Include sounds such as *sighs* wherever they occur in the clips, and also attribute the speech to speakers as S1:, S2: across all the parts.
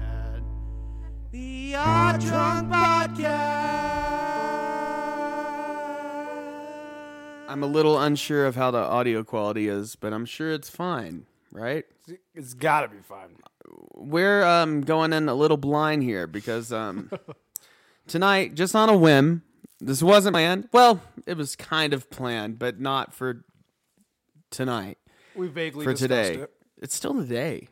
S1: And the Odd Drunk Podcast.
S2: I'm a little unsure of how the audio quality is, but I'm sure it's fine, right?
S3: It's gotta be fine.
S2: We're um, going in a little blind here
S1: *laughs*
S2: because um, tonight, just on a whim, this wasn't planned. Well, it was kind of planned, but not for tonight,
S3: We vaguely
S2: for
S3: discussed
S2: today.
S3: It.
S2: It's still the day.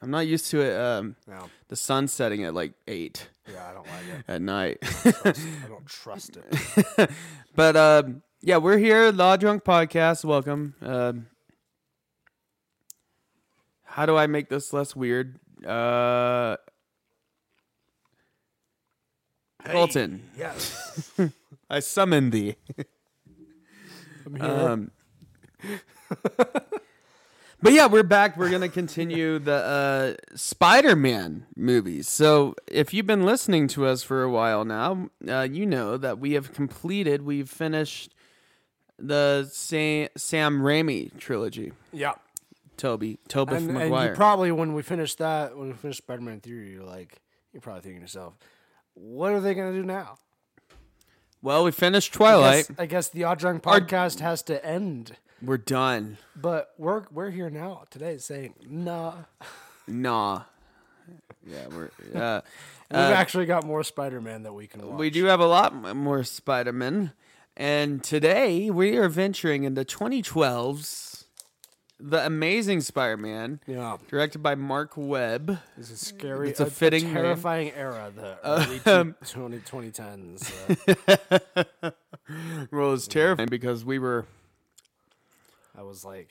S2: I'm not used to it. Um,
S3: No,
S2: the sun setting at like 8
S3: yeah, I don't like
S2: at night. *laughs*
S3: it. I don't trust it.
S2: but um, yeah, we're here, Law Drunk Podcast. Welcome. Um, how do I make this less weird? Uh, Colton,
S3: Yes,
S2: I summon thee.
S3: I'm here.
S2: Um, *laughs* but yeah, we're back. We're gonna continue the uh, Spider-Man movies. So if you've been listening to us for a while now, uh, you know that we have completed. We've finished the Sam, Sam Raimi trilogy.
S3: yeah,
S2: Toby, Toby
S3: and, and you
S2: Maguire.
S3: probably when we finished that, when we finished Spider-Man Theory, you're like, you're probably thinking to yourself, what are they gonna do now?
S2: well, we finished
S3: I
S2: Twilight.
S3: guess, I guess the Odd Drunk podcast has to end,
S2: We're done.
S3: but we're we're here now today saying, nah,
S2: Uh, Nah. Yeah, we're. Uh,
S3: we've actually got more Spider-Man that we can watch.
S2: We do have a lot m- more Spider-Man. And today we are venturing into 2012's The Amazing Spider-Man,
S3: Yeah,
S2: directed by Mark
S3: *laughs*
S2: Webb.
S3: it's a scary,
S2: It's a
S3: a,
S2: fitting name. Uh, um,
S3: terrifying era. The early two- 20, 2010s. Uh,
S2: Well, it's terrifying because we were
S3: I was like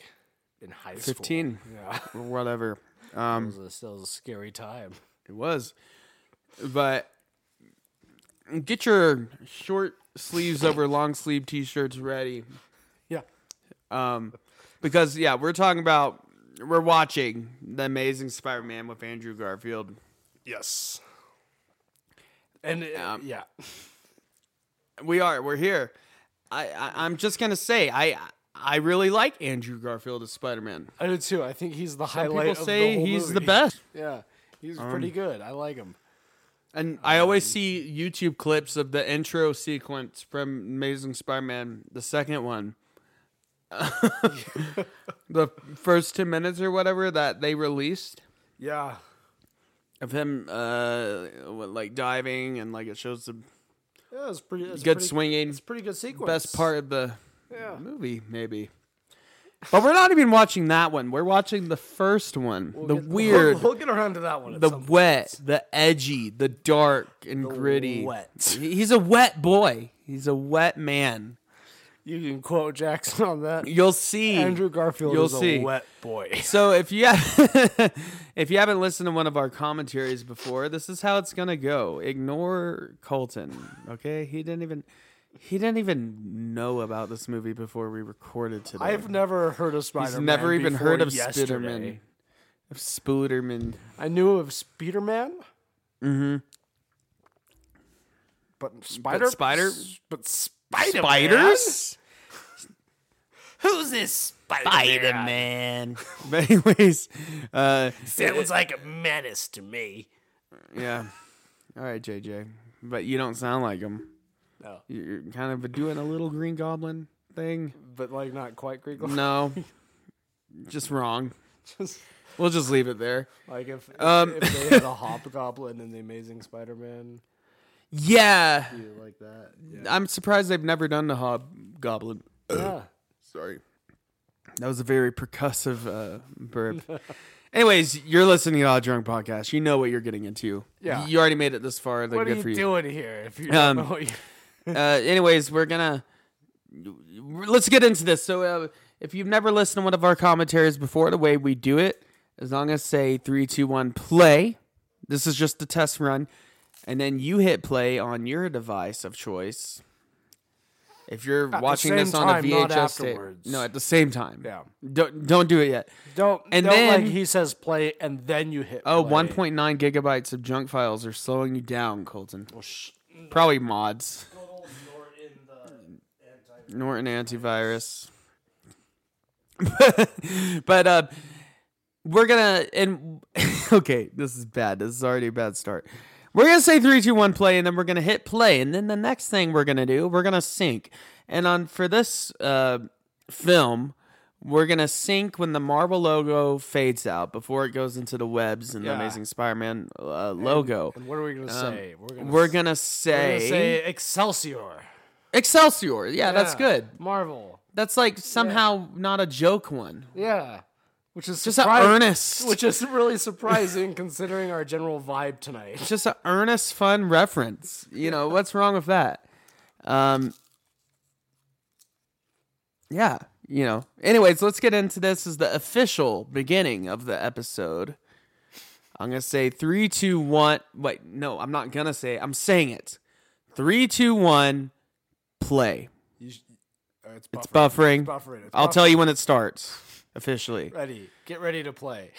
S3: in high school.
S2: 15
S3: Yeah. *laughs*
S2: or whatever. Um,
S3: It was, a, it was a scary time.
S2: It was. But get your short sleeves over long sleeve t-shirts ready
S3: Yeah.
S2: because yeah, we're talking about we're watching The Amazing Spider-Man with Andrew Garfield.
S3: Yes. And it,
S2: Um,
S3: yeah,
S2: We are. We're here. I, I I'm just gonna say I I really like Andrew Garfield as Spider Man.
S3: I do too. I think he's the highlight.
S2: People
S3: of
S2: say
S3: the whole
S2: he's
S3: movie.
S2: the best, Um,
S3: Yeah, he's pretty good. I like him.
S2: and I
S3: Um,
S2: always see YouTube clips of the intro sequence from Amazing Spider Man, the second one. *laughs* the first 10 minutes or whatever that they released
S3: Yeah,
S2: of him uh what, like diving and like it shows the
S3: yeah, it's pretty it's
S2: good
S3: pretty,
S2: swinging
S3: It's a pretty good sequence.
S2: best part of the
S3: Yeah.
S2: movie, maybe. But we're not even watching that one. We're watching the first one. the
S3: *laughs* We'll get- *laughs*
S2: weird,
S3: We'll, we'll get around to that one. At
S2: the
S3: some point.
S2: wet, the edgy, the dark and gritty.
S3: wet.
S2: He- He's a wet boy. He's a wet man.
S3: You can quote Jackson on
S2: *laughs*
S3: that.
S2: You'll see.
S3: Andrew Garfield
S2: You'll
S3: is
S2: see.
S3: a wet
S2: *laughs*
S3: boy.
S2: So if you have, *laughs* if you haven't listened to one of our commentaries before, this is how it's gonna go. Ignore Colton, okay? He didn't even he didn't even know about this movie before we recorded today.
S3: I've never heard of Spider-Man.
S2: He's never even
S3: before
S2: heard of
S3: yesterday.
S2: Spiderman. Of Spooderman.
S3: I knew of Spider-Man. Mm-hmm. But spider,
S2: spider-
S3: s- but spider,
S2: Who's this Spider Man? *laughs* But anyways, uh,
S3: sounds like a menace to me.
S2: yeah. All right, JJ, but you don't sound like him.
S3: No,
S2: You're kind of doing a little Green Goblin thing.
S3: but like not quite Greek. *laughs*
S2: No, just wrong.
S3: Just
S2: We'll just leave it there.
S3: *laughs* like if if-
S2: Um,
S3: if they had a hobgoblin in the Amazing Spider-Man,
S2: Yeah,
S3: you like that? Yeah.
S2: I'm surprised they've never done the Hobgoblin.
S3: yeah.
S2: Sorry. That was a very percussive uh, burp. *laughs* Anyways, you're listening to Odd Drunk Podcast. You know what you're getting into.
S3: Yeah.
S2: You already made it this far. Then
S3: What
S2: good
S3: are
S2: for
S3: you
S2: you.
S3: doing here? If you
S2: Um,
S3: don't know what you-
S2: Uh, anyways, we're going to. Let's get into this. So, uh, if you've never listened to one of our commentaries before, the way we do it, as long as say three, two, one, play. This is just a test run. and then you hit play on your device of choice. If you're
S3: At the
S2: watching this
S3: same
S2: on a
S3: time,
S2: VHS
S3: not
S2: tape,
S3: afterwards.
S2: no, at the same time.
S3: *laughs* Yeah.
S2: Don't don't do it yet.
S3: Don't
S2: And
S3: and don't
S2: then-
S3: like he says play and then you hit.
S2: Oh,
S3: play.
S2: 1.9 gigabytes of junk files are slowing you down, Colton.
S3: sh-
S2: Probably mods. Norton antivirus. *laughs* but uh, we're gonna and *laughs* okay, this is bad. This is already a bad start. We're gonna say three, two, one, play, and then we're gonna hit play, and then the next thing we're gonna do, we're gonna sync. And on for this uh, film, we're gonna sync when the Marvel logo fades out before it goes into the webs and the
S3: Yeah.
S2: Amazing Spider-Man uh, logo.
S3: And what are we gonna
S2: Um,
S3: say? We're gonna,
S2: We're
S3: s-
S2: gonna
S3: we're gonna
S2: say,
S3: say Excelsior.
S2: Excelsior. yeah, that's
S3: Yeah.
S2: good.
S3: Marvel.
S2: That's like somehow not a joke one.
S3: Yeah. Which is
S2: Just a
S3: surpri-
S2: earnest.
S3: *laughs* Which is really surprising considering our general vibe tonight.
S2: Just an earnest, fun reference. You know what's wrong with that? Um, yeah, you know. Anyways, let's get into this. Is the official beginning of the episode? I'm gonna say three, two, one. Wait, no, I'm not gonna say. it. I'm saying it. Three, two, one. Play.
S3: uh, it's
S2: It's buffering.
S3: buffering. It's
S2: I'll tell you when it starts officially.
S3: Ready. Get ready to play.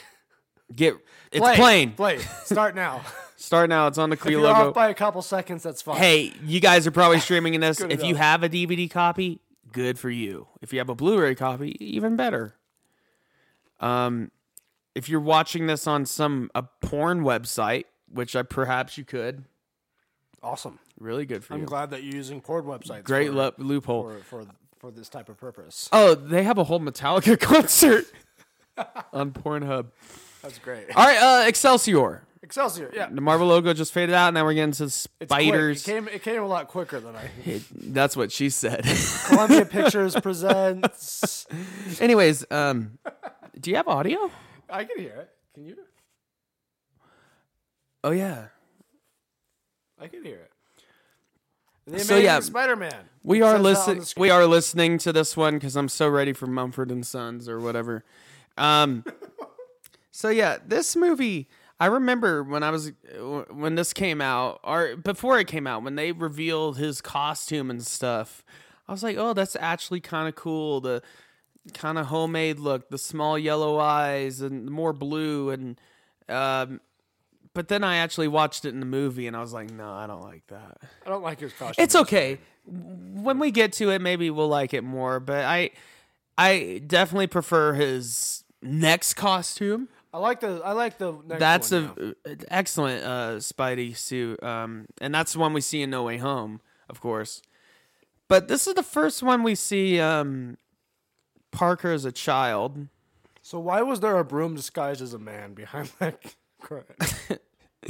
S2: Get it's
S3: play,
S2: playing.
S3: Play.
S2: *laughs*
S3: Start now.
S2: Start now. It's on the Cree
S3: You're
S2: logo.
S3: off by a couple seconds, that's fine.
S2: hey, you guys are probably streaming this. if
S3: Good
S2: you
S3: enough.
S2: have a DVD copy, good for you. If you have a Blu-ray copy, even better. Um, if you're watching this on some a porn website, which I perhaps you could,
S3: Awesome.
S2: really good for
S3: I'm
S2: you.
S3: glad that you're using porn websites.
S2: Great
S3: for,
S2: lo- loophole.
S3: for, for for this type of purpose.
S2: Oh, they have a whole Metallica *laughs*
S3: *laughs*
S2: concert on Pornhub.
S3: That's great.
S2: All right, uh, Excelsior.
S3: Excelsior. Yeah.
S2: The Marvel logo just faded out. Now we're getting to
S3: It's quick.
S2: spiders.
S3: It came, it came a lot quicker than I.
S2: *laughs* It- that's what she said. *laughs*
S3: Columbia Pictures presents.
S2: Anyways,
S3: *laughs*
S2: um, do you have audio?
S3: I can hear it. Can you?
S2: Oh yeah,
S3: I can hear it. The
S2: So, yeah.
S3: Spider Man.
S2: we are listening. We are listening to this one because I'm so ready for Mumford and Sons or whatever. Um, so yeah, this movie. I remember when I was when this came out, or before it came out, when they revealed his costume and stuff. I was like, oh, that's actually kind of cool. The kind of homemade look, the small yellow eyes, and more blue, and um, but then I actually watched it in the movie, and I was like, no, I don't like that.
S3: I don't like his costume.
S2: It's okay. When we get to it, maybe we'll like it more. But I, I definitely prefer his next costume.
S3: I like the. I like the. Next
S2: That's
S3: one now.
S2: a an excellent uh, Spidey suit, um, and that's the one we see in No Way Home, of course. But this is the first one we see um, Parker as a child.
S3: So why was there a broom disguised as a man behind *laughs* that? curtain? *laughs*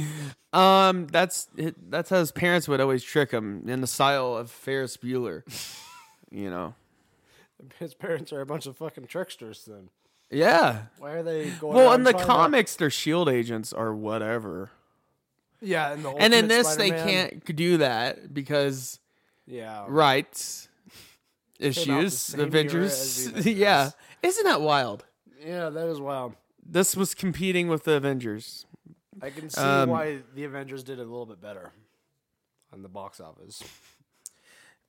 S2: Um, that's that's how his parents would always trick him in the style of Ferris Bueller. *laughs* you know,
S3: his parents are a bunch of fucking tricksters. Then
S2: yeah.
S3: why are they going?
S2: Well,
S3: around
S2: in the
S3: trying to-
S2: comics, they're shield E agents or whatever.
S3: yeah, in the
S2: And in
S3: Ultimate
S2: this,
S3: Spider-Man,
S2: they can't do that because
S3: Yeah,
S2: rights issues,
S3: same year
S2: Avengers. *laughs*
S3: as the Avengers.
S2: yeah. Isn't that wild?
S3: yeah, that is wild.
S2: This was competing with the Avengers.
S3: I can see
S2: Um,
S3: why the Avengers did a little bit better on the box office.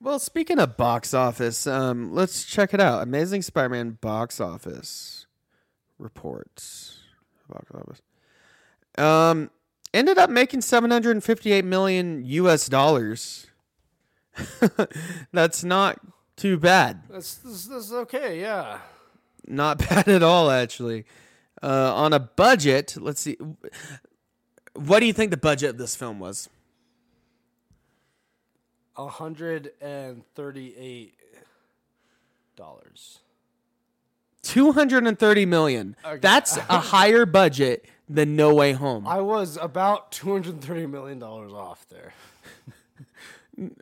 S2: Well, speaking of box office, um, let's check it out. Amazing Spider Man box office reports. Box office. Um, ended up making 758 million US dollars. *laughs* That's not too bad.
S3: That's this, this is okay. Yeah,
S2: Not *laughs* bad at all, actually. Uh, on a budget, let's see. What do you think the budget of this film was?
S3: hundred and thirty-eight dollars.
S2: 230 million. That's a higher budget than No Way Home.
S3: I was about two hundred thirty million dollars off there.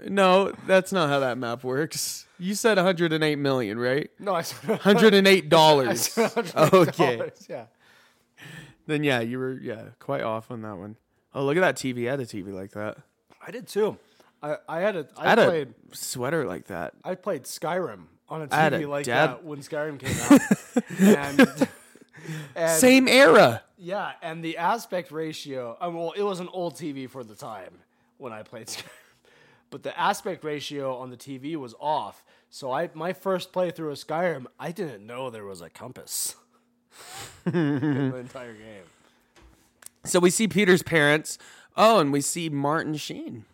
S2: No, that's not how that map works. You said 108 million, *laughs* right?
S3: No, I said *laughs*
S2: 108 *laughs* dollars.
S3: okay.
S2: Oh, Okay.
S3: Yeah.
S2: Then yeah, you were yeah, quite off on that one. Oh, look at that TV. I had a TV like that.
S3: I did too. I, I had a
S2: I
S3: I
S2: had a
S3: played
S2: sweater like that.
S3: I played Skyrim on a
S2: had
S3: TV
S2: a
S3: like
S2: dad-
S3: that when Skyrim came out.
S2: *laughs*
S3: and, *laughs* and-
S2: Same era.
S3: uh, yeah, and the aspect ratio. Um, well, it was an old TV for the time, when I played *laughs* Skyrim. But the aspect ratio on the TV was off. So I my first playthrough of Skyrim, I didn't know there was a compass.
S2: *laughs*
S3: in the entire game.
S2: So we see Peter's parents. Oh, and we see Martin Sheen.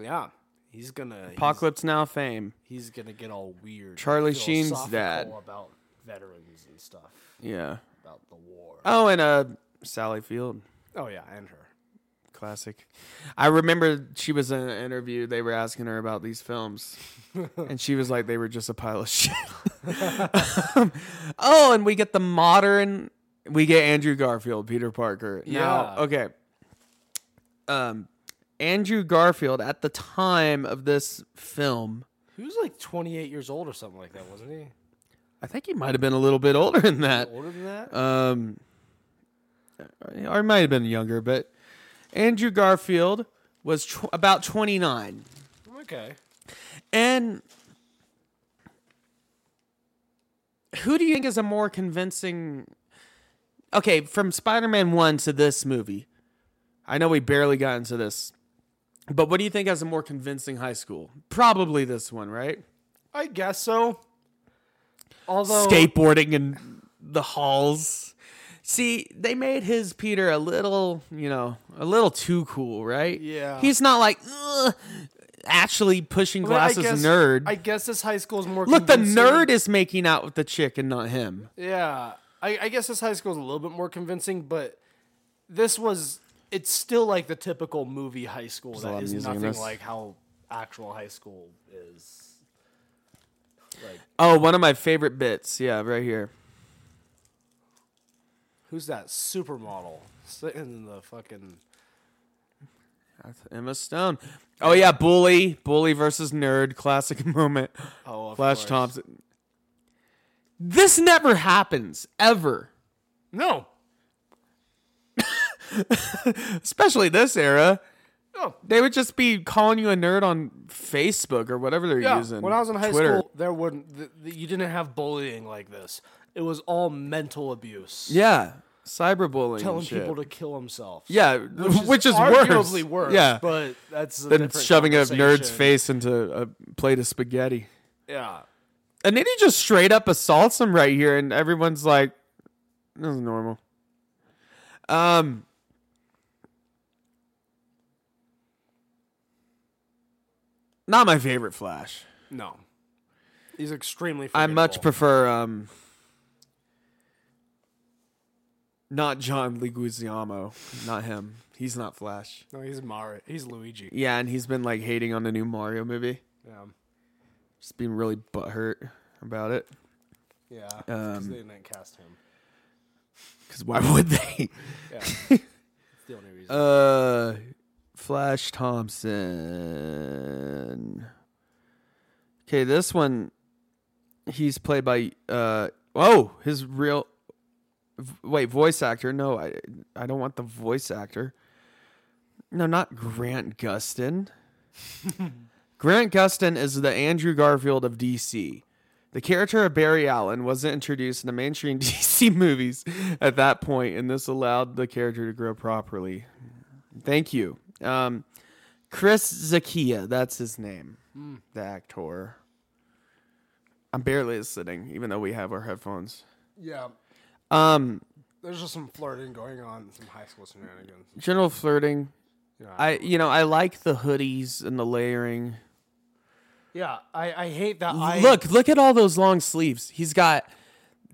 S3: Yeah. He's gonna he's,
S2: Apocalypse Now fame.
S3: he's gonna get all weird.
S2: Charlie Sheen's
S3: philosophical
S2: dad.
S3: about veterans and stuff.
S2: Yeah.
S3: About the war.
S2: Oh, and uh, Sally Field.
S3: Oh yeah, and her.
S2: Classic. I remember she was in an interview. They were asking her about these films, and she was like, "They were just a pile of *laughs* shit." oh, and we get the modern. We get Andrew Garfield, Peter Parker. Now,
S3: Yeah.
S2: okay. Um, Andrew Garfield at the time of this film,
S3: He was like 28 years old or something like that, wasn't he?
S2: I think he might have been a little bit older than that.
S3: Older than that?
S2: um, or he might have been younger, but Andrew Garfield was tw- about 29.
S3: okay.
S2: And who do you think is a more convincing? Okay, from Spider Man 1 to this movie, I know we barely got into this, but what do you think has a more convincing high school? Probably this one, right?
S3: I guess so. Although
S2: skateboarding in the halls. See, they made his Peter a little, you know, a little too cool, right?
S3: Yeah.
S2: He's not like "Ugh," actually pushing
S3: I mean, I
S2: glasses
S3: guess-
S2: nerd.
S3: I guess this high school is more.
S2: Look, the
S3: convincing.
S2: nerd is making out with the chick and not him.
S3: Yeah, I, I guess this high school is a little bit more convincing, but this was. It's still like the typical movie high school
S2: a lot
S3: that
S2: of
S3: is
S2: music in
S3: nothing
S2: this.
S3: like how actual high school is. Like,
S2: Oh, one of my favorite bits. Yeah, right here.
S3: who's that supermodel sitting in the fucking?
S2: That's Emma Stone. Oh yeah, bully, bully versus nerd, classic *laughs* moment.
S3: Oh, of
S2: Flash
S3: course.
S2: Thompson. This never happens ever.
S3: No,
S2: especially this era.
S3: Oh.
S2: They would just be calling you a nerd on Facebook or whatever they're
S3: Yeah,
S2: using.
S3: when I was in high
S2: Twitter.
S3: school, there wouldn't th- th- you didn't have bullying like this. It was all mental abuse.
S2: yeah, cyberbullying,
S3: telling
S2: and shit.
S3: people to kill themselves.
S2: yeah,
S3: *laughs* which is, arguably worse.
S2: Yeah,
S3: but that's a
S2: than
S3: different
S2: shoving a nerd's
S3: conversation.
S2: face into a plate of spaghetti.
S3: Yeah,
S2: And then he just straight up assaults him right here, and everyone's like, "This is normal." Um. Not my favorite Flash.
S3: no, he's extremely.
S2: I much
S3: forgettable.
S2: prefer um not John Leguizamo, not him. He's not Flash.
S3: No, he's Mario. He's Luigi.
S2: Yeah, and he's been like hating on the new Mario movie.
S3: Yeah,
S2: Just being really butthurt about it.
S3: yeah.
S2: Um,
S3: 'cause they didn't cast him.
S2: Cause why *laughs* would they? *laughs*
S3: Yeah, it's the only reason.
S2: Uh, Flash Thompson. Okay, this one, he's played by uh oh his real, v- wait voice actor. No, I I don't want the voice actor. No, not Grant Gustin. Grant Gustin is the Andrew Garfield of DC. The character of Barry Allen wasn't introduced in the mainstream *laughs* DC movies at that point, and this allowed the character to grow properly. Thank you. Um, Chris Zakia, that's his name, the actor. I'm barely listening, even though we have our headphones.
S3: yeah,
S2: Um,
S3: there's just some flirting going on, some high school shenanigans.
S2: general flirting.
S3: Yeah,
S2: I, you know, I like the hoodies and the layering.
S3: yeah, I, I hate that. I
S2: look, look at all those long sleeves. He's got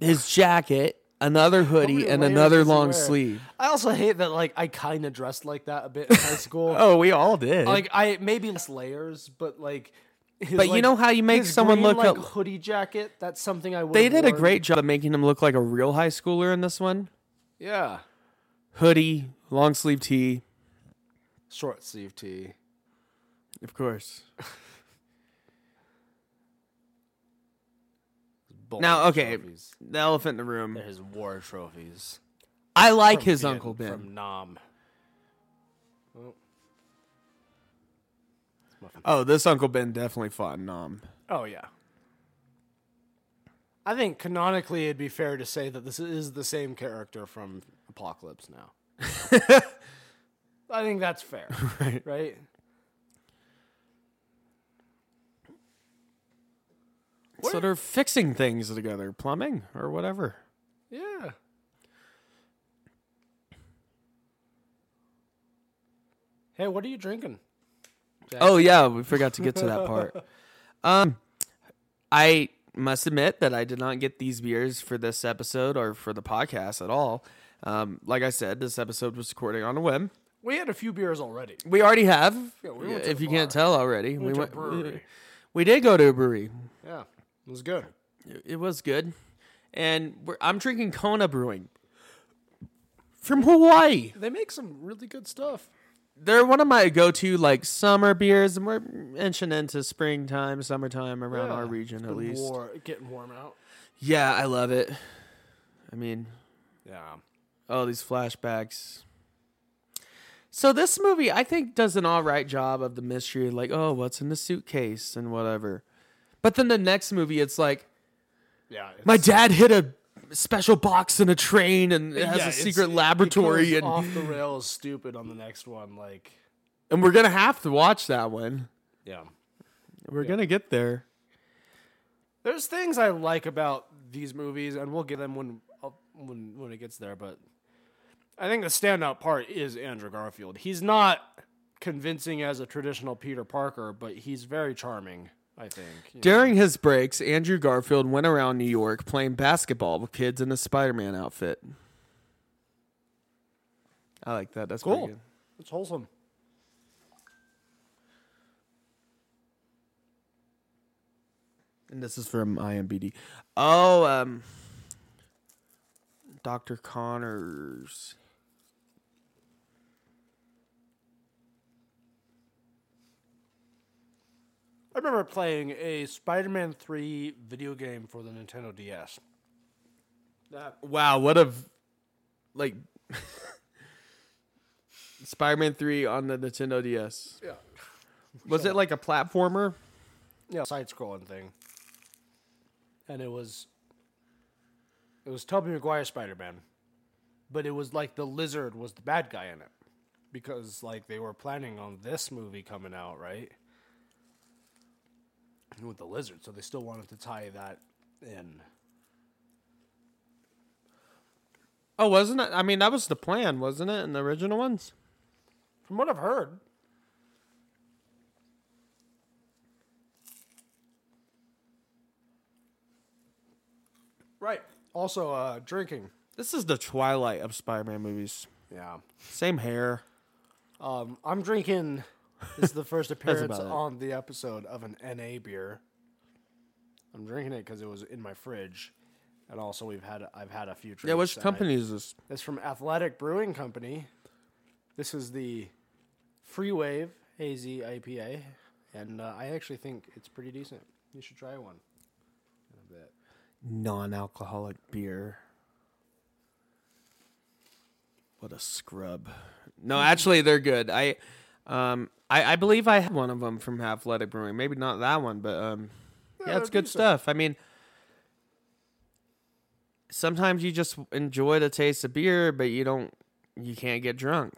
S2: his jacket, another hoodie,
S3: many
S2: and
S3: layers
S2: another
S3: does he
S2: long
S3: wear?
S2: sleeve.
S3: I also hate that. Like, I kind of dressed like that a bit in
S2: *laughs*
S3: high school.
S2: Oh, we all did.
S3: like I maybe less layers, but like. his,
S2: But you
S3: like-
S2: know how you make
S3: his
S2: someone
S3: green,
S2: look
S3: like
S2: up-
S3: hoodie jacket. That's something I would.
S2: they did a great job of making him look like a real high schooler in this one.
S3: yeah
S2: Hoodie, long sleeve tee,
S3: short sleeve tee.
S2: of course.
S3: Bowl
S2: Now, okay,
S3: trophies.
S2: the elephant in the room.
S3: They're his war trophies.
S2: I like his
S3: Being
S2: Uncle Ben.
S3: from Nam.
S2: oh, this Uncle Ben definitely fought um, Nom.
S3: Oh yeah. I think canonically it'd be fair to say that this is the same character from
S2: *laughs*
S3: Apocalypse Now. I think that's fair,
S2: Right.
S3: right?
S2: That's what are fixing things together, plumbing or whatever.
S3: Yeah. Hey, what are you drinking?
S2: Oh yeah, we forgot to get to that *laughs* part. Um, I must admit that I did not get these beers for this episode or for the podcast at all. Um, like I said, this episode was recording on a whim.
S3: We had a few beers already.
S2: We already have.
S3: Yeah, we went to
S2: if
S3: the
S2: you can't
S3: bar.
S2: tell already, we
S3: went to a
S2: went.
S3: brewery.
S2: *laughs* We did go to a brewery.
S3: Yeah, it was good.
S2: It was good, and we're, I'm drinking Kona Brewing from Hawaii.
S3: They make some really good stuff.
S2: They're one of my go-to like summer beers, and we're inching into springtime, summertime around
S3: Yeah,
S2: our region at
S3: Been
S2: least.
S3: war- getting warm out.
S2: Yeah, I love it. I mean,
S3: Yeah.
S2: oh, these flashbacks. So this movie, I think, does an all right job of the mystery, like, oh, what's in the suitcase and whatever. But then the next movie, it's like,
S3: Yeah. It's,
S2: my dad hid a special box in a train and it
S3: yeah,
S2: has a
S3: it's-
S2: secret
S3: it- it
S2: laboratory,
S3: goes
S2: and
S3: off the rails, stupid on the next one. Like,
S2: and we're gonna have to watch that one.
S3: yeah.
S2: We're gonna get there.
S3: There's things I like about these movies, and we'll get them when I'll- when when it gets there. But I think the standout part is Andrew Garfield. He's not convincing as a traditional Peter Parker, but he's very charming. I think. you know.
S2: During his breaks, Andrew Garfield went around New York playing basketball with kids in a Spider-Man outfit. I like that. That's pretty
S3: Cool.
S2: good.
S3: It's wholesome.
S2: And this is from IMBD. Oh, um, Dr. Connors.
S3: I remember playing a Spider-Man 3 video game for the Nintendo DS. That
S2: Wow, what a v- like *laughs* Spider-Man Three on the Nintendo DS.
S3: yeah,
S2: Was it like a platformer?
S3: yeah, side-scrolling thing. And it was it was Tobey Maguire Spider-Man, but it was like the lizard was the bad guy in it because like they were planning on this movie coming out, right? With the lizard, so they still wanted to tie that in.
S2: Oh, wasn't it? I mean, that was the plan, wasn't it? In the original ones.
S3: From what I've heard, right. Also, uh, drinking.
S2: This is the twilight of Spider-Man movies.
S3: Yeah.
S2: Same hair.
S3: Um, I'm drinking. This is
S2: *laughs*
S3: the first appearance
S2: about it.
S3: on the episode of an NA beer. I'm drinking it because it was in my fridge, and also we've had I've had a few. Drinks
S2: Yeah, which
S3: and I-
S2: company is this?
S3: It's from Athletic Brewing Company. This is the Free Wave Hazy IPA, and uh, I actually think it's pretty decent. You should try one. I bet.
S2: Non-alcoholic beer. What a scrub.
S3: Hmm.
S2: No, actually, they're good. I, um, I, I believe I had one of them from Athletic Brewing. Maybe not that one, but um, yeah,
S3: they're
S2: it's good
S3: decent.
S2: stuff. I mean, sometimes you just enjoy the taste of beer, but you don't, you can't get drunk.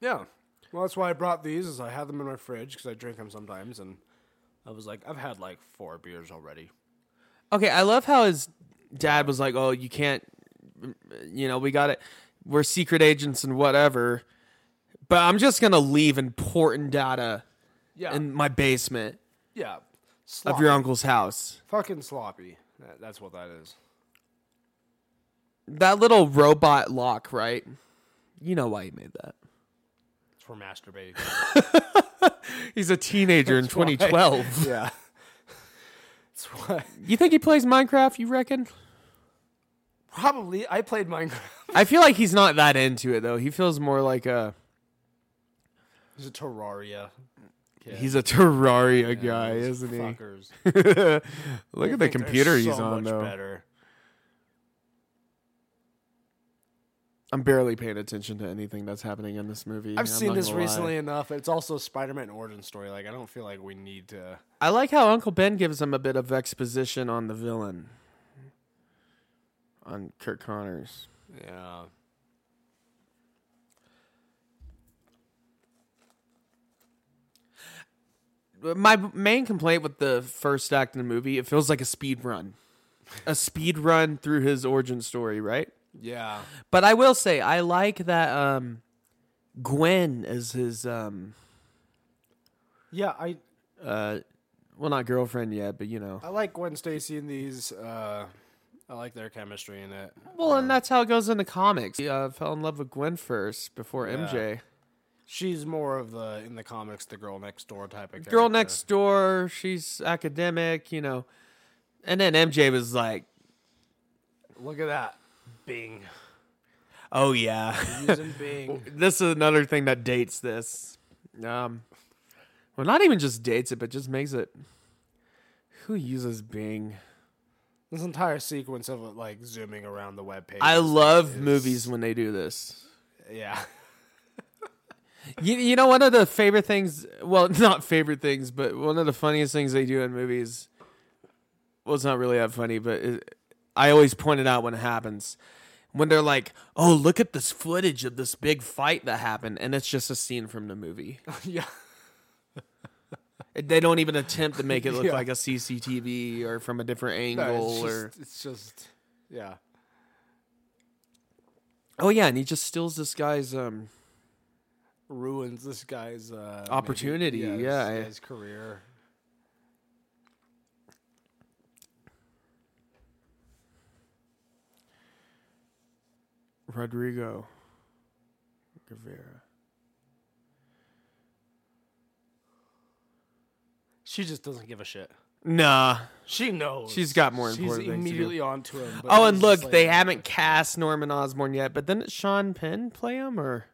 S3: Yeah. Well, that's why I brought these. Is I had them in my fridge because I drink them sometimes, and I was like, I've had like four beers already.
S2: Okay, I love how his dad was like, "Oh, you can't, you know, we got it. We're secret agents and whatever." But I'm just gonna leave important data
S3: Yeah.
S2: in my basement
S3: yeah. Sloppy.
S2: of your uncle's house.
S3: Fucking sloppy. That- That's what that is.
S2: That little robot lock, right? You know why he made that.
S3: It's for masturbating.
S2: *laughs* He's a teenager in
S3: *laughs*
S2: 2012.
S3: yeah. That's why.
S2: You think he plays Minecraft? You reckon?
S3: Probably. I played Minecraft. *laughs*
S2: I feel like he's not that into it though. He feels more like a
S3: It's a Terraria.
S2: he's a Terraria guy,
S3: Those
S2: isn't he? *laughs*
S3: fuckers.
S2: Look at the
S3: I think they're
S2: computer he's
S3: so
S2: on
S3: much
S2: though.
S3: better.
S2: I'm barely paying attention to anything that's happening in this movie. I'm
S3: I've seen
S2: not
S3: this
S2: gonna lie.
S3: recently enough. It's also Spider-Man origin story. Like I don't feel like we need to.
S2: I like how Uncle Ben gives him a bit of exposition on the villain, on Kirk Connors.
S3: Yeah.
S2: my main complaint with the first act in the movie, it feels like a speed run, a speed run through his origin story, right?
S3: Yeah.
S2: But I will say, I like that um, Gwen is his um,
S3: Yeah, I
S2: uh, well, not girlfriend yet, but you know.
S3: I like Gwen Stacy in these. Uh, I like their chemistry in it.
S2: Well, and that's how it goes in the comics. He uh, fell in love with Gwen first before MJ.
S3: She's more of the in the comics the girl next door type of
S2: Girl
S3: character.
S2: next door, she's academic, you know. And then MJ was like,
S3: Look at that, Bing.
S2: "Oh yeah." *laughs*
S3: Using Bing.
S2: this is another thing that dates this. Um, well, not even just dates it, but just makes it. Who uses Bing?
S3: This entire sequence of it, like zooming around the web page.
S2: I love movies when they do this.
S3: *laughs* yeah. *laughs*
S2: You, you know, one of the favorite things, well, *laughs* not favorite things, but one of the funniest things they do in movies, well, it's not really that funny, but it, I always point it out when it happens. When they're like, oh, look at this footage of this big fight that happened, and it's just a scene from the
S3: *laughs*
S2: movie.
S3: yeah.
S2: they don't even attempt to make it look
S3: Yeah.
S2: like a CCTV or from a different
S3: No, it's,
S2: angle or.
S3: just, it's just yeah.
S2: Oh, yeah, and he just steals this guy's. um
S3: Ruins this guy's uh, maybe-
S2: Opportunity,
S3: his-
S2: yeah.
S3: his career.
S2: Rodrigo Guevara.
S3: She just doesn't give a shit.
S2: Nah.
S3: She knows.
S2: She's got more important things
S3: She's
S2: to do.
S3: immediately on to him. but
S2: Oh, and
S3: he's
S2: look,
S3: just like-
S2: they haven't cast Norman Osborn yet, but didn't Sean Penn play him or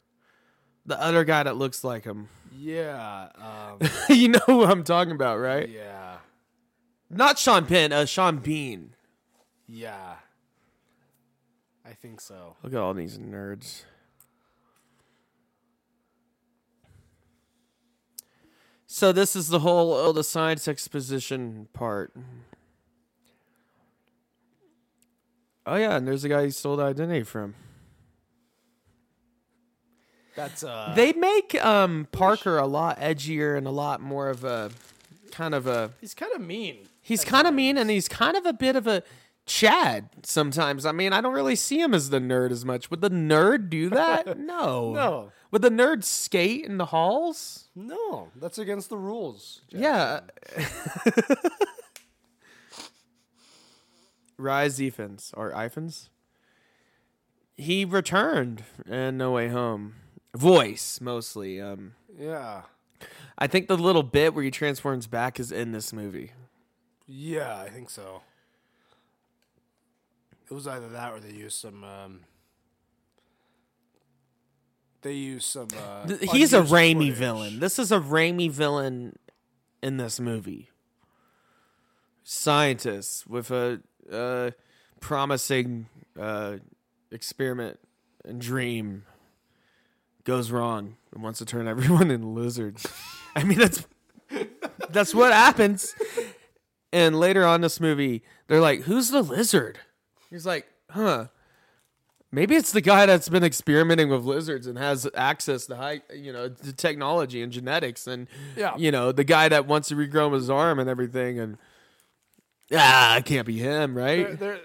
S2: the other guy that looks like him? *laughs*
S3: Yeah. Um,
S2: you know who I'm talking about, right?
S3: yeah.
S2: Not Sean Penn, uh, Sean Bean.
S3: Yeah. I think so.
S2: Look at all these nerds. So this is the whole oh, the science exposition part. Oh yeah, and there's a guy he stole the identity from.
S3: That's uh.
S2: They make um, Parker a lot edgier and a lot more of a kind of a.
S3: he's kind of mean.
S2: He's kind of mean and he's kind of a bit of a Chad sometimes. I mean, I don't really see him as the nerd as much. Would the nerd do that? No.
S3: No.
S2: Would the nerd skate in the halls?
S3: No, that's against the rules. Jack.
S2: Yeah. *laughs* Rise Ephens or Iphens. He returned and No Way Home. Voice mostly. Um,
S3: Yeah.
S2: I think the little bit where he transforms back is in this movie.
S3: Yeah, I think so. It was either that or they used some. Um, they used some.
S2: *laughs*
S3: Uh,
S2: Th- He's a
S3: unused
S2: Raimi
S3: footage.
S2: villain. This is a Raimi villain in this movie. Scientist with a uh, promising uh, experiment and dream goes wrong and wants to turn *laughs* everyone into lizards. *laughs* I mean, that's that's what happens. And later on this movie, they're like, "Who's the lizard?" He's like, "Huh." Maybe it's the guy that's been experimenting with lizards and has access to high, you know, to technology and genetics, and
S3: Yeah.
S2: you know, the guy that wants to regrow his arm and everything, and ah, it can't be him,
S3: They're-
S2: right? *laughs*
S3: they're-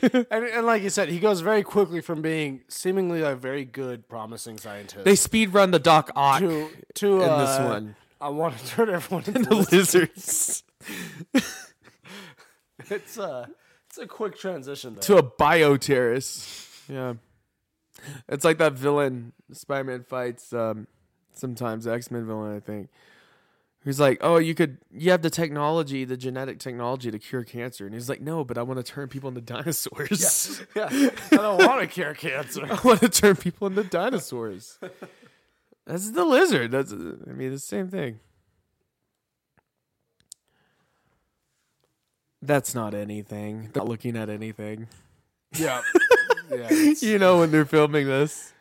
S3: *laughs* and, and like you said, he goes very quickly from being seemingly a very good, promising scientist
S2: They speed run the Doc Ock
S3: to to
S2: *laughs* in
S3: uh,
S2: this one.
S3: I want to
S2: *laughs*
S3: turn everyone into.
S2: the lizards
S3: *laughs* it's a it's a quick transition. Though.
S2: to a bioterrorist. Yeah, it's like that villain Spider-Man fights um, sometimes X-Men villain, I think. Who's like, oh, you could, you have the technology, the genetic technology to cure cancer, and he's like, no, but I want to turn people into dinosaurs.
S3: *laughs* yeah, I don't want to cure cancer.
S2: *laughs* I want to turn people into dinosaurs. That's the lizard. That's I mean it's the same thing. That's not anything. They're not looking at anything. *laughs*
S3: Yeah, yeah. it's-
S2: You know when they're filming this.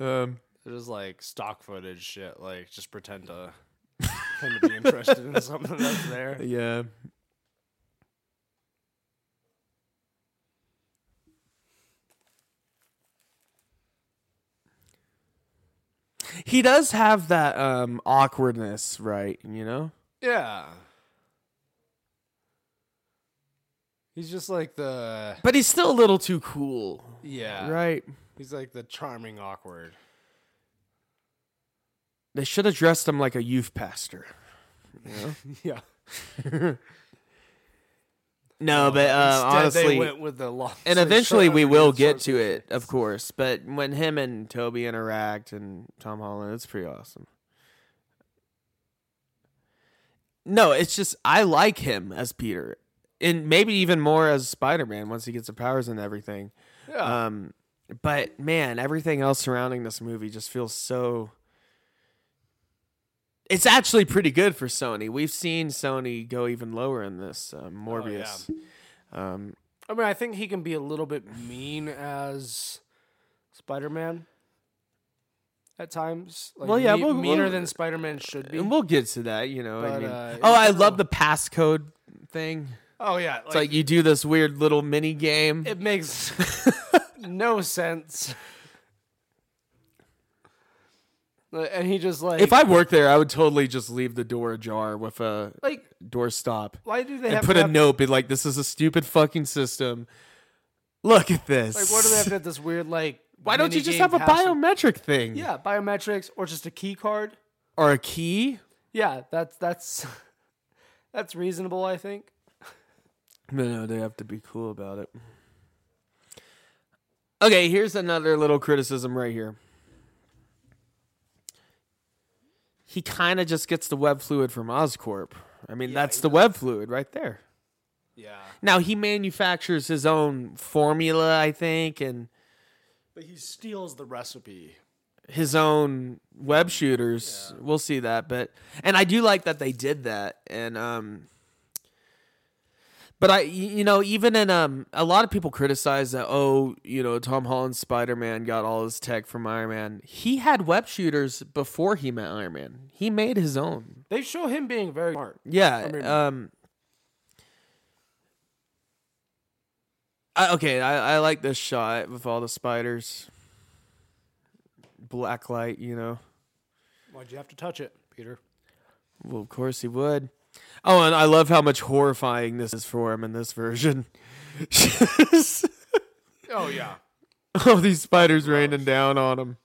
S2: Um,
S3: They're just like stock footage shit. Like just pretend to pretend to be interested in something that's there.
S2: yeah. He does have that um awkwardness, right? You know?
S3: Yeah. He's just like the
S2: But he's still a little too cool,
S3: yeah.
S2: right?
S3: He's like the charming awkward.
S2: They should have dressed him like a youth pastor.
S3: Yeah.
S2: No, but uh,
S3: Instead,
S2: honestly,
S3: they went with the long
S2: and
S3: sleeve
S2: eventually
S3: shirt
S2: we
S3: and
S2: will
S3: short
S2: get
S3: sleeve
S2: to it, of course. But when him and Toby interact and Tom Holland, it's pretty awesome. No, it's just I like him as Peter, and maybe even more as Spider Man once he gets the powers and everything.
S3: Yeah.
S2: Um, but man, everything else surrounding this movie just feels so. It's actually pretty good for Sony. We've seen Sony go even lower in this uh, Morbius. um,
S3: I mean, I think he can be a little bit mean as Spider Man at times. Like,
S2: Well, yeah,
S3: me-
S2: we'll-
S3: meaner
S2: we'll-
S3: than Spider Man should be.
S2: and we'll get to that. You know, I
S3: But,
S2: mean,
S3: uh,
S2: oh,
S3: it's
S2: I
S3: still-
S2: love the passcode thing.
S3: oh yeah,
S2: It's like you do this weird little mini game.
S3: it makes no sense. And he just like
S2: *laughs* if I worked there, I would totally just leave the door ajar with a
S3: like
S2: door stop.
S3: why do they
S2: and
S3: have
S2: put
S3: to
S2: a
S3: have,
S2: note, be like, "This is a stupid fucking system. Look at this.
S3: like why do they have to have this weird like
S2: Why don't you just
S3: minigame
S2: have a
S3: password?
S2: biometric thing?
S3: yeah biometrics or just a key card
S2: or a key.
S3: yeah that's that's *laughs* that's reasonable I think
S2: No, no, they have to be cool about it. Okay, here's another little criticism right here. He kind of just gets the web fluid from Oscorp. I mean, that's the web fluid right there.
S3: yeah
S2: Now he manufactures his own formula, I think, and
S3: but he steals the recipe
S2: his own web shooters. We'll see that, but and I do like that they did that. And um but I y- you know, even in um a lot of people criticize that oh, you know, Tom Holland's Spider-Man got all his tech from Iron Man. He had web shooters before he met Iron Man. He made his own.
S3: they show him being very smart
S2: Yeah.
S3: mean-
S2: um I, okay, I, I like this shot with all the spiders. Black light, you know.
S3: why'd you have to touch it Peter
S2: Well, of course he would. Oh, and I love how much horrifying this is for him in this version. *laughs*
S3: oh yeah
S2: oh, these spiders raining down on him.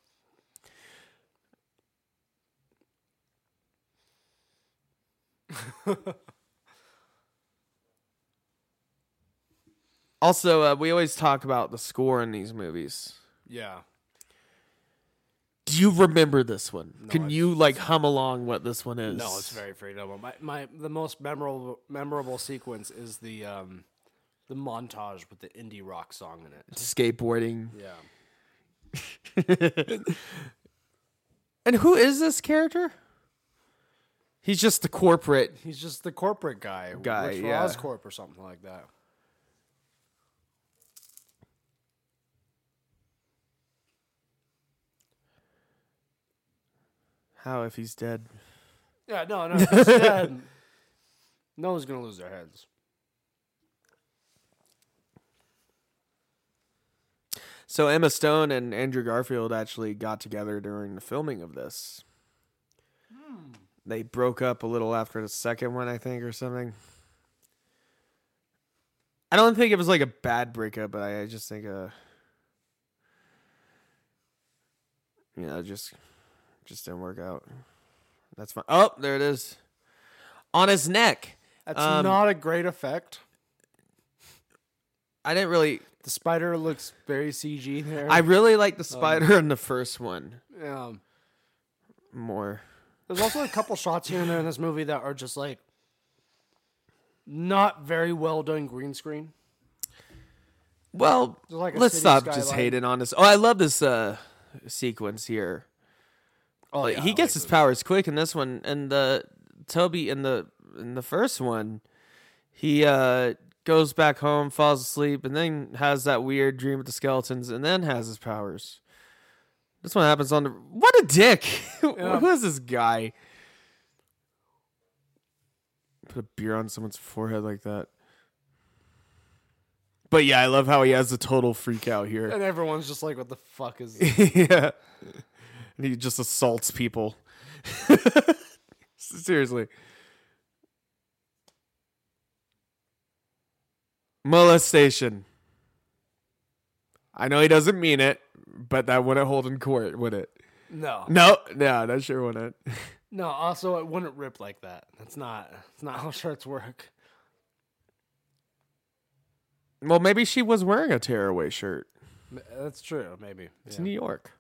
S2: *laughs* also, uh, we always talk about the score in these movies.
S3: yeah
S2: Do you remember this one? Can you like hum along what this one is?
S3: No, it's very freedomable. My, my the most memorable memorable sequence is the um the montage with the indie rock song in it.
S2: skateboarding.
S3: Yeah.
S2: And who is this character? He's just the corporate
S3: He's just the corporate guy.
S2: Guy,
S3: works for
S2: yeah.
S3: Oscorp or something like that.
S2: How if he's dead?
S3: Yeah, no, no. *laughs* it's dead. no one's gonna lose their heads.
S2: So Emma Stone and Andrew Garfield actually got together during the filming of this. They broke up a little after the second one, I think, or something. I don't think it was like a bad breakup, but I I just think uh you know, just just didn't work out. That's fine. Oh, there it is. On his neck.
S3: That's
S2: Um,
S3: not a great effect.
S2: I didn't really
S3: The spider looks very CG there.
S2: I really like the spider in the first one
S3: um,
S2: more.
S3: There's also a couple shots here and there in this movie that are just like not very well done green screen.
S2: Well,
S3: There's like a
S2: let's
S3: city
S2: stop just
S3: skyline.
S2: hating on this. Oh, I love this uh, sequence here.
S3: Oh,
S2: Like, he gets his powers quick in this one, and the Toby in the in the first one, he uh, goes back home, falls asleep, and then has that weird dream with the skeletons, and then has his powers. This one happens on the. What a dick! *laughs* Who is this guy? Put a beer on someone's forehead like that. But yeah, I love how he has a total freak out here.
S3: and everyone's just like, "What the fuck is?"
S2: *laughs* yeah. And he just assaults people. *laughs* Seriously. molestation. I know he doesn't mean it, but that wouldn't hold in court, would it?
S3: *laughs* No.
S2: No, no, that sure wouldn't. *laughs*
S3: No, also it wouldn't rip like that. That's not that's not *laughs* how shirts work.
S2: Well, maybe she was wearing a tearaway shirt.
S3: M- That's true, maybe.
S2: It's
S3: Yeah.
S2: New York.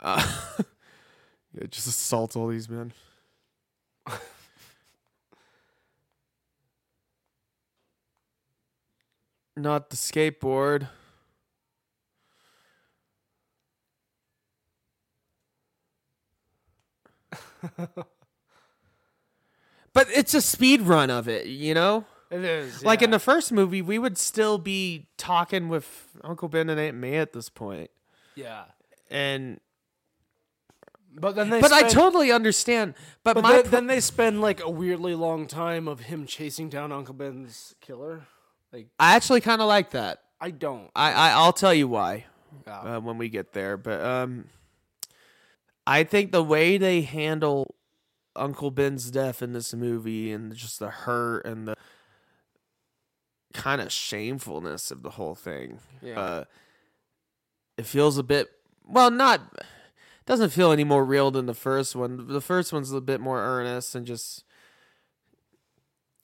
S2: Uh, *laughs* yeah, just assault all these men. *laughs* Not the skateboard. *laughs* but it's a speed run of it, you know?
S3: It is.
S2: Like in
S3: yeah.
S2: the first movie, we would still be talking with Uncle Ben and Aunt May at this point.
S3: Yeah.
S2: And
S3: But then they
S2: but I
S3: spend-
S2: totally understand. But,
S3: But
S2: my
S3: then,
S2: pro-
S3: then they spend like a weirdly long time of him chasing down Uncle Ben's killer. Like
S2: I actually kind of like that.
S3: I don't.
S2: I, I I'll tell you why
S3: Yeah.
S2: uh, when we get there. But um, I think the way they handle Uncle Ben's death in this movie and just the hurt and the kind of shamefulness of the whole thing.
S3: Yeah.
S2: Uh, it feels a bit well, not doesn't feel any more real than the first one. The first one's a bit more earnest and just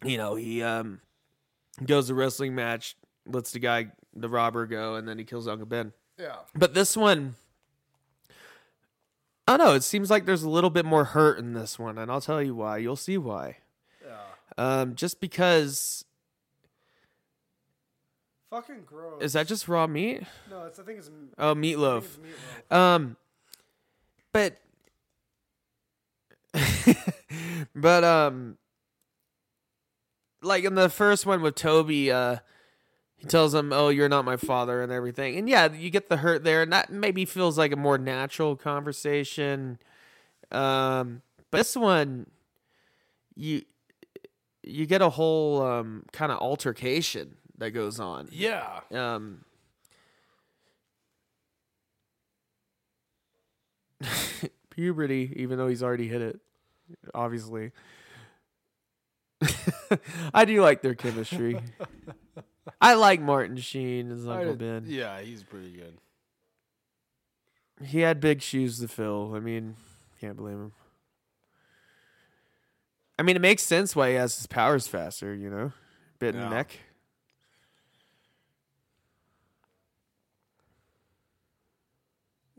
S2: you know, he um goes to wrestling match, lets the guy the robber go and then he kills Uncle Ben.
S3: yeah.
S2: But this one I don't know, it seems like there's a little bit more hurt in this one and I'll tell you why. You'll see why.
S3: Yeah.
S2: Um just because
S3: Fucking gross.
S2: is that just raw meat?
S3: no, it's I think it's, I
S2: Oh, meatloaf.
S3: think it's meatloaf.
S2: Um, but, *laughs* but um, like in the first one with Toby, uh, he tells him, "Oh, you're not my father," and everything. And yeah, you get the hurt there, and that maybe feels like a more natural conversation. Um, but this one, you you get a whole um kind of altercation that goes on
S3: Yeah.
S2: um puberty even though he's already hit it obviously *laughs* i do like their
S3: *laughs*
S2: chemistry i like martin sheen as *laughs* uncle ben
S3: Yeah, he's pretty good.
S2: he had big shoes to fill i mean can't blame him i mean it makes sense why he has his powers faster you know bit in
S3: Yeah.
S2: the neck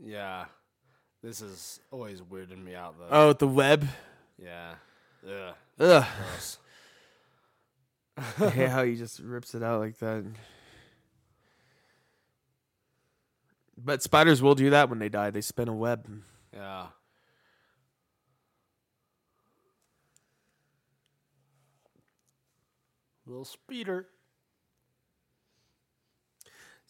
S3: Yeah. This is always weirding me out though.
S2: oh with the web
S3: Yeah. Ugh.
S2: Ugh.
S3: Gross.
S2: I hate how he just rips it out like that. But spiders will do that when they die. They spin a web.
S3: yeah. Little speeder.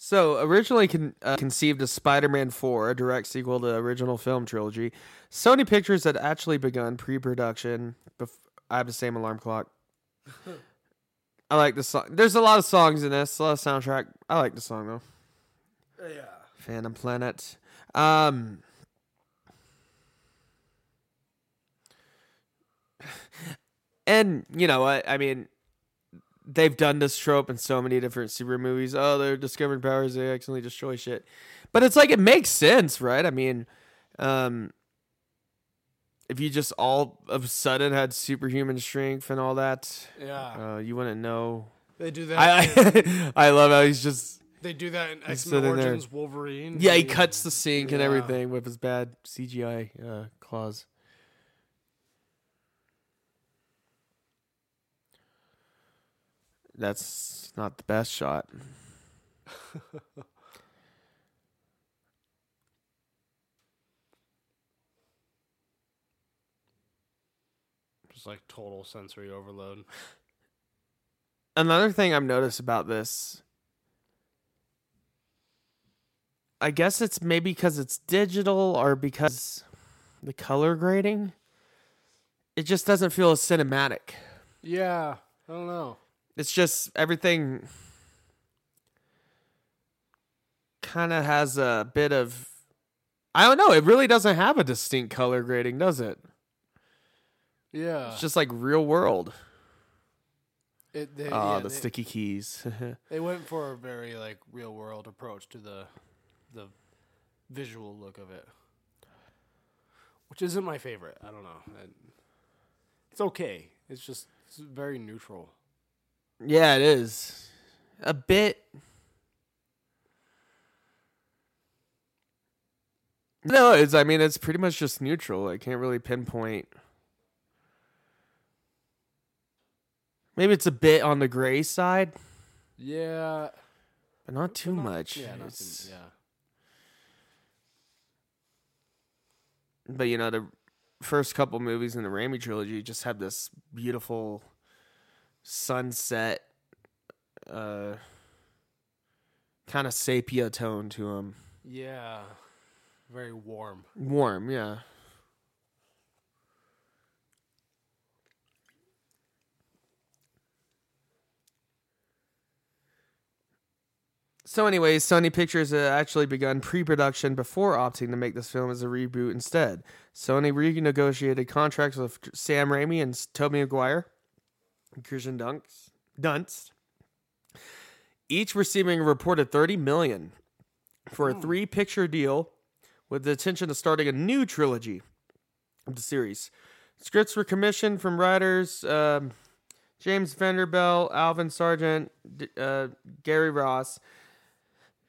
S2: So, originally con- uh, conceived as Spider Man 4, a direct sequel to the original film trilogy, Sony Pictures had actually begun pre production. Bef- I have the same alarm *laughs* clock. I like the song. There's a lot of songs in this, a lot of soundtrack. I like the song, though.
S3: Yeah.
S2: Phantom Planet. Um, and you know what? I mean, they've done this trope in so many different super movies. Oh, they're discovering powers; they accidentally destroy shit. But it's like it makes sense, right? I mean, um, if you just all of a sudden had superhuman strength and all that,
S3: Yeah.
S2: uh, you wouldn't know.
S3: They do that.
S2: I I, *laughs* I love how he's just
S3: they do that in X Men
S2: sitting there.
S3: Origins Wolverine.
S2: *laughs* yeah, he cuts the sink and
S3: Yeah.
S2: everything with his bad CGI uh, claws. That's not the best shot.
S3: Just like total sensory overload.
S2: Another thing I've noticed about this, I guess it's maybe because it's digital or because the color grading, it just doesn't feel as cinematic.
S3: Yeah. I don't know.
S2: it's just everything kind of has a bit of I don't know, it really doesn't have a distinct color grading, does it?
S3: Yeah. Uh.
S2: It's just like real world.
S3: It, they,
S2: Ah,
S3: yeah,
S2: the
S3: they,
S2: sticky keys. *laughs*
S3: they went for a very like real world approach to the the visual look of it, which isn't my favorite. I don't know. I- it's okay. It's just it's very neutral.
S2: yeah, it is. A bit. No, it's. I mean, it's pretty much just neutral. I can't really pinpoint. Maybe it's a bit on the gray side,
S3: Yeah.
S2: but not too much.
S3: Yeah. Not too-
S2: It's-
S3: yeah.
S2: but you know the first couple movies in the Raimi trilogy just had this beautiful sunset uh kind of sepia tone to them
S3: Yeah. Very warm.
S2: warm yeah So, anyways, Sony Pictures had actually begun pre production before opting to make this film as a reboot instead. Sony renegotiated contracts with Sam Raimi and Tobey Maguire, and Kirsten Dunst, Dunst, each receiving a reported 30 million for a three picture deal with the intention of starting a new trilogy of the series. Scripts were commissioned from writers um, James Vanderbilt, Alvin Sargent, D- uh, Gary Ross,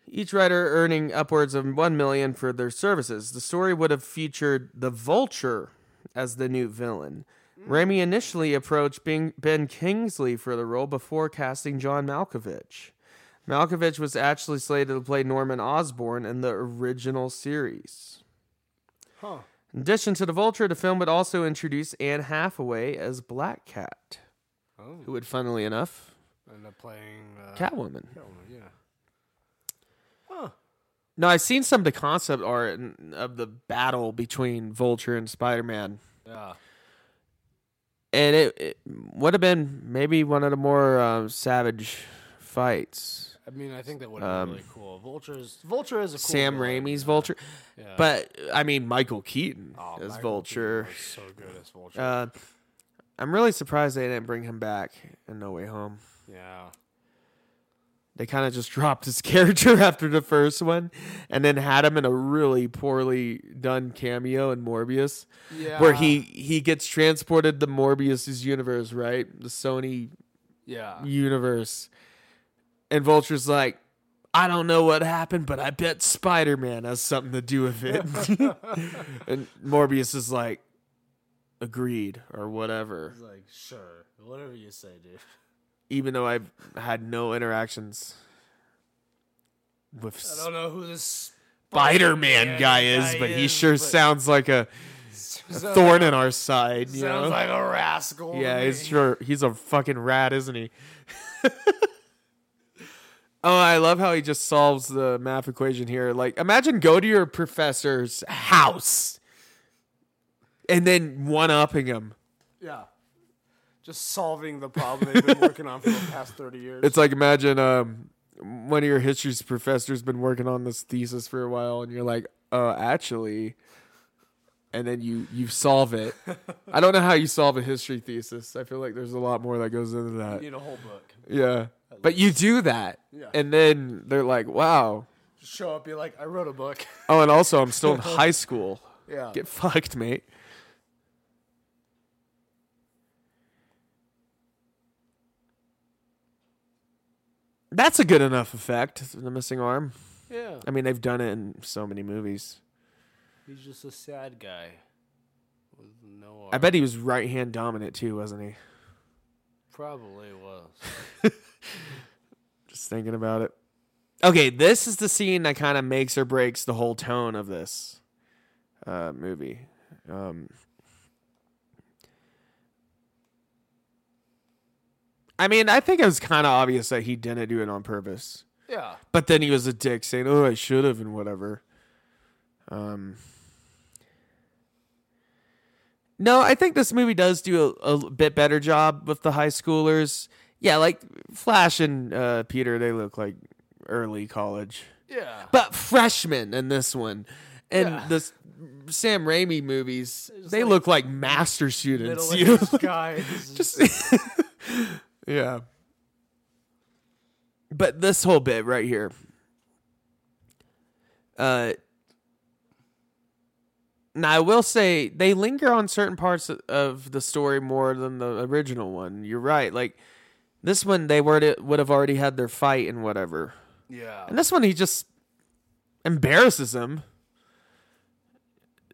S2: each writer earning upwards of one million for their services. The story would have featured the Vulture as the new villain. Raimi initially approached Bing- Ben Kingsley for the role before casting John Malkovich. Malkovich was actually slated to play Norman Osborn in the original series.
S3: Huh.
S2: In addition to the Vulture, the film would also introduce Anne Hathaway as Black Cat,
S3: Oh.
S2: who would, funnily enough,
S3: End up playing. Uh,
S2: Catwoman.
S3: Catwoman, Yeah.
S2: Now, I've seen some of the concept art and- of the battle between Vulture and Spider Man,
S3: Yeah.
S2: and it, it would have been maybe one of the more uh, savage fights.
S3: I mean, I think that would have
S2: Um,
S3: been really cool. Vulture's Vulture is a cool
S2: Sam
S3: villain.
S2: Raimi's Vulture,
S3: Yeah.
S2: but I mean, Michael Keaton
S3: Oh,
S2: as
S3: Michael
S2: Vulture.
S3: Keaton was So good as Vulture.
S2: Uh, I'm really surprised they didn't bring him back in No Way Home.
S3: yeah.
S2: they kind of just *laughs* dropped his character *laughs* after the first one and then had him in a really poorly done cameo in Morbius
S3: Yeah.
S2: where he he gets transported to Morbius's universe, right? The Sony *laughs*
S3: Yeah.
S2: universe. And Vulture's like, I don't know what happened, but I bet Spider-Man has something to do with it.
S3: *laughs*
S2: and Morbius is like agreed or whatever,
S3: He's like, sure, whatever you say, dude.
S2: even though I've had no interactions with
S3: I don't know who
S2: *laughs*
S3: this
S2: Spider Man guy is, but he sure sounds like
S3: *laughs*
S2: a thorn in our side. You know?
S3: Sounds like a rascal. to
S2: yeah,
S3: me.
S2: he's sure he's a fucking rat, isn't he? *laughs* oh, I love how he just solves the math equation here. Like, imagine go to your professor's house and then one upping him.
S3: yeah. Just solving the problem they've been working on for the past thirty years.
S2: It's like imagine um, one of your history professor's been working on this thesis for a while, and you're like, "Uh, actually," and then you you solve
S3: *laughs*
S2: it. I don't know how you solve a history thesis. I feel like there's a lot more that goes into
S3: you
S2: that.
S3: need a whole book.
S2: Yeah, but you do that,
S3: Yeah.
S2: and then they're like, "Wow."
S3: Just show up, be like, I wrote a book. *laughs*
S2: Oh, and also, I'm still in high school.
S3: Yeah.
S2: Get fucked, mate. That's a good enough effect. The missing arm.
S3: yeah.
S2: I mean, they've done it in so many movies.
S3: He's just a sad guy. With no
S2: I bet he was right hand dominant too, wasn't he?
S3: probably was.
S2: Just thinking about it. Okay, this is the scene that kind of makes or breaks the whole tone of this uh, movie. Um, I mean, I think it was kind of obvious that he didn't do it on purpose.
S3: Yeah.
S2: But then he was a dick saying, "Oh, I should have," and whatever. Um. No, I think this movie does do a, a bit better job with the high schoolers. Yeah, like Flash and uh, Peter, they look like early college,
S3: Yeah.
S2: but freshmen in this one, and
S3: Yeah.
S2: this Sam Raimi movies,
S3: just
S2: they *laughs*
S3: like
S2: look like master students. You know?
S3: Middle-aged guy. This is-
S2: just *laughs* Yeah. But this whole bit right here. Uh now I will say they linger on certain parts of- of the story more than the original one. You're right. Like this one they would would have already had their fight and whatever.
S3: Yeah.
S2: And this one he just embarrasses him.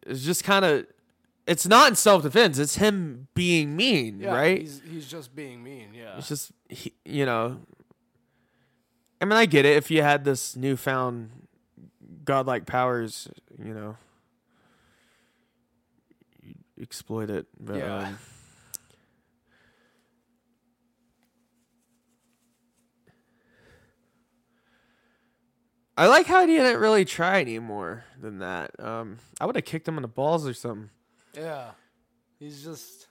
S2: It's just kind of it's not in self-defense. It's him being mean,
S3: Yeah,
S2: right?
S3: He's, he's just being mean. Yeah.
S2: It's just he, you know. I mean, I get it. If you had this newfound godlike powers, you know, you exploit it. But,
S3: Yeah.
S2: um, I like how he didn't really try any more than that. Um, I would have kicked him in the balls or something.
S3: Yeah. He's just.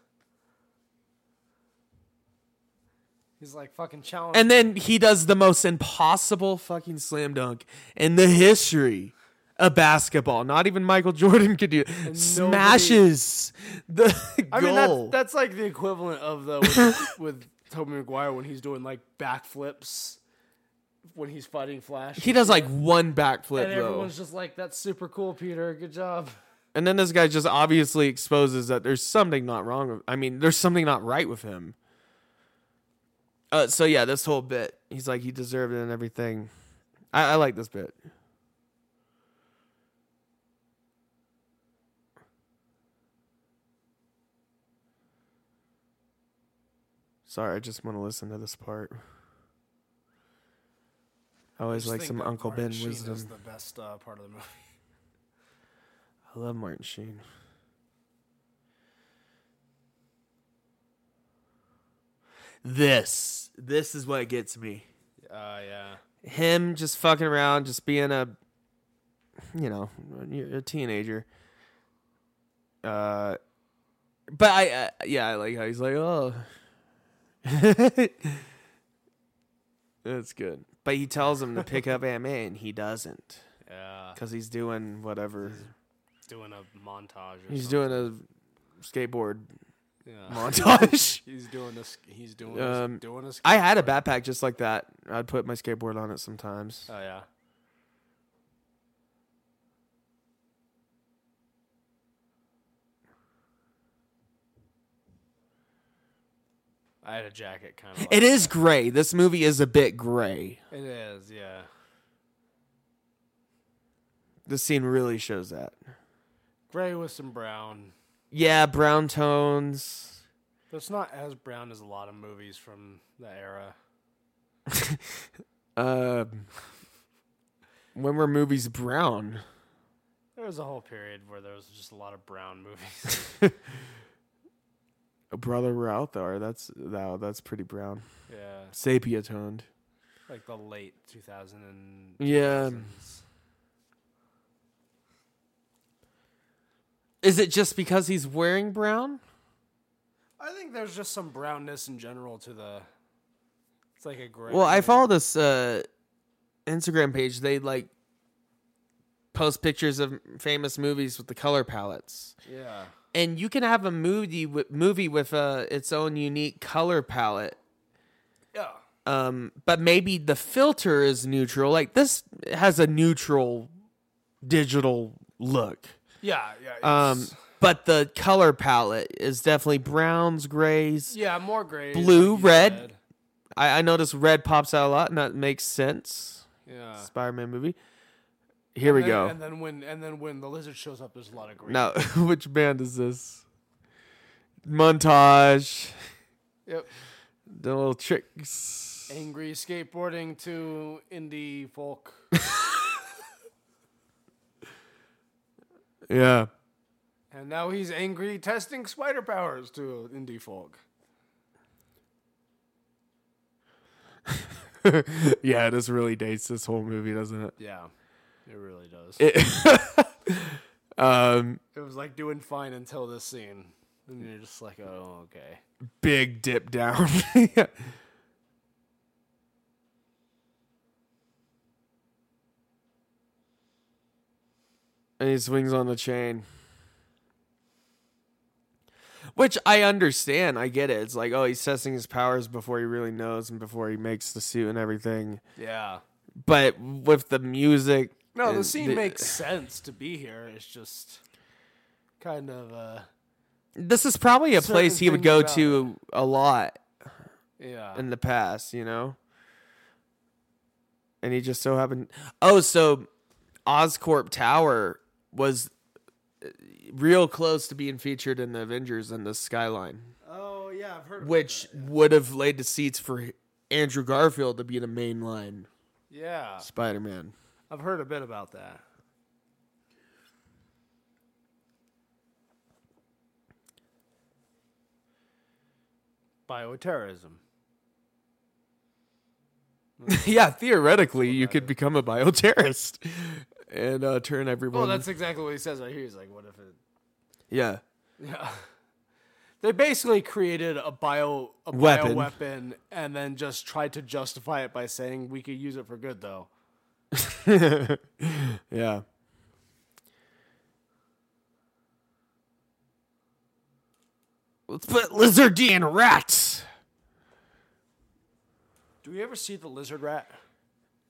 S3: He's like fucking challenging.
S2: And then he does the most impossible fucking slam dunk in the history of basketball. Not even Michael Jordan could do. it. Smashes the
S3: I
S2: goal.
S3: mean, that's, that's like the equivalent of the
S2: *laughs*
S3: with, with Tobey Maguire when he's doing like backflips when he's fighting Flash.
S2: he does like one backflip
S3: and
S2: though,
S3: everyone's just like, "That's super cool, Peter. Good job."
S2: and then this guy just obviously exposes that there's something not wrong. With, I mean, there's something not right with him. Uh, so yeah, this whole bit, he's like he deserved it and everything. I, I like this bit. Sorry, I just want to listen to this part. I always like some Uncle Ben wisdom.
S3: Is the best uh, part
S2: *laughs*
S3: of the movie.
S2: I love Martin Sheen. This, this is what gets me.
S3: Uh, yeah.
S2: Him just fucking around, just being a, you know, you're a teenager. Uh, but I, uh, yeah, I like how he's like, oh, *laughs* that's good. But he tells him to pick up *laughs* Aunt May, and he doesn't
S3: Yeah.
S2: because he's doing whatever.
S3: Doing a montage. Or
S2: He's doing a
S3: *laughs*
S2: skateboard *laughs*
S3: Yeah. *laughs*
S2: montage.
S3: He's doing this. He's doing
S2: Um,
S3: this. Doing this.
S2: I had a backpack just like that. I'd put my skateboard on it sometimes.
S3: Oh yeah. I had a jacket kind of. Like
S2: It is gray. This movie is a bit gray.
S3: It is, yeah.
S2: This scene really shows that.
S3: Gray with some brown.
S2: Yeah, brown tones.
S3: But it's not as brown as a lot of movies from the era.
S2: *laughs* Um, when were movies brown?
S3: There was a whole period where there was just a lot of brown *laughs* movies.
S2: *laughs* Brother, we're out there. That's wow, that's pretty brown.
S3: yeah.
S2: Sepia toned.
S3: Like the late 2000 and
S2: Yeah. Is it just because he's wearing brown?
S3: I think there's just some brownness in general to the. It's like a gray.
S2: Well, I follow this uh, Instagram page. They like post pictures of famous movies with the color palettes,
S3: Yeah.
S2: and you can have a movie with, movie with uh, its own unique color palette.
S3: Yeah.
S2: Um, but maybe the filter is neutral. Like this has a neutral digital look.
S3: Yeah. Yeah.
S2: Um, but the color palette is definitely browns, grays.
S3: yeah. More gray.
S2: blue, red. I, I notice red pops out a lot, and that makes sense.
S3: Yeah.
S2: Spider-Man movie. Here we
S3: And-
S2: go.
S3: And then when and then when the lizard shows up, there's a lot of green.
S2: Now, *laughs* which band is this? Montage.
S3: Yep.
S2: The little tricks.
S3: Angry skateboarding to indie
S2: *laughs*
S3: folk.
S2: Yeah. *laughs*
S3: and now he's angry testing spider powers to indie folk.
S2: yeah, this really dates this whole movie, doesn't it?
S3: Yeah. It really does. It,
S2: It- *laughs* um,
S3: was like doing fine until this scene. And you're just like, oh, okay.
S2: big dip down. *laughs* And he swings on the chain. Which I understand. I get it. It's like, oh, he's testing his powers before he really knows and before he makes the suit and everything.
S3: Yeah.
S2: But with the music.
S3: No, the
S2: and
S3: scene makes sense to be here. It's just kind of uh
S2: This is probably a place
S3: certain
S2: he would
S3: things
S2: go
S3: about
S2: to a lot
S3: yeah.
S2: in the past, you know? And he just so happened. Oh, so Oscorp Tower was uh, real close to being featured in the Avengers in the skyline.
S3: oh yeah, I've heard
S2: which would have laid the seats for Andrew Garfield to be the mainline
S3: Yeah.
S2: Spider Man.
S3: I've heard a bit about that. Bioterrorism.
S2: *laughs* yeah, theoretically, you could become a bioterrorist *laughs* and uh, turn everyone.
S3: Well, Oh, that's exactly what he says right here. He's like, what if it
S2: yeah.
S3: Yeah. They basically created a bio a
S2: Weapon.
S3: bio weapon and then just tried to justify it by saying we could use it for good though.
S2: *laughs* Yeah. Let's put lizard D in rats.
S3: Do we ever see the lizard rat?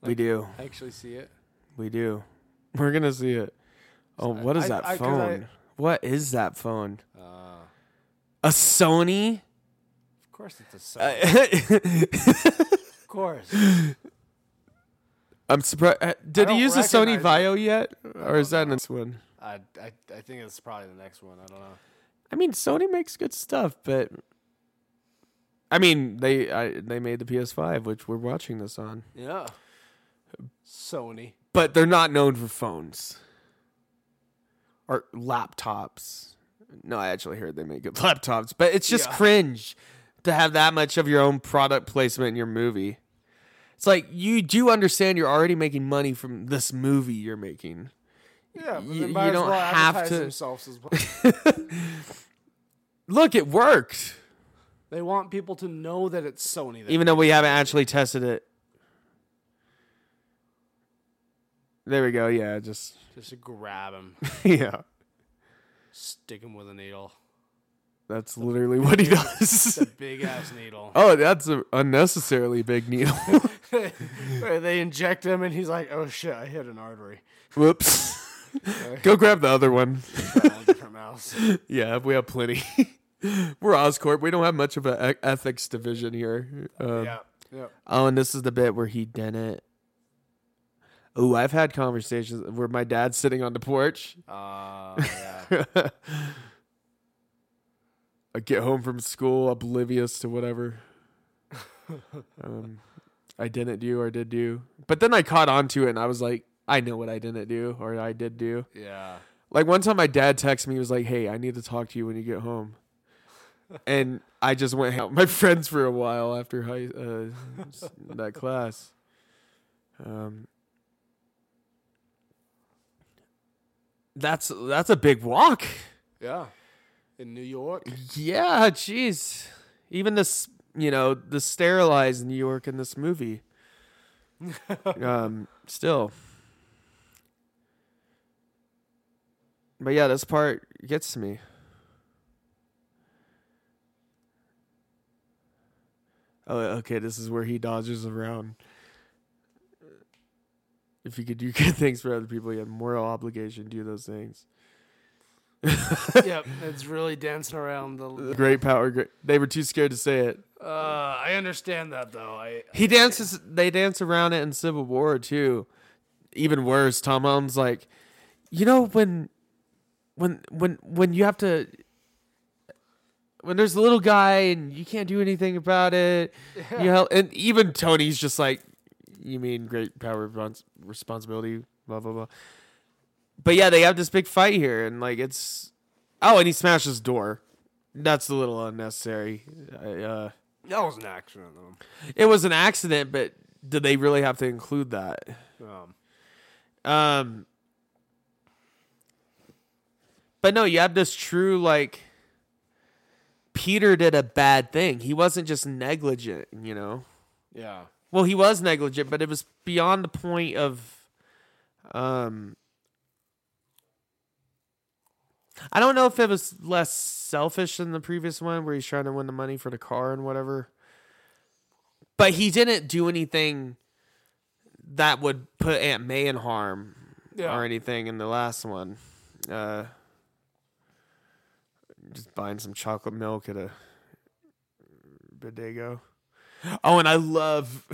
S2: we do.
S3: Actually see it?
S2: We do. We're going to see it. Oh, what is
S3: uh, I-
S2: that
S3: I- 'cause I-
S2: phone? what is that phone? a Sony? *laughs*
S3: Of Uh, course it's a sub. of course.
S2: I'm surprised. uh, Did he
S3: don't
S2: use a Sony
S3: recognize it.
S2: Vio yet, or is that next one?
S3: I, I I think it's probably the next one. I don't know.
S2: I mean, Sony makes good stuff, but I mean, they I, they made the PS5, which we're watching this on,
S3: Yeah. Sony.
S2: but they're not known for phones or laptops. No, I actually heard they make *laughs* good laptops, but it's just cringe to have that much of your own product placement in your movie. It's like you do understand you're already making money from this movie you're making. *laughs*
S3: Yeah, but
S2: you-
S3: they
S2: you
S3: might as
S2: don't
S3: well
S2: have
S3: advertise
S2: to-
S3: themselves as well.
S2: Look, it worked.
S3: *laughs* they want people to know that it's Sony. That
S2: even though we haven't actually tested it. There we go. Yeah, just *laughs*
S3: just to grab *laughs* him,
S2: yeah.
S3: stick him with a needle,
S2: That's literally what *laughs* he does.
S3: big ass needle.
S2: oh, that's a unnecessarily big needle. *laughs*
S3: Oh. *laughs* Where they inject him and he's like, "Oh shit, I hit an artery."
S2: Whoops. go grab the other one.
S3: Found different *laughs* mouse.
S2: *laughs* Yeah, we have plenty. *laughs* We're Oscorp. We don't have much of an ethics division here. Um,
S3: Yeah, yeah.
S2: Oh, and this is the bit where he didn't. Oh, I've had conversations where my dad's sitting on the porch.
S3: Uh, *laughs* yeah.
S2: I get home from school oblivious to whatever um, I didn't do or did do. But then I caught on to it and I was like, I know what I didn't do or I did do.
S3: yeah.
S2: Like one time my dad texted me, he was like, Hey, I need to talk to you when you get home. And I just went hang out with my *laughs* friends for a while after high, uh, s- that class. Um, that's that's a big walk.
S3: Yeah. In New *laughs* York.
S2: Yeah, jeez. Even this, you know, the sterilized New York in this movie. um, still. But yeah, this part gets to me. Oh, okay. This is where he dodges around. If you could do *laughs* good things for other people, you have moral obligation to do those things.
S3: yep. It's really dancing around the.
S2: Great power. Great. They were too scared to say it.
S3: Uh, I understand that though. I
S2: He dances. They dance around it in Civil War too. Even worse, Tom Holland's like, you know when, when when when you have to. When there's a little guy and you can't do anything about it, you know, and even Tony's just like, you mean great power respons- responsibility, blah blah blah. But yeah, they have this big fight here, and like it's, oh, and he smashes door. That's a little unnecessary. I, uh,
S3: that was an accident though.
S2: it was an accident, but did they really have to include that?
S3: Um,
S2: Um, but no, you have this true like Peter did a bad thing. He wasn't just negligent, you know.
S3: yeah.
S2: Well, he was negligent, but it was beyond the point of um I don't know if it was less selfish than the previous one where he's trying to win the money for the car and whatever. But he didn't do anything that would put Aunt May in harm
S3: Yeah.
S2: or anything in the last one. Uh, just buying some chocolate milk at a bodega. Oh, and I love.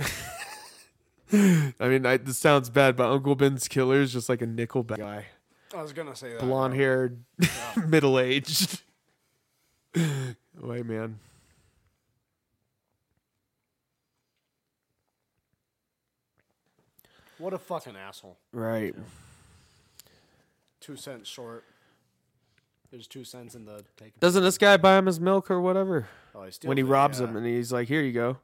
S2: *laughs* I mean, I, this sounds bad, but Uncle Ben's killer is just like a Nickelback guy
S3: I was gonna say that.
S2: blonde haired, *laughs* middle aged white man.
S3: What a fucking asshole.
S2: Right.
S3: Two cents short. There's two cents in the take.
S2: Doesn't this guy buy him his milk or whatever
S3: Oh, steals
S2: when he
S3: it,
S2: robs
S3: yeah.
S2: him and he's like, here you go.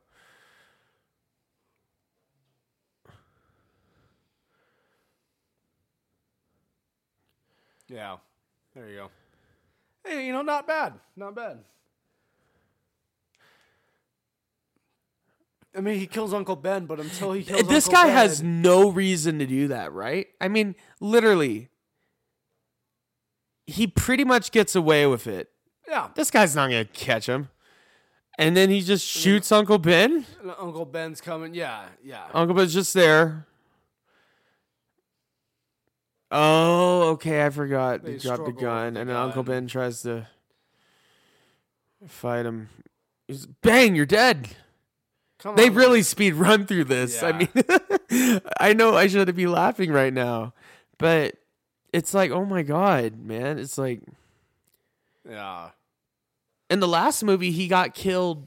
S3: Yeah. There you go. Hey, you know, not bad. Not bad. I mean, he kills Uncle Ben, but until he kills
S2: this
S3: Uncle
S2: guy
S3: Ben-
S2: has no reason to do that, right? I mean, literally, he pretty much gets away with it.
S3: yeah.
S2: This guy's not going to catch him. And then he just shoots Uncle Ben.
S3: and Uncle Ben's coming. Yeah, yeah.
S2: Uncle Ben's just there. Oh, okay. I forgot.
S3: They
S2: They dropped the
S3: struggle with
S2: gun,
S3: the
S2: and then Uncle
S3: gun.
S2: Ben tries to fight him. He's, bang! You're dead.
S3: Come
S2: They
S3: on.
S2: really speed run through this. I mean, *laughs* I know I shouldn't be laughing right now, but it's like, oh my god, man! It's like
S3: Yeah.
S2: in the last movie he got killed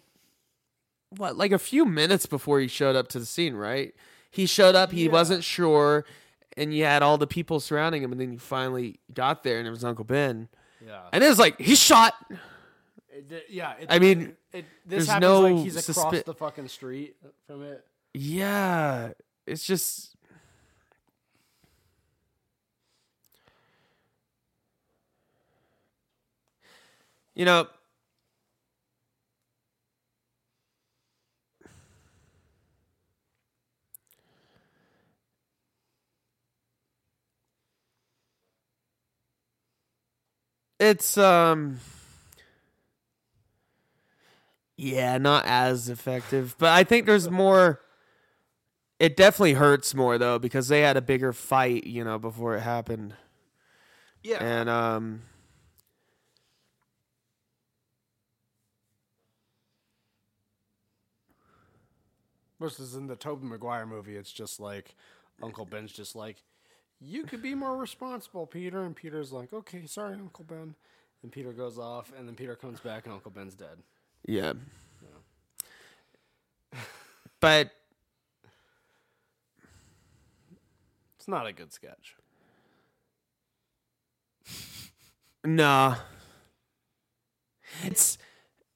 S2: what like a few minutes before he showed up to the scene right he showed up he wasn't sure and you had all the people surrounding him and then you finally got there and it was uncle ben
S3: Yeah.
S2: and it was like he's shot
S3: It, di- yeah. It,
S2: i mean
S3: it,
S2: there's
S3: this happens
S2: no
S3: like he's across
S2: suspi-
S3: the fucking street from it.
S2: yeah it's just you know it's um yeah not as effective but i think there's more it definitely hurts more though because they had a bigger fight you know before it happened
S3: Yeah.
S2: and um
S3: Versus in the Tobey Maguire movie, it's just like Uncle Ben's just like, you could be more responsible, Peter. And Peter's like, okay, sorry, Uncle Ben. And Peter goes off, and then Peter comes back, and Uncle Ben's dead.
S2: yeah *laughs* but
S3: It's not a good sketch.
S2: Nah. It's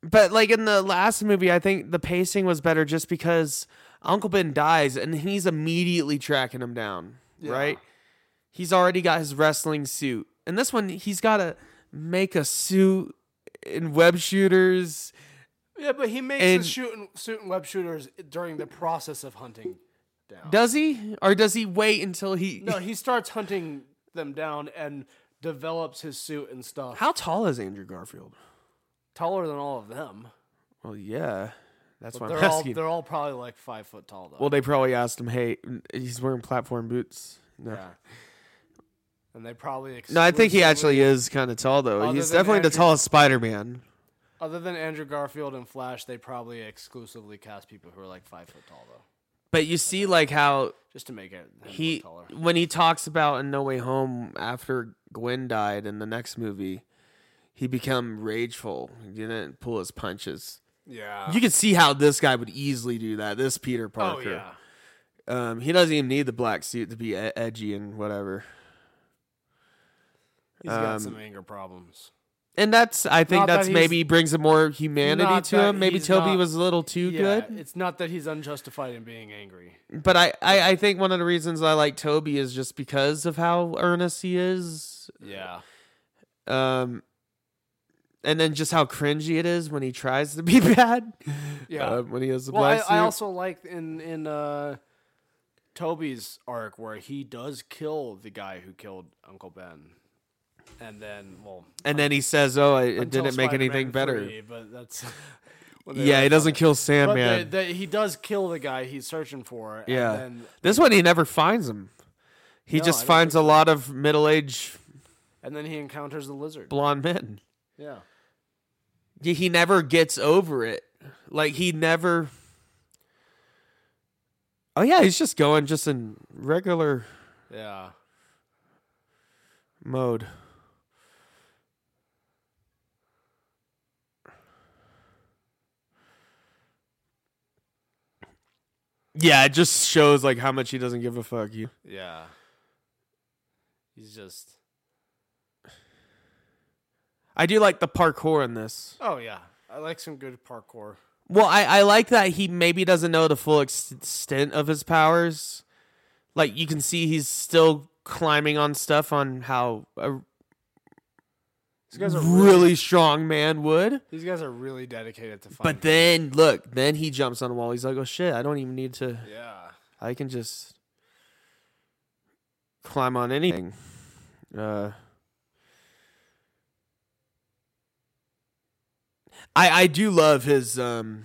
S2: but like in the last movie, I think the pacing was better just because Uncle Ben dies and he's immediately tracking him down. Right? He's already got his wrestling suit. And this one he's gotta make a suit and web shooters.
S3: Yeah, but he makes
S2: And-
S3: his shooting, suit and web shooters during the process of hunting down.
S2: Does he? Or does he wait until he
S3: no, he starts hunting them down and develops his suit and stuff.
S2: How tall is Andrew Garfield?
S3: Taller than all of them.
S2: Well, yeah. That's what I'm
S3: They're all,
S2: asking.
S3: they're all probably like five foot tall, though.
S2: well, they probably asked him, "Hey, he's wearing platform boots." No.
S3: yeah. And they probably
S2: No, I think he
S3: exclusively-
S2: actually is kind of tall though.
S3: Other
S2: He's
S3: than
S2: definitely the
S3: Andrew-
S2: tallest Spider-Man.
S3: Other than Andrew Garfield and Flash, they probably exclusively cast people who are like five foot tall, though,
S2: But you see, like how
S3: just to make it him look
S2: he
S3: taller.
S2: when he talks about in No Way Home after Gwen died in the next movie, he became rageful. He didn't pull his punches.
S3: Yeah.
S2: You can see how this guy would easily do that. This Peter
S3: Uh. Oh
S2: Parker.
S3: yeah.
S2: Um, he doesn't even need the black suit to be e- edgy and whatever.
S3: He's got
S2: Um,
S3: some anger problems.
S2: And that's I think
S3: Not that
S2: that's
S3: he's-
S2: maybe brings a more humanity
S3: not
S2: to
S3: that
S2: him. Maybe
S3: he's
S2: Toby
S3: not-
S2: was a little too good.
S3: It's not that he's unjustified in being angry.
S2: but I, I, I think one of the reasons I like Toby is just because of how earnest he is.
S3: Yeah.
S2: Um, and then just how cringy it is when he tries to be *laughs* bad.
S3: Yeah.
S2: uh, when he has the
S3: well, I,
S2: black
S3: I
S2: suit.
S3: also like in in uh, Toby's arc where he does kill the guy who killed Uncle Ben. and then well,
S2: And then he says, "Oh, it, it
S3: until
S2: didn't make
S3: Spider-Man
S2: anything better."
S3: 3, but that's *laughs* when they
S2: Yeah, he
S3: left
S2: doesn't
S3: on it.
S2: kill
S3: But they-
S2: Sandman.
S3: they- he does kill the guy he's searching for. and
S2: yeah,
S3: then-
S2: this one he never finds him. He
S3: No, I
S2: just
S3: don't
S2: finds a lot of middle-aged
S3: and then he encounters the lizard.
S2: blonde men.
S3: Yeah.
S2: He- He never gets over it. Like he never. Oh yeah, he's just going just in regular
S3: Yeah.
S2: mode. Yeah, it just shows like how much he doesn't give a fuck. You
S3: Yeah. He's just.
S2: I do like the parkour in this.
S3: Oh yeah, I like some good parkour.
S2: Well, I, I like that he maybe doesn't know the full ex- extent of his powers. Like you can see he's still climbing on stuff on how a
S3: These guys are
S2: really strong man would.
S3: These guys are really dedicated to fighting.
S2: But then look, then he jumps on a wall. He's like, "Oh shit, I don't even need to
S3: yeah.
S2: I can just climb on anything." Uh I I do love his um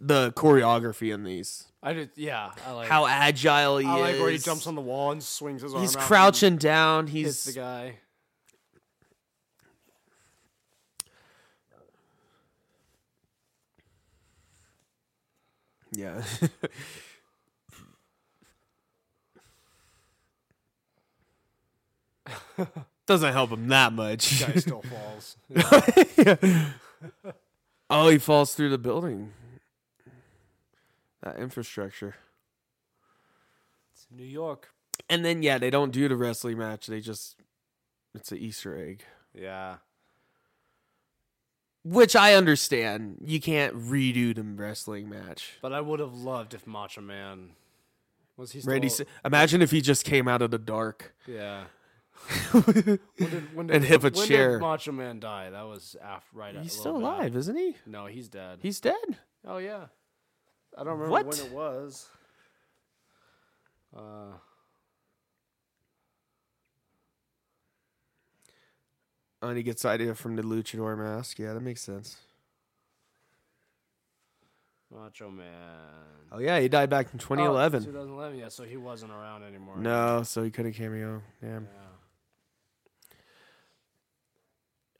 S2: the choreography in these.
S3: I did. Yeah, I like.
S2: how agile he
S3: I
S2: is.
S3: like where he jumps on the wall and swings his arm.
S2: He's
S3: out and
S2: crouching down.
S3: Hits the
S2: He's *laughs*
S3: guy. *laughs*
S2: yeah. Doesn't help him that much.
S3: *laughs* Guy still falls.
S2: Oh, he falls through the building. That infrastructure.
S3: It's New York.
S2: And then yeah, they don't do the wrestling match. They just it's an Easter egg.
S3: Yeah.
S2: Which I understand. You can't redo the wrestling match.
S3: But I would have loved if Macho Man was he still,
S2: Randy, Sa- imagine if he just came out of the
S3: *laughs*
S2: dark.
S3: Yeah. when did, when did,
S2: And hit a
S3: when
S2: chair.
S3: Did Macho Man die. That was after right. a
S2: He's
S3: little
S2: still
S3: bit
S2: alive,
S3: after-
S2: isn't he?
S3: No, he's dead.
S2: He's dead.
S3: oh yeah. I don't remember
S2: What?
S3: when it was. Uh,
S2: Oh, and he gets the idea from the luchador mask. Yeah, that makes sense.
S3: Macho Man.
S2: Oh yeah, he died back in
S3: Oh,
S2: 2011.
S3: 2011, yeah, so he wasn't around anymore.
S2: no, so he couldn't cameo. Damn.
S3: Yeah.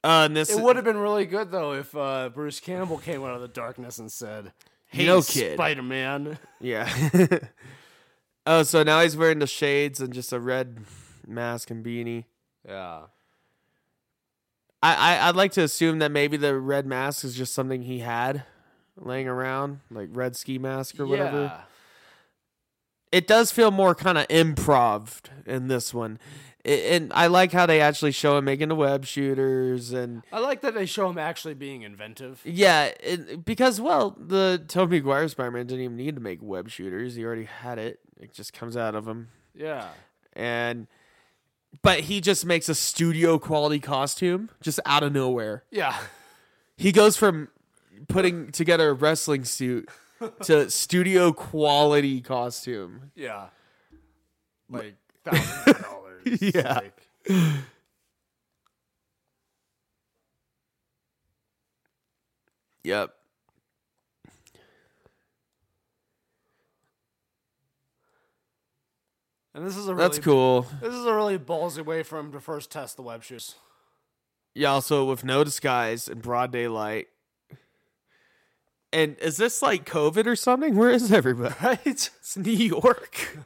S2: Uh, and this
S3: It would have been really good, though, if uh, Bruce Campbell came out of the darkness and said, Hey,
S2: No kid."
S3: Spider Man.
S2: *laughs* Yeah. *laughs* oh, so now he's wearing the shades and just a red mask and beanie.
S3: Yeah.
S2: I, I I'd like to assume that maybe the red mask is just something he had laying around, like red ski mask or whatever.
S3: Yeah.
S2: It does feel more kind of improv in this one. I- and I like how they actually show him making the web shooters and
S3: I like that they show him actually being inventive.
S2: yeah, it, because well, the Tobey Maguire Spider-Man didn't even need to make web shooters; he already had it. It just comes out of him.
S3: Yeah.
S2: and but he just makes a studio quality costume just out of nowhere.
S3: Yeah.
S2: He goes from putting together a wrestling suit to studio quality costume. *laughs*
S3: Yeah. Like, thousands of dollars.
S2: Yeah.
S3: Like,
S2: Yep.
S3: and this is a really,
S2: That's cool.
S3: This is a really ballsy way for him to first test the web
S2: *laughs*
S3: shoes.
S2: Yeah, also with no disguise and broad daylight. And is this like COVID or something? Where is everybody? *laughs* It's New York.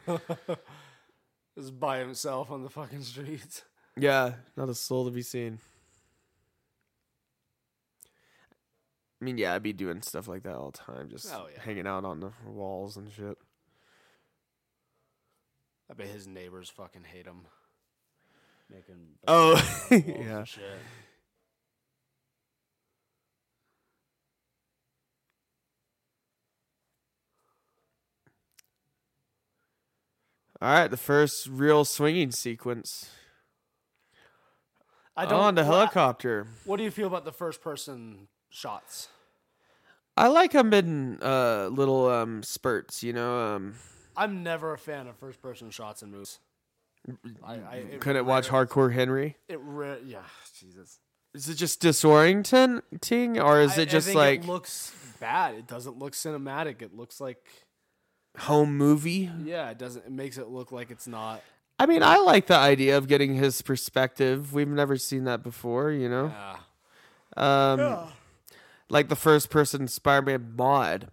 S3: Just by himself on the fucking streets.
S2: *laughs* Yeah, not a soul to be seen. I mean, yeah, I'd be doing stuff like that all the time, just
S3: Oh, yeah.
S2: hanging out on the walls and shit.
S3: I bet his neighbors fucking hate him. Making
S2: Oh,
S3: walls
S2: *laughs*
S3: and
S2: yeah.
S3: shit.
S2: All right, the first real swinging sequence
S3: I don't.
S2: on the
S3: well, I-
S2: helicopter.
S3: What do you feel about the first person shots?
S2: I like them in uh, little um, spurts, you know. Um,
S3: I'm never a fan of first person shots in movies. I, I it
S2: Couldn't watch Hardcore Henry.
S3: It re- yeah, Jesus.
S2: Is it just disorienting, or is
S3: I-
S2: it just
S3: I think
S2: like
S3: it looks bad? It doesn't look cinematic. It looks like
S2: home movie?
S3: yeah, it doesn't. It makes it look like it's not.
S2: I mean, I like the idea of getting his perspective. We've never seen that before, you know.
S3: uh,
S2: Um, like the first person Spider-Man mod.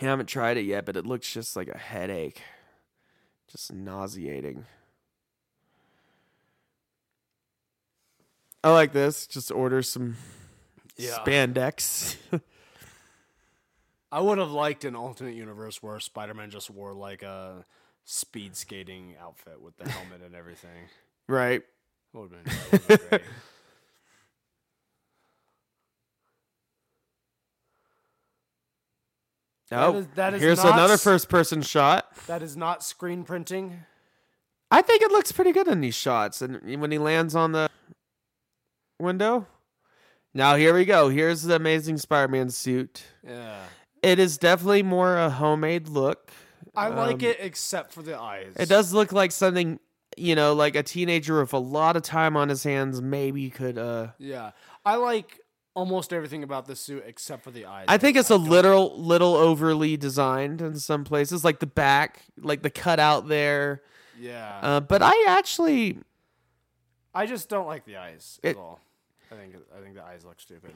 S2: I haven't tried it yet, but it looks just like a headache, just nauseating. I like this. Just order some spandex. *laughs*
S3: I would have liked an alternate universe where Spider-Man just wore like a speed skating outfit with the helmet and everything.
S2: right.
S3: That would have been, that
S2: *laughs*
S3: would've been great.
S2: Oh,
S3: is- that is
S2: here's
S3: not
S2: another
S3: s-
S2: first-person shot.
S3: That is not screen printing.
S2: I think it looks pretty good in these shots. And when he lands on the window. Now, here we go. Here's the amazing Spider Man suit.
S3: Yeah,
S2: It is definitely more a homemade look.
S3: I like
S2: Um,
S3: it except for the eyes.
S2: It does look like something, you know, like a teenager with a lot of time on his hands maybe could. uh
S3: Yeah, I like almost everything about this suit except for the eyes.
S2: I think it's a little little overly designed in some places, like the back, like the cutout there.
S3: Yeah,
S2: Uh, but I actually,
S3: I just don't like the eyes at
S2: It-
S3: all. I think I think the eyes look stupid.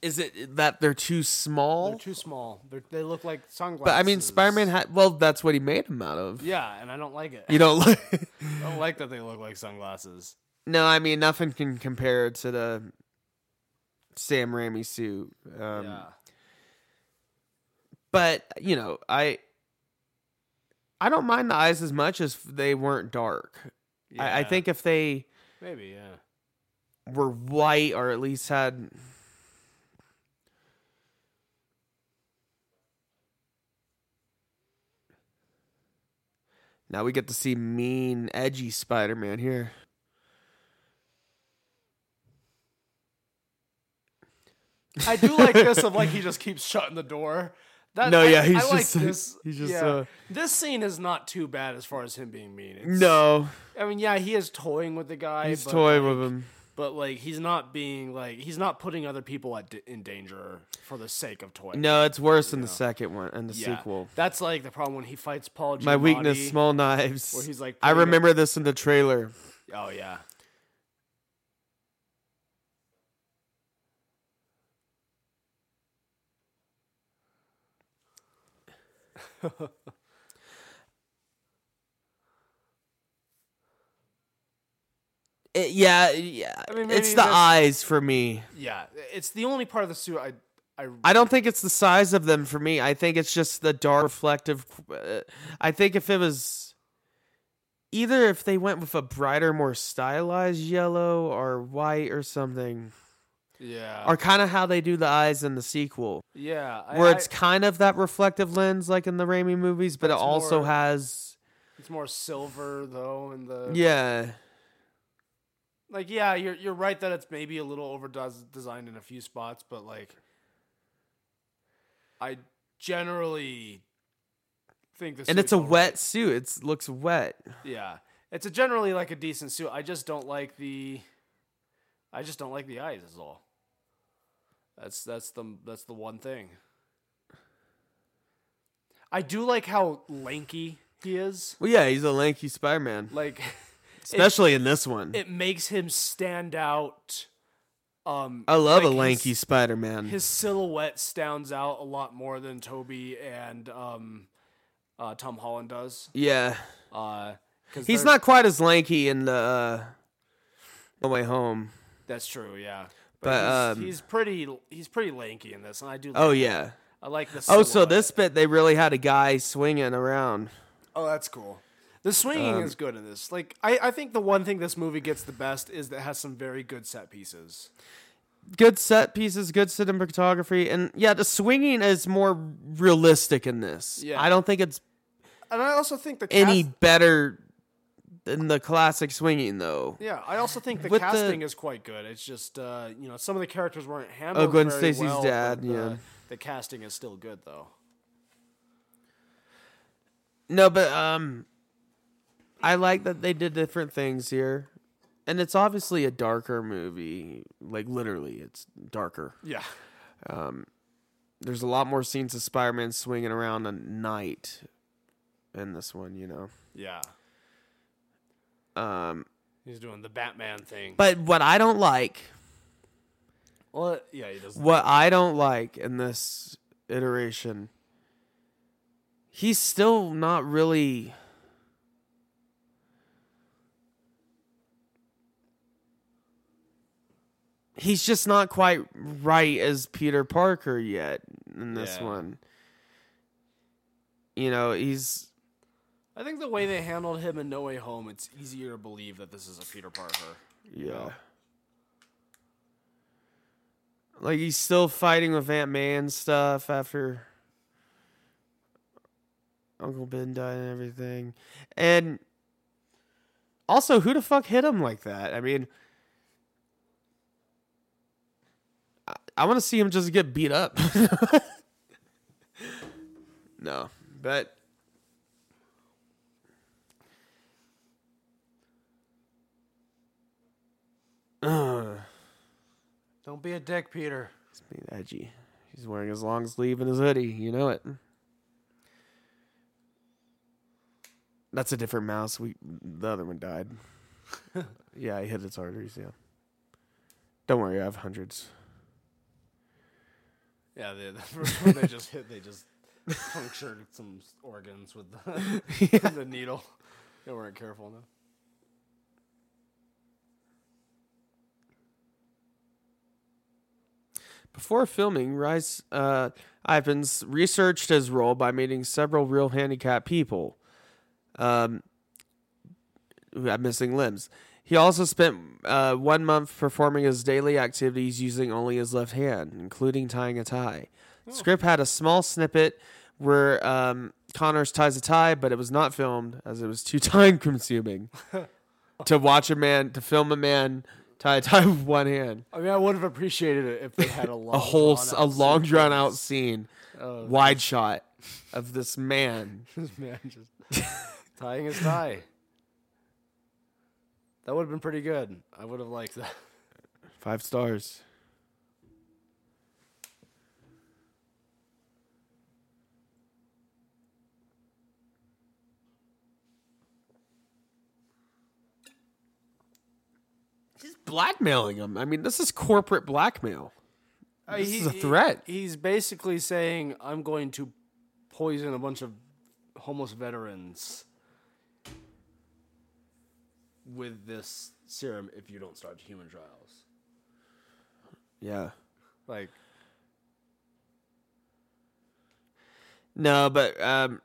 S2: is it that they're too small?
S3: They're too small. They're, they look like sunglasses.
S2: but I mean, Spider Man. Ha- well, that's what he made him out of.
S3: Yeah, and I don't like it.
S2: You don't *laughs* like.
S3: I don't like that they look like sunglasses.
S2: no, I mean nothing can compare to the Sam Raimi suit. Um,
S3: yeah,
S2: But you know, I I don't mind the eyes as much as they weren't dark. I, I
S3: Yeah.
S2: think if they
S3: maybe. Yeah,
S2: were white or at least had. Now we get to see mean, edgy Spider Man here.
S3: I do *laughs* like this of like he just keeps shutting the door. That,
S2: No,
S3: I-
S2: yeah, he's
S3: I like
S2: just, like-
S3: this.
S2: he's just,
S3: yeah.
S2: uh,
S3: this scene is not too bad as far as him being mean. It's-
S2: No,
S3: I mean, yeah, he is toying with the guy.
S2: he's
S3: but,
S2: toying
S3: like,
S2: with him.
S3: but like he's not being like he's not putting other people at d- in danger for the sake of toy.
S2: No, it's worse than the second one and the sequel.
S3: That's like the problem when he fights Paul.
S2: My
S3: Giamatti.
S2: weakness, small knives.
S3: Where he's like,
S2: I
S3: putting a-
S2: remember this in the trailer.
S3: Oh yeah.
S2: It- Eh, yeah, yeah.
S3: I mean,
S2: it's
S3: maybe
S2: the
S3: that's-
S2: eyes for me.
S3: Yeah, it's the only part of the suit I, I,
S2: I don't think it's the size of them for me. I think it's just the dark reflective. Uh, I think if it was either if they went with a brighter, more stylized yellow or white or something,
S3: yeah,
S2: or kind of how they do the eyes in the sequel,
S3: yeah. I-
S2: where
S3: I-
S2: it's kind of that reflective lens like in the Raimi movies, but it
S3: It's
S2: also
S3: more-
S2: has
S3: it's more silver though, and the
S2: yeah.
S3: like yeah, you're you're right that it's maybe a little overdone designed in a few spots, but like, I generally think this
S2: And it's a wet suit. It looks wet.
S3: Yeah, it's a generally like a decent suit. I just don't like the, I just don't like the eyes. Is all. That's that's the that's the one thing. I do like how lanky he is.
S2: Well, yeah, he's a lanky Spider-Man,
S3: Like, *laughs*
S2: especially in this one.
S3: it makes him stand out. Um,
S2: I love
S3: like
S2: a lanky
S3: His,
S2: Spider-Man.
S3: his silhouette stands out a lot more than Toby and um, uh, Tom Holland does.
S2: yeah.
S3: Uh, 'cause
S2: He's
S3: they're-
S2: not quite as lanky in the uh, No Way Home.
S3: That's true. Yeah.
S2: But,
S3: he's,
S2: um,
S3: he's pretty he's pretty lanky in this, and I do.
S2: Oh
S3: like-
S2: yeah.
S3: I like this.
S2: Oh, so this bit they really had a guy swinging around.
S3: Oh, that's cool. The
S2: Um,
S3: swinging is good in this. Like, I, I think the one thing this movie gets the best is that it has some very good set pieces.
S2: Good set pieces, good cinematography, and yeah, the swinging is more realistic in this.
S3: Yeah.
S2: I don't think it's
S3: And I also think the
S2: any
S3: cast-
S2: better than the classic swinging though.
S3: yeah, I also think the
S2: with the-
S3: casting is quite good. It's just uh, you know some of the characters weren't handled.
S2: Oh, Gwen
S3: very
S2: Stacy's
S3: well,
S2: dad,
S3: but the-
S2: yeah.
S3: The casting is still good though.
S2: No, but um, I like that they did different things here. And it's obviously a darker movie. Like literally, it's darker.
S3: Yeah.
S2: There's a lot more scenes of Spider-Man swinging around at night in this one, you know.
S3: Yeah.
S2: Um,
S3: He's doing the Batman thing.
S2: but what I don't like,
S3: Well, yeah, he does.
S2: what I don't like in this iteration, he's still not really He's just not quite right as Peter Parker yet in this
S3: Yeah.
S2: one. You know, he's
S3: I think the way they handled him in No Way Home, it's easier to believe that this is a
S2: *sighs*
S3: Peter Parker.
S2: Yeah. Like he's still fighting with Aunt May and stuff after Uncle Ben died and everything. And also who the fuck hit him like that? I mean I, I want to see him just get beat up. *laughs* no. But Ugh.
S4: Don't be a dick, Peter.
S2: It's being edgy. He's wearing his long sleeve and his hoodie. You know it. That's a different mouse. We the other one died. yeah, he hit its arteries. Yeah. Don't worry, I have hundreds.
S3: Yeah, the, the first one they *laughs* just hit, they just punctured some s- organs with
S2: *laughs*
S3: the, the needle. They weren't careful enough.
S2: Before filming, Rice uh, Ivans researched his role by meeting several real handicapped people um, who had missing limbs. He also spent uh, one month performing his daily activities using only his left hand, including tying a tie. Script had a small snippet where um, Connors ties a tie, but it was not filmed as it was too *laughs* time consuming to watch a man, to film a man tie a tie with one hand
S3: I mean, I would have appreciated it if they had a
S2: *laughs*
S3: long,
S2: a whole
S3: drawn
S2: s- a
S3: out Oh,
S2: long drawn out
S3: *laughs*
S2: scene, wide shot of this man.
S3: sentence, man, just
S2: *laughs*
S3: tying his tie. That would have been pretty good. I would have liked that.
S2: Five stars. He's blackmailing him. I mean, this is corporate blackmail. This is a threat.
S3: Uh, He's basically saying, "I'm going to poison a bunch of homeless veterans with this serum if you don't start human trials."
S2: Yeah.
S3: Like,
S2: No, but um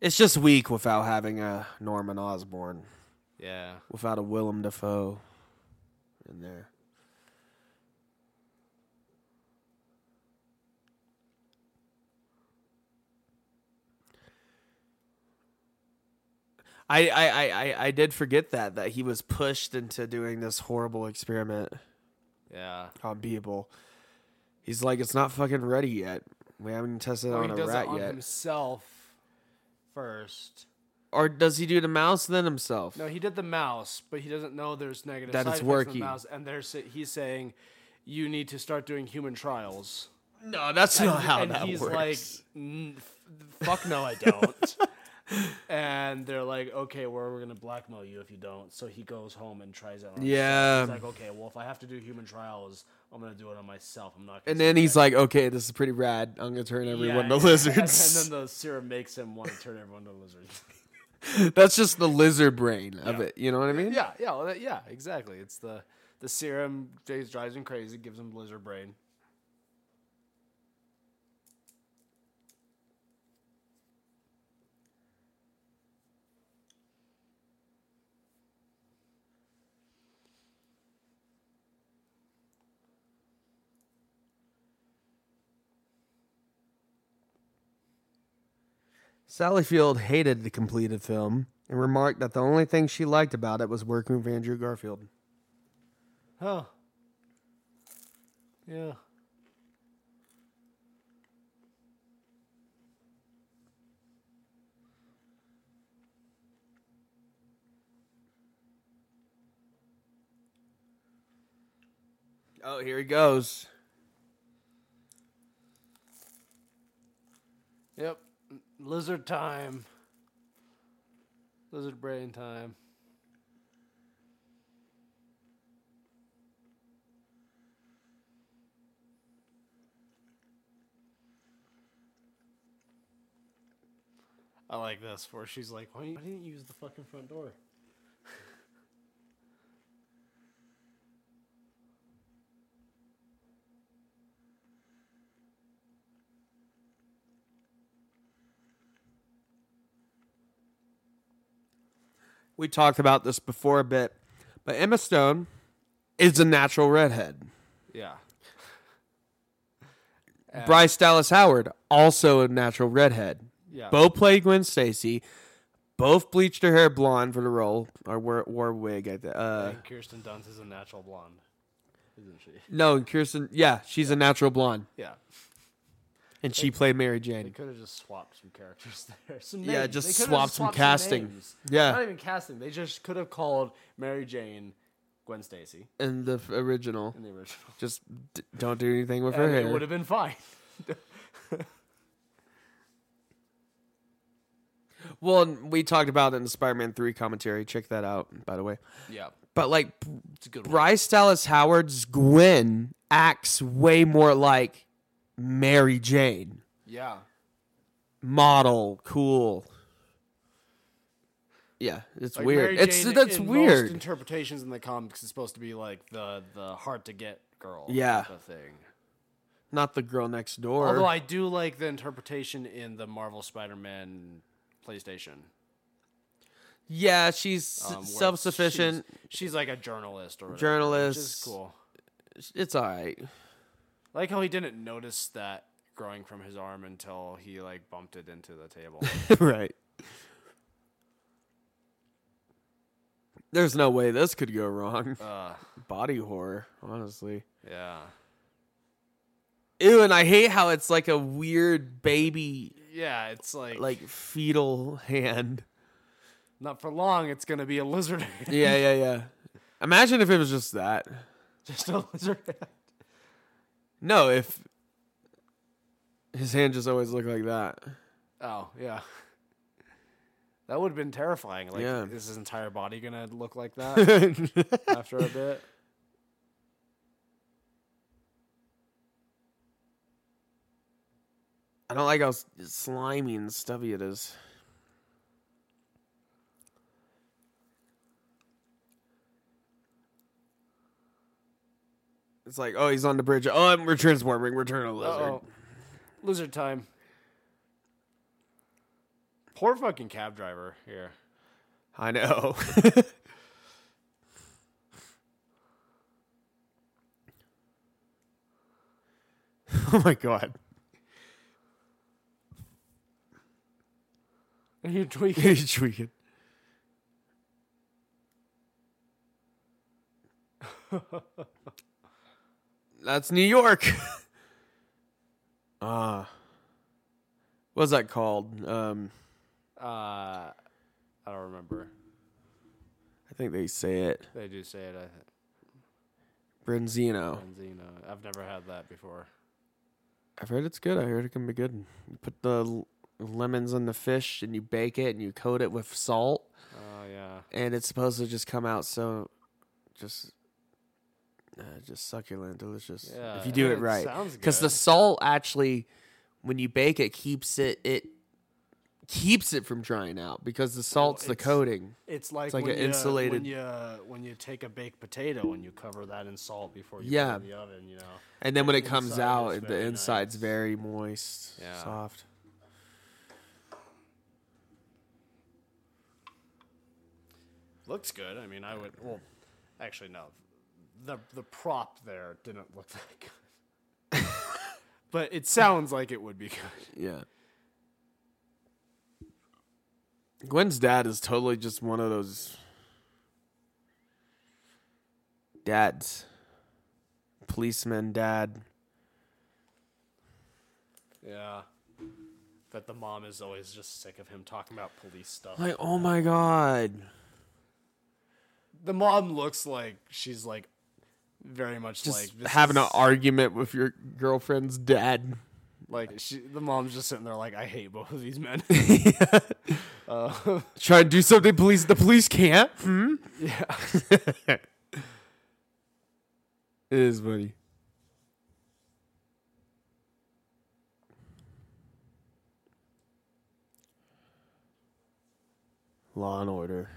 S2: It's just weak without having a Norman Osborn,
S3: yeah,
S2: without a Willem Dafoe in there. I, I, I, I- I did forget that that he was pushed into doing this horrible experiment
S3: yeah.
S2: on people. He's like, it's not fucking ready yet. We haven't tested it
S4: Well,
S2: on
S4: Oh, he
S2: a
S4: does
S2: rat
S4: it on
S2: yet.
S4: himself first.
S2: Or does he do the mouse then himself?
S4: No, he did the mouse, but he doesn't know there's negative
S2: That
S4: side effects
S2: it's
S4: from
S2: working.
S4: the mouse, and there's he's saying you need to start doing human trials. *laughs*
S2: No, that's not how
S4: and
S2: that
S4: he's
S2: works.
S4: like, "N- f- "Fuck no, I *laughs* don't." and they're like, "Okay, well, we're gonna blackmail you if you don't." So he goes home and tries it. On
S2: yeah.
S4: himself. He's like, "Okay, well, if I have to do human trials, I'm gonna do it on myself. I'm not." Gonna
S2: and then he's like, okay, this is pretty rad. I'm gonna
S4: *laughs*
S2: turn
S4: Yeah, *laughs*
S2: everyone
S4: yeah.
S2: to lizards.
S4: And then the serum makes him want to turn everyone to lizards. *laughs*
S2: *laughs* that's just the lizard brain of it. You know what I mean?
S4: Yeah, yeah, well, that- yeah, exactly. It's the the serum Jay's drives him crazy, gives him lizard brain.
S2: Sally Field hated the completed film and remarked that the only thing she liked about it was working with Andrew Garfield.
S4: Huh. Yeah.
S2: Oh, here he goes.
S5: Yep. Lizard time. Lizard brain time.
S3: I like this where she's like, why, why didn't you use the fucking front door?
S2: We talked about this before a bit, but Emma Stone is a natural redhead.
S5: Yeah.
S2: Bryce Dallas Howard, also a natural redhead.
S5: Yeah.
S2: Both played Gwen Stacy. Both bleached their hair blonde for the role, or wore, wore a wig. I th- uh,
S3: And Kirsten Dunst is a natural blonde, isn't *laughs* she?
S2: no, Kirsten. Yeah, she's a natural blonde,
S3: Yeah.
S2: and she played Mary
S3: They
S2: Jane.
S3: could have just swapped some characters *laughs* there. Some
S2: Yeah,
S3: names.
S2: just
S3: They could've
S2: swap some casting.
S3: names.
S2: Yeah.
S3: Not even casting. They just could have called Mary Jane Gwen Stacy
S2: In the f- original,
S3: in the original.
S2: just d- don't do anything with her
S3: And it
S2: hair.
S3: would have been fine.
S2: Well, and we talked about it in the Spider-Man Three commentary. Check that out, by the way.
S3: Yeah.
S2: But like B-
S3: It's a good one.
S2: Bryce Dallas Howard's Gwen acts way more like Mary Jane,
S3: Yeah.
S2: model, cool. Yeah, it's
S3: Like,
S2: weird.
S3: Mary
S2: it's
S3: Jane
S2: that's
S3: in
S2: weird.
S3: Most interpretations in the comics is supposed to be like the the hard to get girl.
S2: Yeah.
S3: type of thing.
S2: Not the girl next door.
S3: Although I do like the interpretation in the Marvel Spider-Man PlayStation.
S2: yeah, she's
S3: um, where
S2: self-sufficient.
S3: She's, she's like a journalist or whatever,
S2: Journalist.
S3: Which is cool.
S2: It's all right.
S3: *laughs* Like how he didn't notice that growing from his arm until he like bumped it into the
S2: *laughs*
S3: table.
S2: right. There's no way this could go wrong.
S3: uh,
S2: Body horror, honestly.
S3: yeah.
S2: Ew, and I hate how it's like a weird baby,
S3: Yeah, it's like
S2: like fetal
S3: *laughs*
S2: hand.
S3: not for long. It's gonna be a lizard, hand.
S2: Yeah, yeah, yeah. Imagine if it was just that.
S3: *laughs* just a lizard. hand.
S2: No, if his hand just always looked like *laughs* that.
S3: Oh yeah, that would have been terrifying. Like,
S2: Yeah.
S3: is his entire body gonna look
S2: *laughs*
S3: like that after a bit?
S2: I don't like how s- slimy and stubby it is. It's like, oh, he's on the bridge. Oh, we're transforming. We're turning a *laughs* lizard.
S3: Oh, lizard time. Poor fucking cab driver here.
S2: I know. *laughs* oh my god.
S3: Are you tweaking?
S2: He's
S3: *laughs*
S2: tweaking.
S3: Uh,
S2: That's New York. *laughs* Ah. what's that called? Um
S3: Uh, I don't remember.
S2: I think they say it.
S3: They do say it. I
S2: Brenzino.
S3: Benzino. I've never had that before.
S2: I've heard it's good. I heard it can be good. You put the l- lemons in the fish and you bake it and you coat it with salt
S3: Oh yeah.
S2: and it's supposed to just come out so just uh, just succulent, delicious.
S3: Yeah,
S2: if you do
S3: and
S2: it
S3: it
S2: right,
S3: sounds
S2: the
S3: good.
S2: salt actually, when you bake it, keeps it it keeps it from drying out because the salt's the
S3: it's-
S2: coating.
S3: It's like,
S2: like
S3: when
S2: a
S3: you,
S2: insulated-
S3: when you when you take a baked potato and you cover that in salt before you
S2: Yeah.
S3: put it in the oven. You know.
S2: And then when it comes
S3: inside
S2: out,
S3: is
S2: the
S3: very
S2: inside's very moist,
S3: Yeah.
S2: soft.
S3: Looks good. I mean, I would. Well, actually, no. The the prop there didn't look *laughs* that good. but it sounds like it would be good.
S2: Yeah. Gwen's dad is totally just one of those dads. Policeman dad.
S3: Yeah. That the mom is always just sick of him talking about police stuff.
S2: Like, oh my god.
S3: the mom looks like she's like very much
S2: Just
S3: like this
S2: having
S3: is-
S2: an argument with your girlfriend's dad.
S3: like she, the mom's just sitting there like I hate both of
S2: *laughs*
S3: these men. *laughs*
S2: Try to do something, police. The police can't. Hmm? *laughs* Yeah. it is funny. Law and order.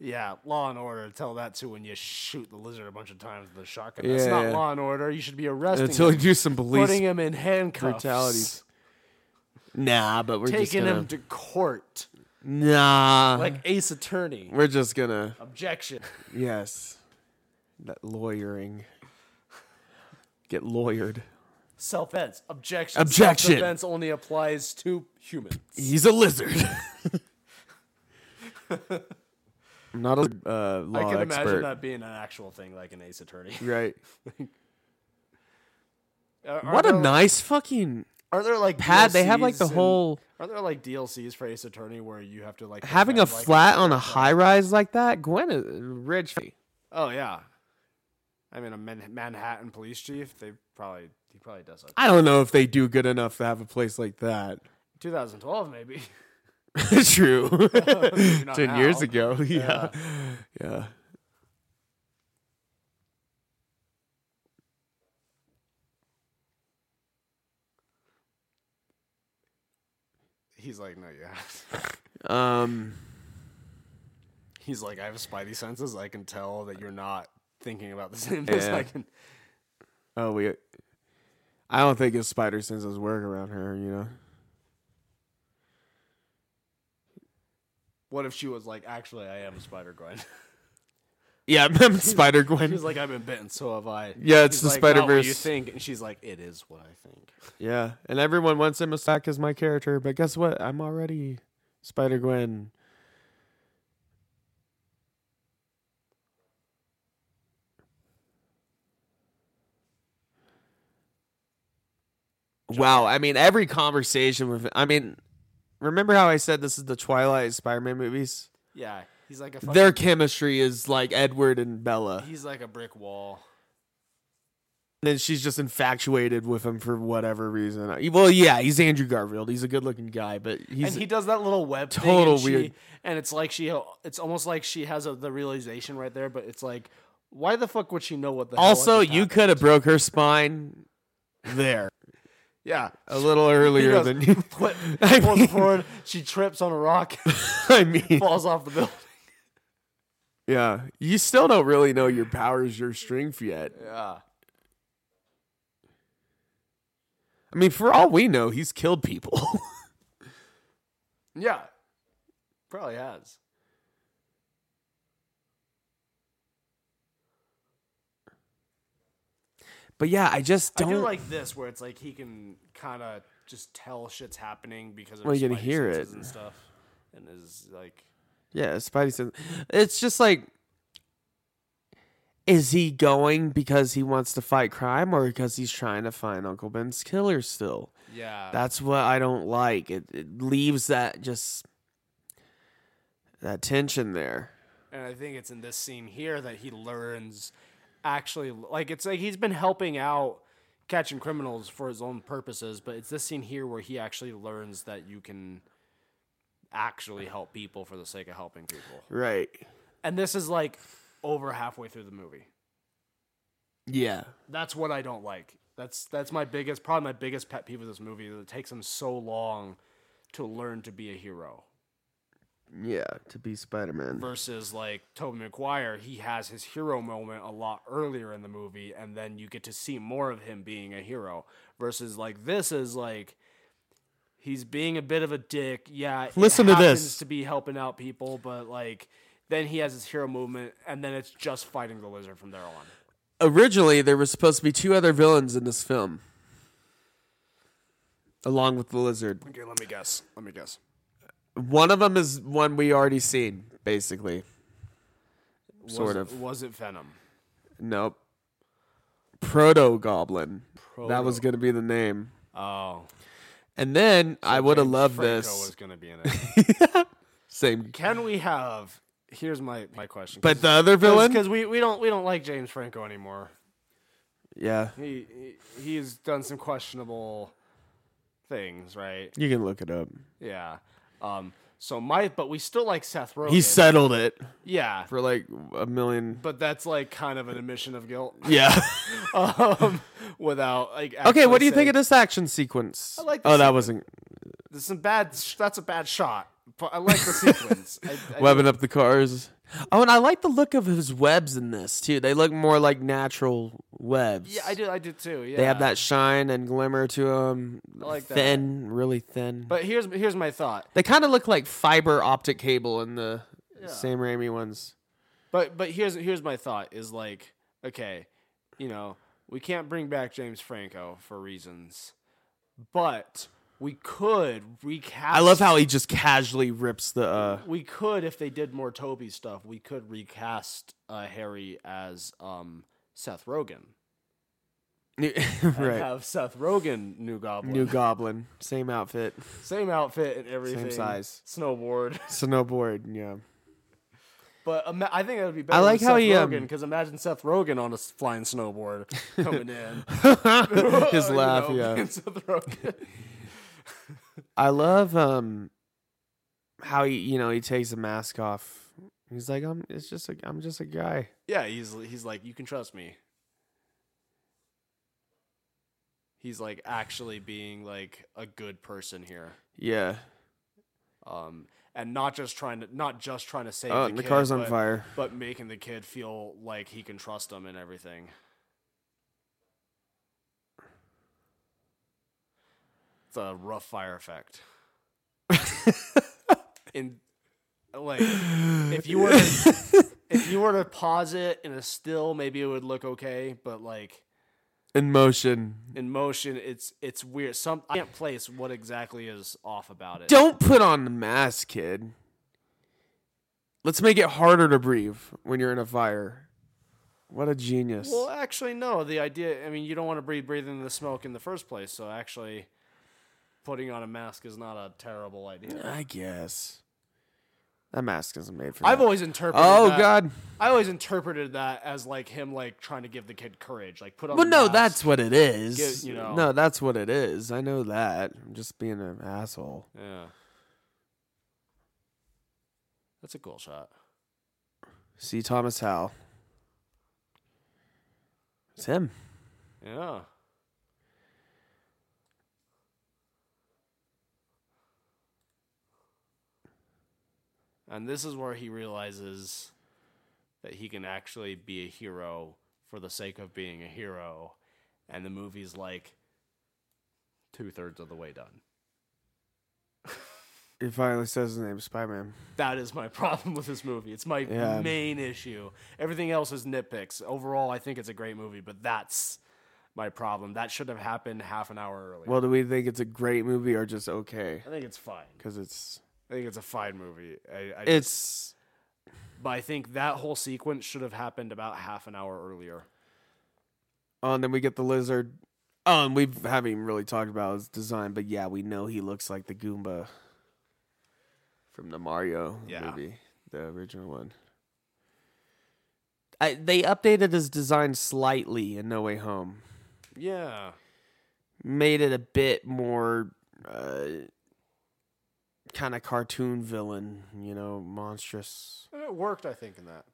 S3: yeah, Law and Order. Tell that to when you shoot the lizard a bunbunch of times with a shotgun. That's
S2: Yeah.
S3: not Law and Order. You should be arresting
S2: Until you
S3: him,
S2: do some police
S3: putting him in handcuffs,
S2: brutality. Nah, but we're just
S3: taking
S2: gonna,
S3: him to court
S2: Nah,
S3: like Ace Attorney.
S2: we're just gonna.
S3: Objection.
S2: Yes, that lawyering. Get lawyered.
S3: Self defense. Objection.
S2: Objection.
S3: Self defense only applies to humans.
S2: He's a lizard. *laughs* I'm not a uh, law
S3: I can
S2: expert,
S3: imagine that being an actual thing, like an
S2: *laughs*
S3: Ace Attorney.
S2: right?
S3: Are- are
S2: What a
S3: there-
S2: nice fucking
S3: Are there like
S2: pad. They have like
S3: DLCs
S2: the
S3: and-
S2: whole
S3: Are there like DLCs for Ace Attorney where you have to like
S2: having a
S3: defend, like,
S2: flat on a high rise like that. Gwen is rich.
S3: Oh yeah, I mean a Man- Manhattan police chief. They probably he probably does it.
S2: I don't know if they do good enough to have a place like that. *laughs*
S3: 2012 maybe. *laughs*
S2: True. *laughs* Ten
S3: not
S2: years
S3: now.
S2: ago. Yeah. Yeah.
S3: He's like, no, you have.
S2: Um.
S3: *laughs* He's like, I have spidey senses. I can tell that you're not thinking about the *laughs* same things.
S2: Yeah.
S3: I can.
S2: Oh, we. I don't think his spider senses work around her. You know.
S3: What if she was like, actually, I am Spider Gwen. *laughs*
S2: Yeah, *laughs* I'm Spider Gwen.
S3: He's like, I've been bitten, so have I.
S2: Yeah, it's
S3: He's
S2: the
S3: like, "Not
S2: Spider
S3: what You
S2: Verse.
S3: think, and she's like, it is what I think.
S2: Yeah, and everyone wants him to stack as my character, but guess what? I'm already Spider Gwen. Wow, I mean, every conversation with I mean, remember how I said this is the Twilight Spider Man movies?
S3: Yeah, he's like a fucking,
S2: Their chemistry is like Edward and Bella.
S3: he's like a brick wall.
S2: then she's just infatuated with him for whatever reason. Well, yeah, he's Andrew Garfield. He's a good-looking guy, but he's
S3: and he does that little web thing,
S2: total
S3: and she-
S2: weird.
S3: and it's like she, it's almost like she has a, the realization right there. But it's like, why the fuck would she know what the? hell
S2: also
S3: had just
S2: you
S3: happened?
S2: could have broke her spine there
S3: yeah.
S2: a little
S3: He
S2: earlier
S3: goes,
S2: than
S3: *laughs*
S2: you. *laughs*
S3: flip,
S2: I
S3: pulls
S2: mean-
S3: forward. She trips on a rock,
S2: I mean,
S3: *laughs* falls off the building.
S2: yeah, you still don't really know your powers, your strength yet.
S3: Yeah,
S2: I mean, for all we know, he's killed people. *laughs*
S3: yeah, probably has.
S2: but yeah, I just
S3: I do
S2: don't.
S3: like this where it's like he can kind of just tell shit's happening because of
S2: Well,
S3: his
S2: you can
S3: spidey
S2: hear
S3: senses
S2: it.
S3: and stuff, and is like,
S2: Yeah, Spidey sense. It's just like, is he going because he wants to fight crime or because he's trying to find Uncle Ben's killer still?
S3: yeah,
S2: That's what I don't like. It, it leaves that just that tension there.
S3: And I think it's in this scene here that he learns actually like it's like he's been helping out catching criminals for his own purposes, but it's this scene here where he actually learns that you can actually help people for the sake of helping people.
S2: Right.
S3: And this is like over halfway through the movie.
S2: Yeah.
S3: That's what I don't like. That's that's my biggest probably my biggest pet peeve of this movie is it takes him so long to learn to be a hero.
S2: Yeah, to be Spider-Man.
S3: versus like Toby Maguire, he has his hero moment a lot earlier in the movie, and then you get to see more of him being a hero. Versus like this is like he's being a bit of a dick. Yeah, it
S2: Listen to
S3: happens
S2: this.
S3: to be helping out people, but like then he has his hero moment, and then it's just fighting the lizard from there on.
S2: Originally, there were supposed to be two other villains in this film, along with the lizard.
S3: Okay, let me guess. Let me guess.
S2: One of them is one we already seen, basically. Sort
S3: was,
S2: of.
S3: Was it Venom?
S2: Nope. Proto Goblin. That was going to be the name.
S3: Oh,
S2: And then I would have loved
S3: Franco *laughs*
S2: this.
S3: was gonna be in it.
S2: *laughs* Same.
S3: Can we have here's my my question.
S2: But the other villain,
S3: because we, we don't we don't like James Franco anymore.
S2: yeah,
S3: He, he he's done some questionable things, right?
S2: you can look it up.
S3: Yeah. Um. So my but we still like Seth Rogen.
S2: He settled it
S3: yeah.
S2: for like a million.
S3: But that's like kind of an admission of guilt.
S2: *laughs*
S3: *laughs*
S2: Yeah.
S3: um, without like.
S2: okay, what do you
S3: actually
S2: think of this action sequence?
S3: I like the
S2: oh, that wasn't
S3: There's some bad. Sh- that's a bad shot. But I like the sequence.
S2: *laughs*
S3: I, I
S2: webbing up the cars. Oh, and I like the look of his webs in this too. They look more like natural webs.
S3: Yeah, I did. I did too. Yeah.
S2: They have that shine and glimmer to them.
S3: like that.
S2: thin, really thin.
S3: But here's here's my thought.
S2: they kind of look like fiber optic cable in the Sam Raimi ones.
S3: But but here's here's my thought is like okay, you know we can't bring back James Franco for reasons, but we could recast.
S2: I love how he just casually rips the. Uh, *laughs*
S3: we could if they did more Toby stuff. We could recast uh, Harry as um, Seth Rogen. and
S2: right.
S3: have Seth Rogen new Goblin, *laughs*
S2: New Goblin, same outfit,
S3: same outfit and everything,
S2: size.
S3: snowboard. *laughs*
S2: snowboard. Yeah.
S3: But ima- I think that would be better.
S2: I
S3: I
S2: like
S3: like
S2: how
S3: Seth
S2: he, um,
S3: Rogen because imagine Seth Rogen on a s-
S2: *laughs*
S3: flying snowboard coming *laughs* in.
S2: His
S3: *laughs* You
S2: laugh,
S3: know,
S2: yeah.
S3: Seth Rogen.
S2: I love um how he you know he takes the mask off. He's like I'm. It's just a, I'm just a guy.
S3: yeah, he's he's like you can trust me. He's like actually being like a good person here,
S2: Yeah.
S3: um, and not just trying to not just trying to save.
S2: Oh,
S3: the,
S2: and the
S3: kid,
S2: car's on
S3: but-
S2: fire.
S3: but making the kid feel like he can trust him and everything. It's a rough fire effect. In like, *laughs*
S2: *laughs*
S3: if you were to, if you were to pause it in a still, maybe it would look okay. But like
S2: In motion.
S3: in motion, it's it's weird. Some I can't place what exactly is off about it.
S2: Don't put on the mask, kid. Let's make it harder to breathe when you're in a fire. What a genius.
S3: Well, actually, no. The idea, I mean, you don't want to breathe breathing the smoke in the first place. So actually, putting on a mask is not a terrible idea.
S2: I guess that mask isn't made for.
S3: I've
S2: that.
S3: always interpreted.
S2: Oh
S3: that-
S2: God.
S3: I always interpreted that as like him like trying to give the kid courage, like put on.
S2: Well,
S3: the
S2: no,
S3: mask.
S2: that's what it is.
S3: Get- you know.
S2: No, that's what it is. I know that. I'm just being an asshole.
S3: yeah. That's a cool shot.
S2: See Thomas Howell. It's him.
S3: Yeah. And this is where he realizes that he can actually be a hero for the sake of being a hero. And the movie's like two thirds of the way done.
S2: He finally says his name, Spider Man.
S3: That is my *laughs* problem with this movie. It's my
S2: Yeah.
S3: main issue. Everything else is nitpicks. Overall, I think it's a great movie, but that's my problem. That should have happened half an hour earlier.
S2: Well, do we think it's a great movie or just okay?
S3: I think it's fine.
S2: Because it's
S3: I think it's a fine movie. I, I just-
S2: it's
S3: but I think that whole sequence should have happened about half an hour earlier.
S2: Oh, and then we get the lizard. Oh, and we haven't even really talked about his design, but yeah, we know he looks like the Goomba from the Mario
S3: Yeah.
S2: movie, the original one. I, they updated his design slightly in No Way Home,
S3: Yeah,
S2: made it a bit more uh, kind of cartoon villain, you know, monstrous.
S3: and it worked. I think in that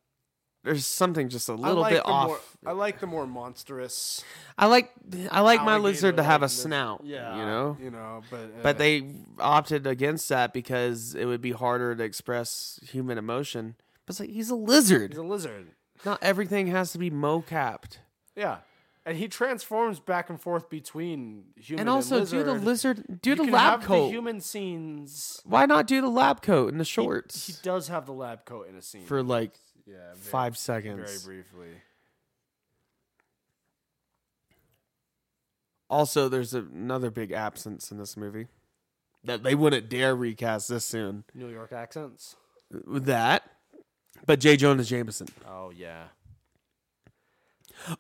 S2: There's something just a little
S3: I like
S2: bit
S3: the
S2: off.
S3: More, I like the more monstrous.
S2: I like I like my
S3: alligator
S2: lizard to have a
S3: likeness.
S2: snout.
S3: Yeah,
S2: you know,
S3: you know, but uh,
S2: But they opted against that because it would be harder to express human emotion. But it's like he's a
S3: he's
S2: lizard.
S3: a lizard.
S2: Not everything has to be mocapped.
S3: Yeah, and he transforms back and forth between human
S2: And also do
S3: lizard.
S2: the lizard, do
S3: You
S2: the
S3: can
S2: lab
S3: have
S2: coat.
S3: The human scenes.
S2: Why not do the lab coat and the shorts
S3: He does have the lab coat in a scene
S2: for like
S3: yeah, very-
S2: five seconds?
S3: very briefly.
S2: Also, there's another big absence in this movie that they wouldn't dare recast this soon.
S3: New York accents.
S2: With That, but J. Jonah Jameson.
S3: Oh yeah.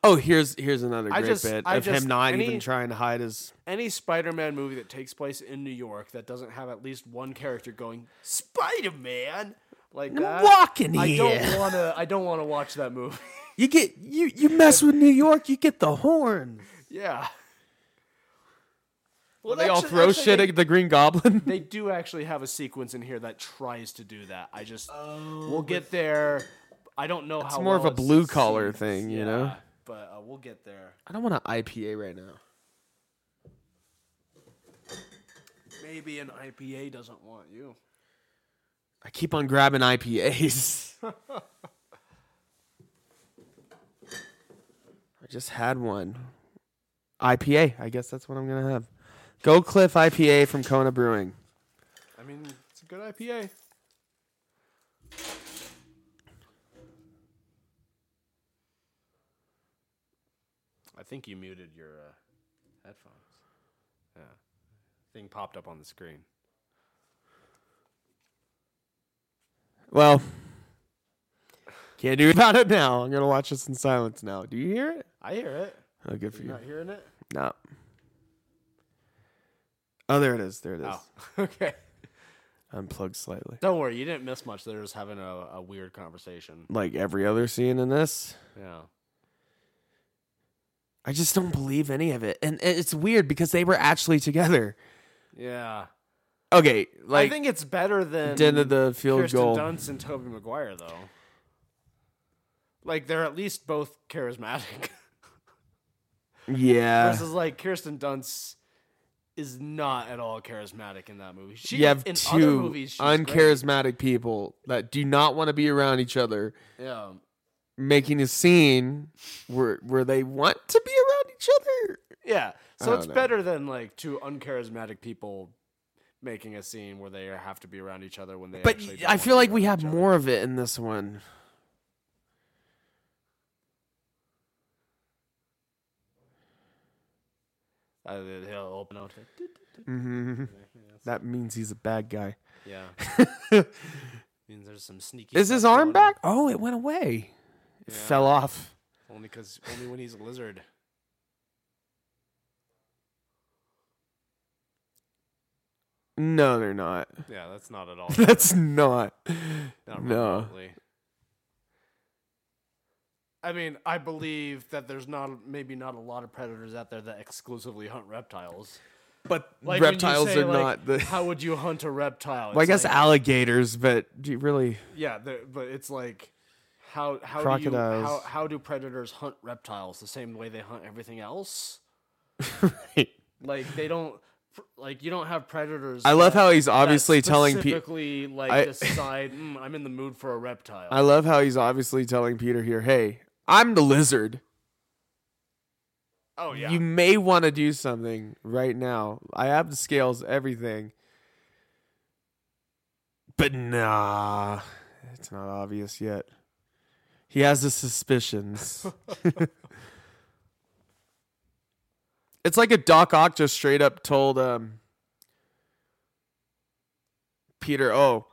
S2: Oh, here's here's another
S3: I
S2: great
S3: just-
S2: bit
S3: I
S2: of
S3: just-
S2: him not
S3: any-
S2: even trying to hide his
S3: any Spider-Man movie that takes place in New York that doesn't have at least one character going Spider-Man, Like
S2: I'm
S3: that.
S2: walking
S3: I
S2: here. *laughs*
S3: don't want to. I don't want to watch that movie. *laughs*
S2: You get you you mess with New York, you get the horn.
S3: yeah. Well,
S2: They all
S3: actually-
S2: throw
S3: actually,
S2: shit
S3: They,
S2: at the Green Goblin.
S3: they do actually have a sequence in here that tries to do that. I just we'll get there. I don't know how.
S2: It's more of
S3: well
S2: a blue collar
S3: collar
S2: thing, you know.
S3: But uh, we'll get there.
S2: *laughs* I don't want an IPA right now.
S3: Maybe an IPA doesn't want you.
S2: I keep on grabbing IPAs. *laughs* I just had one. IPA. I guess that's what I'm gonna have. Gold Cliff IPA from Kona Brewing.
S3: I mean, it's a good IPA. I think you muted your uh, headphones. Yeah. Thing popped up on the screen.
S2: Well, can't do about it now. I'm gonna watch this in silence now. Do you hear it?
S3: I hear it.
S2: Oh, good for
S3: You
S2: you.
S3: not hearing it?
S2: No. Oh, there it is. There it is.
S3: *laughs* Oh, okay.
S2: Unplugged slightly.
S3: Don't worry, you didn't miss much. They're just having a, a weird conversation.
S2: Like every other scene in this.
S3: Yeah.
S2: I just don't believe any of it. And and it's weird because they were actually together.
S3: Yeah.
S2: Okay,
S3: I
S2: like
S3: think it's better than
S2: did the field
S3: Kirsten
S2: goal.
S3: Dunst and Toby Maguire though. Like they're at least both charismatic. *laughs*
S2: Yeah.
S3: Versus like Kirsten Dunst is not at all charismatic in that movie. She
S2: you have
S3: in other
S2: two
S3: movies, she's great.
S2: uncharismatic people that do not want to be around each other
S3: Yeah.
S2: making a scene where where they want to be around each other.
S3: Yeah. So
S2: don't
S3: it's
S2: know.
S3: better than like two uncharismatic people making a scene where they have to be around each other when they
S2: But
S3: actually don't
S2: I
S3: want
S2: feel
S3: to be
S2: like we
S3: around
S2: have
S3: each other.
S2: more of it in this one.
S3: Uh, they- they'll open up.
S2: Mhm. That means he's a bad guy.
S3: Yeah. means there's some sneaky
S2: Is his
S3: stuff
S2: arm
S3: going on.
S2: back? Oh, it went away. It fell off.
S3: Only because only when he's a lizard.
S2: No, they're
S3: *laughs*
S2: not.
S3: Yeah, that's not at
S2: *laughs*
S3: all.
S2: That's not.
S3: Not
S2: No.
S3: remotely. I mean, I believe that there's not maybe not a lot of predators out there that exclusively hunt reptiles.
S2: But
S3: Like when you
S2: reptiles
S3: say,
S2: are
S3: like,
S2: not the *laughs*
S3: How would you hunt a reptile?
S2: Well, I
S3: It's
S2: guess
S3: like-
S2: alligators, but do you really? *laughs*
S3: yeah, there- but it's like how how do
S2: Crocodiles.
S3: you, how how do predators hunt reptiles the same way they hunt everything else? Like they don't like you don't have predators.
S2: I love
S3: that-
S2: how he's
S3: that
S2: obviously telling people.
S3: specifically like
S2: I-
S3: decide mm, I'm in the mood for a reptile.
S2: I love how he's obviously telling Peter here, "Hey, I'm the lizard.
S3: oh yeah,
S2: You may want to do something right now. I have the scales, everything." But nah, it's not obvious yet. He has his suspicions. *laughs* it's like a Doc Ock just straight up told um, Peter, "Oh,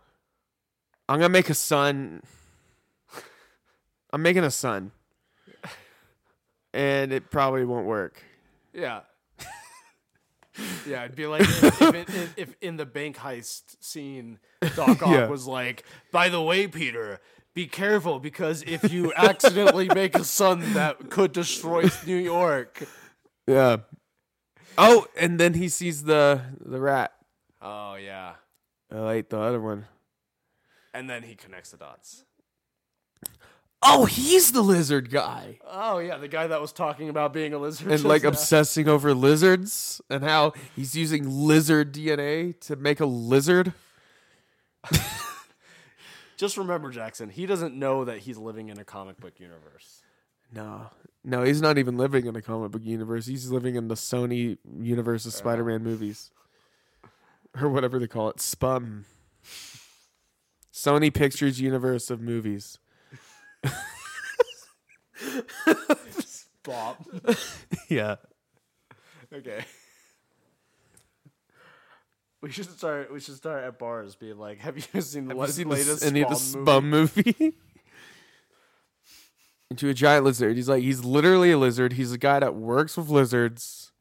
S2: I'm gonna make a son. I'm making a son, and it probably won't work."
S3: *laughs* Yeah. yeah, it'd be like if, if, it, if, if in the bank heist scene, Doc Ock
S2: Yeah.
S3: was like, "By the way, Peter, be careful because if you accidentally make a son that could destroy New York."
S2: Yeah. Oh, and then he sees the the rat.
S3: Oh yeah,
S2: I ate the other one.
S3: and then he connects the dots.
S2: Oh, he's the lizard guy.
S3: Oh yeah, the guy that was talking about being a lizard
S2: and
S3: just
S2: like
S3: now.
S2: obsessing over lizards and how he's using lizard DNA to make a lizard.
S3: Just remember, Jackson, he doesn't know that he's living in a comic book universe.
S2: No, no, he's not even living in a comic book universe. He's living in the Sony universe of Spider-Man movies, or whatever they call it, Spum. Sony Pictures universe of movies.
S3: Bob.
S2: Yeah.
S3: Okay. *laughs* We should start. We should start at bars. Be like, have you *laughs* seen the
S2: Have
S3: latest,
S2: you seen the-
S3: latest
S2: any of the
S3: Spawn
S2: Spum movie? *laughs* Into a giant lizard. He's like, he's literally a lizard. He's a guy that works with lizards.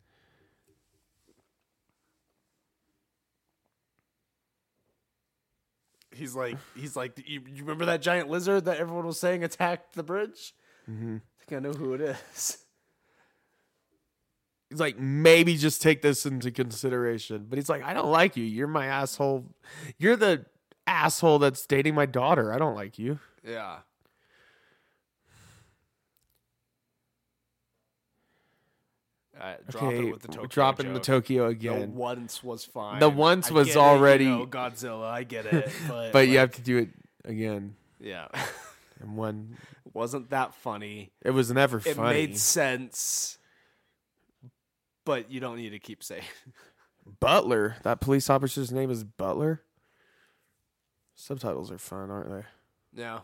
S3: movie? He's like, he's like, you, you remember that giant lizard that everyone was saying attacked the bridge? Mm-hmm. I think I know who it is. *laughs*
S2: He's like, maybe just take this into consideration. But he's like, I don't like you. You're my asshole. You're the asshole that's dating my daughter. I don't like you.
S3: Yeah. Uh, drop
S2: okay,
S3: it with the Tokyo
S2: dropping the
S3: joke.
S2: Tokyo
S3: The
S2: again.
S3: once was fine.
S2: The once
S3: I
S2: was
S3: get it, you
S2: already-
S3: know, Godzilla. I get it,
S2: *laughs*
S3: but,
S2: but you have to do it again.
S3: yeah, *laughs*
S2: And one,
S3: wasn't that funny?
S2: it was never
S3: It
S2: funny.
S3: made sense, but you don't need to keep saying. *laughs*
S2: Butler. That police officer's name is Butler. Subtitles are fun, aren't they?
S3: Yeah,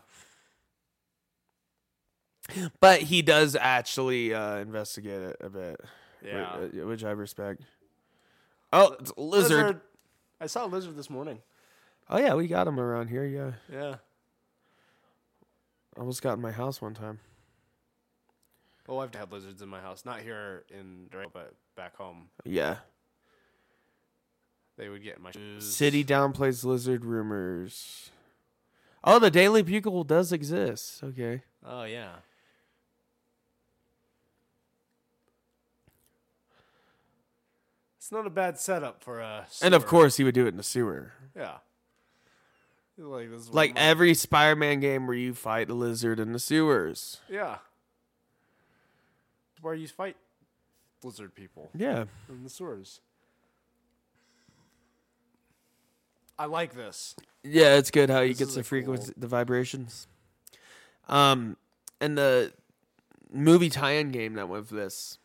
S2: But he does actually uh, investigate it a bit, whi-
S3: yeah.
S2: uh, which I respect. Oh, it's a lizard.
S3: I saw a lizard this morning.
S2: Oh yeah, we got him around here. Yeah,
S3: Yeah.
S2: almost got in my house one time.
S3: Oh, I've had lizards in my house. Not here in Durango, but back home.
S2: Yeah,
S3: They would get in my shoes.
S2: city downplays lizard rumors. Oh, the Daily Bugle does exist. Okay,
S3: Oh yeah. It's not a bad setup for a.
S2: and of
S3: sewer.
S2: course he would do it in the sewer.
S3: yeah. Like this. is
S2: Like
S3: one of
S2: every Spider-Man game where you fight a lizard in the sewers.
S3: my- yeah. Where you fight lizard people
S2: Yeah.
S3: in the sewers. I like this.
S2: Yeah, it's good how he gets
S3: is
S2: the
S3: a cool-
S2: frequency, the vibrations. Um, and the movie tie-in game that went with this,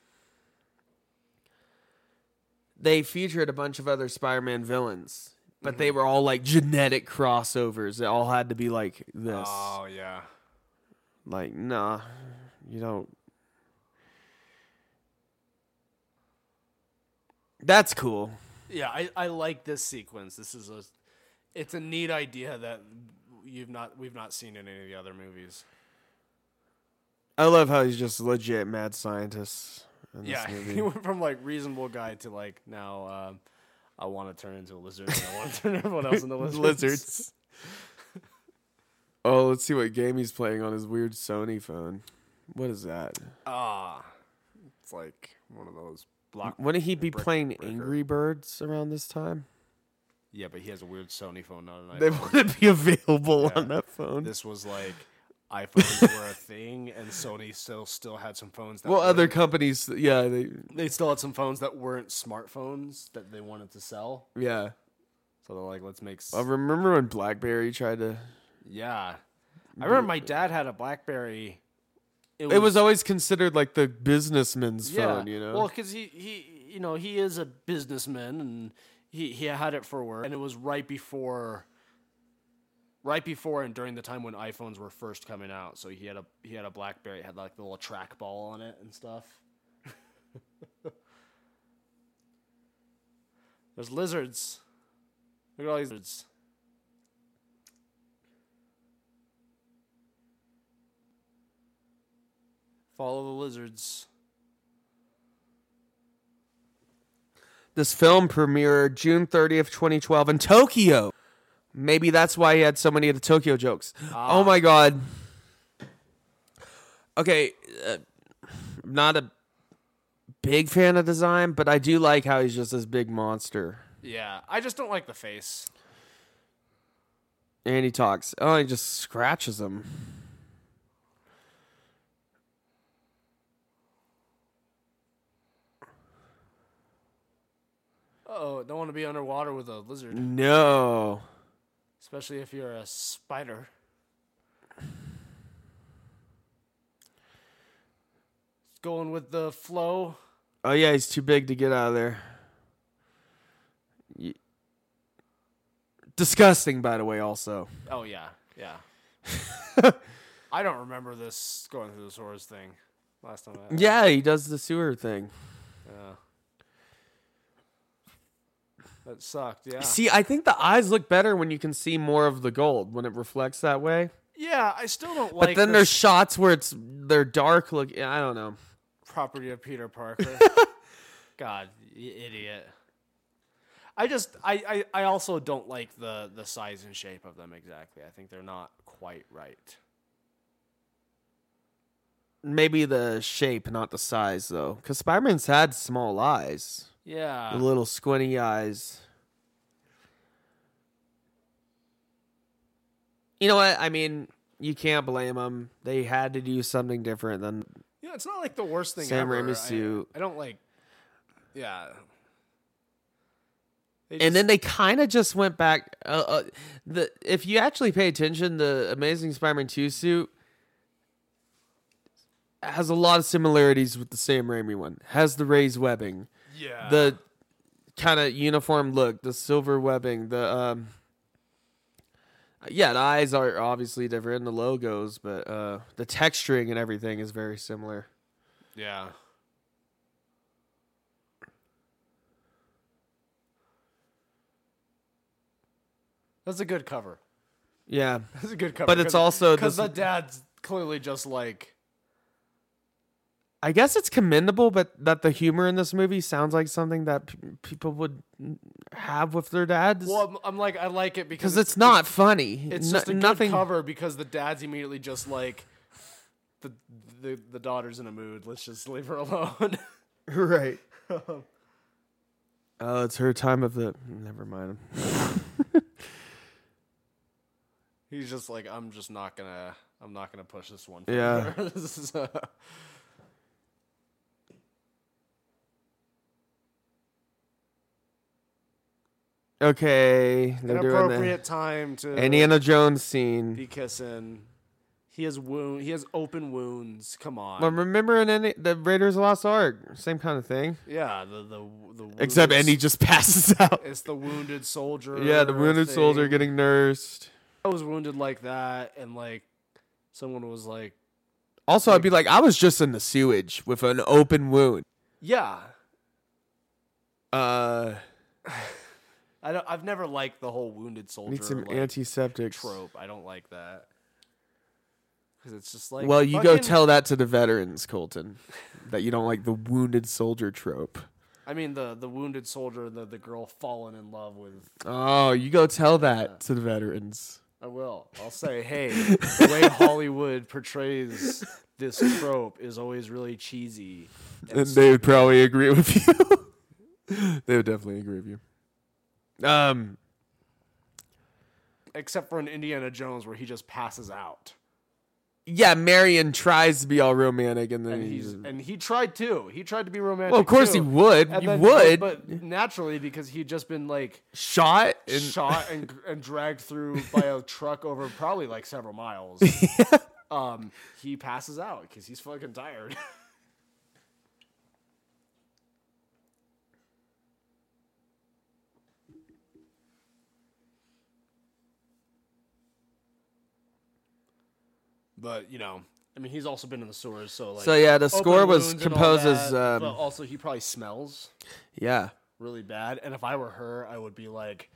S2: they featured a bunch of other Spider-Man villains, but they
S3: Mm-hmm.
S2: were all like genetic crossovers. They all had to be like this.
S3: Oh yeah.
S2: Like, nah, you don't. That's cool.
S3: Yeah, I, I like this sequence. This is a it's a neat idea that you've not we've not seen in any of the other movies.
S2: I love how he's just legit mad scientist. In this
S3: Yeah, *laughs*
S2: movie.
S3: he went from like reasonable guy to like now um, I want to turn into a lizard. and I want to turn *laughs* everyone
S2: *laughs*
S3: else into lizards.
S2: Lizards. oh, let's see what game he's playing on his weird Sony phone. What is that?
S3: Ah, it's like one of those block.
S2: Wouldn't he be playing
S3: breaker.
S2: Angry Birds around this time?
S3: Yeah, but he has a weird Sony phone. Not an
S2: They
S3: iPhone.
S2: wouldn't be available on that *laughs* phone.
S3: This was like iPhones were a thing, and Sony still still had some phones. That
S2: well,
S3: weren't-
S2: other companies, yeah, they,
S3: they still had some phones that weren't smartphones that they wanted to sell.
S2: yeah.
S3: So they're like, let's make. s-
S2: I remember when BlackBerry tried to.
S3: yeah, I remember my dad had a BlackBerry.
S2: It was always considered like the businessman's phone, you know.
S3: Well, because he he you know he is a businessman and he he had it for work, and it was right before. Right before and during the time when iPhones were first coming out, so he had a he had a BlackBerry, it had like the little trackball on it and stuff. *laughs* There's lizards. Look at all these lizards. Follow the lizards.
S2: this film premiered June 30th, 2012 in Tokyo. Maybe that's why he had so many of the Tokyo jokes. Oh my god. Okay, uh, I'm not a big fan of design, but I do like how he's just this big monster.
S3: Yeah, I just don't like the face.
S2: And he talks. Oh, he just scratches him.
S3: Oh, don't want to be underwater with a lizard,
S2: No.
S3: especially if you're a spider. Going with the flow.
S2: Oh yeah, he's too big to get out of there. Ye- Disgusting, by the way. Also,
S3: Oh yeah, yeah. *laughs* I don't remember this going through the swords thing last time. I,
S2: yeah, he does the sewer thing.
S3: Yeah. That sucked. Yeah.
S2: See, I think the eyes look better when you can see more of the gold when it reflects that way.
S3: Yeah, I still don't
S2: But
S3: like.
S2: then
S3: the
S2: there's shots where it's they're dark look. I don't know. *laughs*
S3: property of Peter Parker. God, you idiot. I just I, I I also don't like the the size and shape of them exactly. I think they're not quite right.
S2: Maybe the shape, not the size, though, because Spider-Man's had small eyes,
S3: Yeah.
S2: the little squinty eyes. You know what? I mean, you can't blame them. They had to do something different than
S3: Yeah, it's not like the worst thing
S2: Sam
S3: ever.
S2: Raimi's
S3: I-
S2: suit.
S3: I, don't like. Yeah. They
S2: and
S3: just-
S2: then they kind of just went back. Uh, uh, the if you actually pay attention, the Amazing Spider-Man two suit has a lot of similarities with the Sam Raimi one. Has the raised webbing,
S3: yeah
S2: the kind of uniform look, the silver webbing, the um, yeah, the eyes are obviously different, and the logos, but uh, the texturing and everything is very similar.
S3: yeah. That's a good cover.
S2: Yeah,
S3: That's a good cover.
S2: But it's also
S3: because
S2: this-
S3: the dad's clearly just like
S2: I guess it's commendable, but that the humor in this movie sounds like something that p- people would have with their dads.
S3: well. I'm, I'm like I like it because
S2: because it's not funny.
S3: It's
S2: No-
S3: just a
S2: nothing.
S3: good cover because the dad's immediately just like the the the daughter's in a mood. Let's just leave her alone.
S2: *laughs*
S3: *laughs*
S2: right? Oh, it's her time of the. Never mind.
S3: He's just like I'm just not gonna I'm not gonna push this one.
S2: Yeah.
S3: further." *laughs* This is, uh,
S2: Okay, they're doing the
S3: inappropriate time to
S2: Indiana Jones scene.
S3: be kissing. He has wound. He has open wounds. Come on.
S2: But remember in Indi- the Raiders of the Lost Ark, same kind of thing.
S3: yeah. The the the
S2: Except
S3: wounds-
S2: Andy just *laughs* passes out.
S3: It's the wounded soldier.
S2: Yeah, the wounded soldier
S3: thing.
S2: getting nursed.
S3: I was wounded like that, and like someone was like,
S2: Also, I'd be like, I was just in the sewage with an open wound.
S3: "Yeah,
S2: Uh,
S3: I don't, I've never liked the whole wounded soldier
S2: need some
S3: like,
S2: antiseptic.
S3: trope. I don't like that because it's just like,
S2: Well, you go
S3: fucking-
S2: tell that to the veterans, Colton, that you don't like the wounded soldier trope.
S3: I mean, the the wounded soldier, the the girl fallen in love with.
S2: Oh, you go tell that to the veterans.
S3: I will.
S2: *laughs*
S3: I'll say, hey, the way Hollywood portrays this trope is always really cheesy.
S2: And they would probably agree with you.
S3: *laughs*
S2: *laughs* they would definitely agree with you. Um,
S3: Except for in Indiana Jones, where he just passes out.
S2: yeah, Marion tries to be all romantic, and then
S3: And
S2: he's.
S3: he's and he tried to. He tried to be romantic.
S2: well, of course he
S3: too.
S2: would.
S3: And
S2: you
S3: then-
S2: would
S3: but naturally because he'd just been like
S2: shot and
S3: *laughs* shot and and dragged through by a truck over probably like several *laughs* miles. Um, he passes out because he's fucking tired. *laughs* but you know, I mean, he's also been in the sewers, so like.
S2: So yeah, the
S3: open
S2: score was
S3: wounds and all
S2: composed as
S3: that,
S2: um,
S3: but also he probably smells
S2: yeah. *laughs*
S3: really bad. And if I were her, I would be like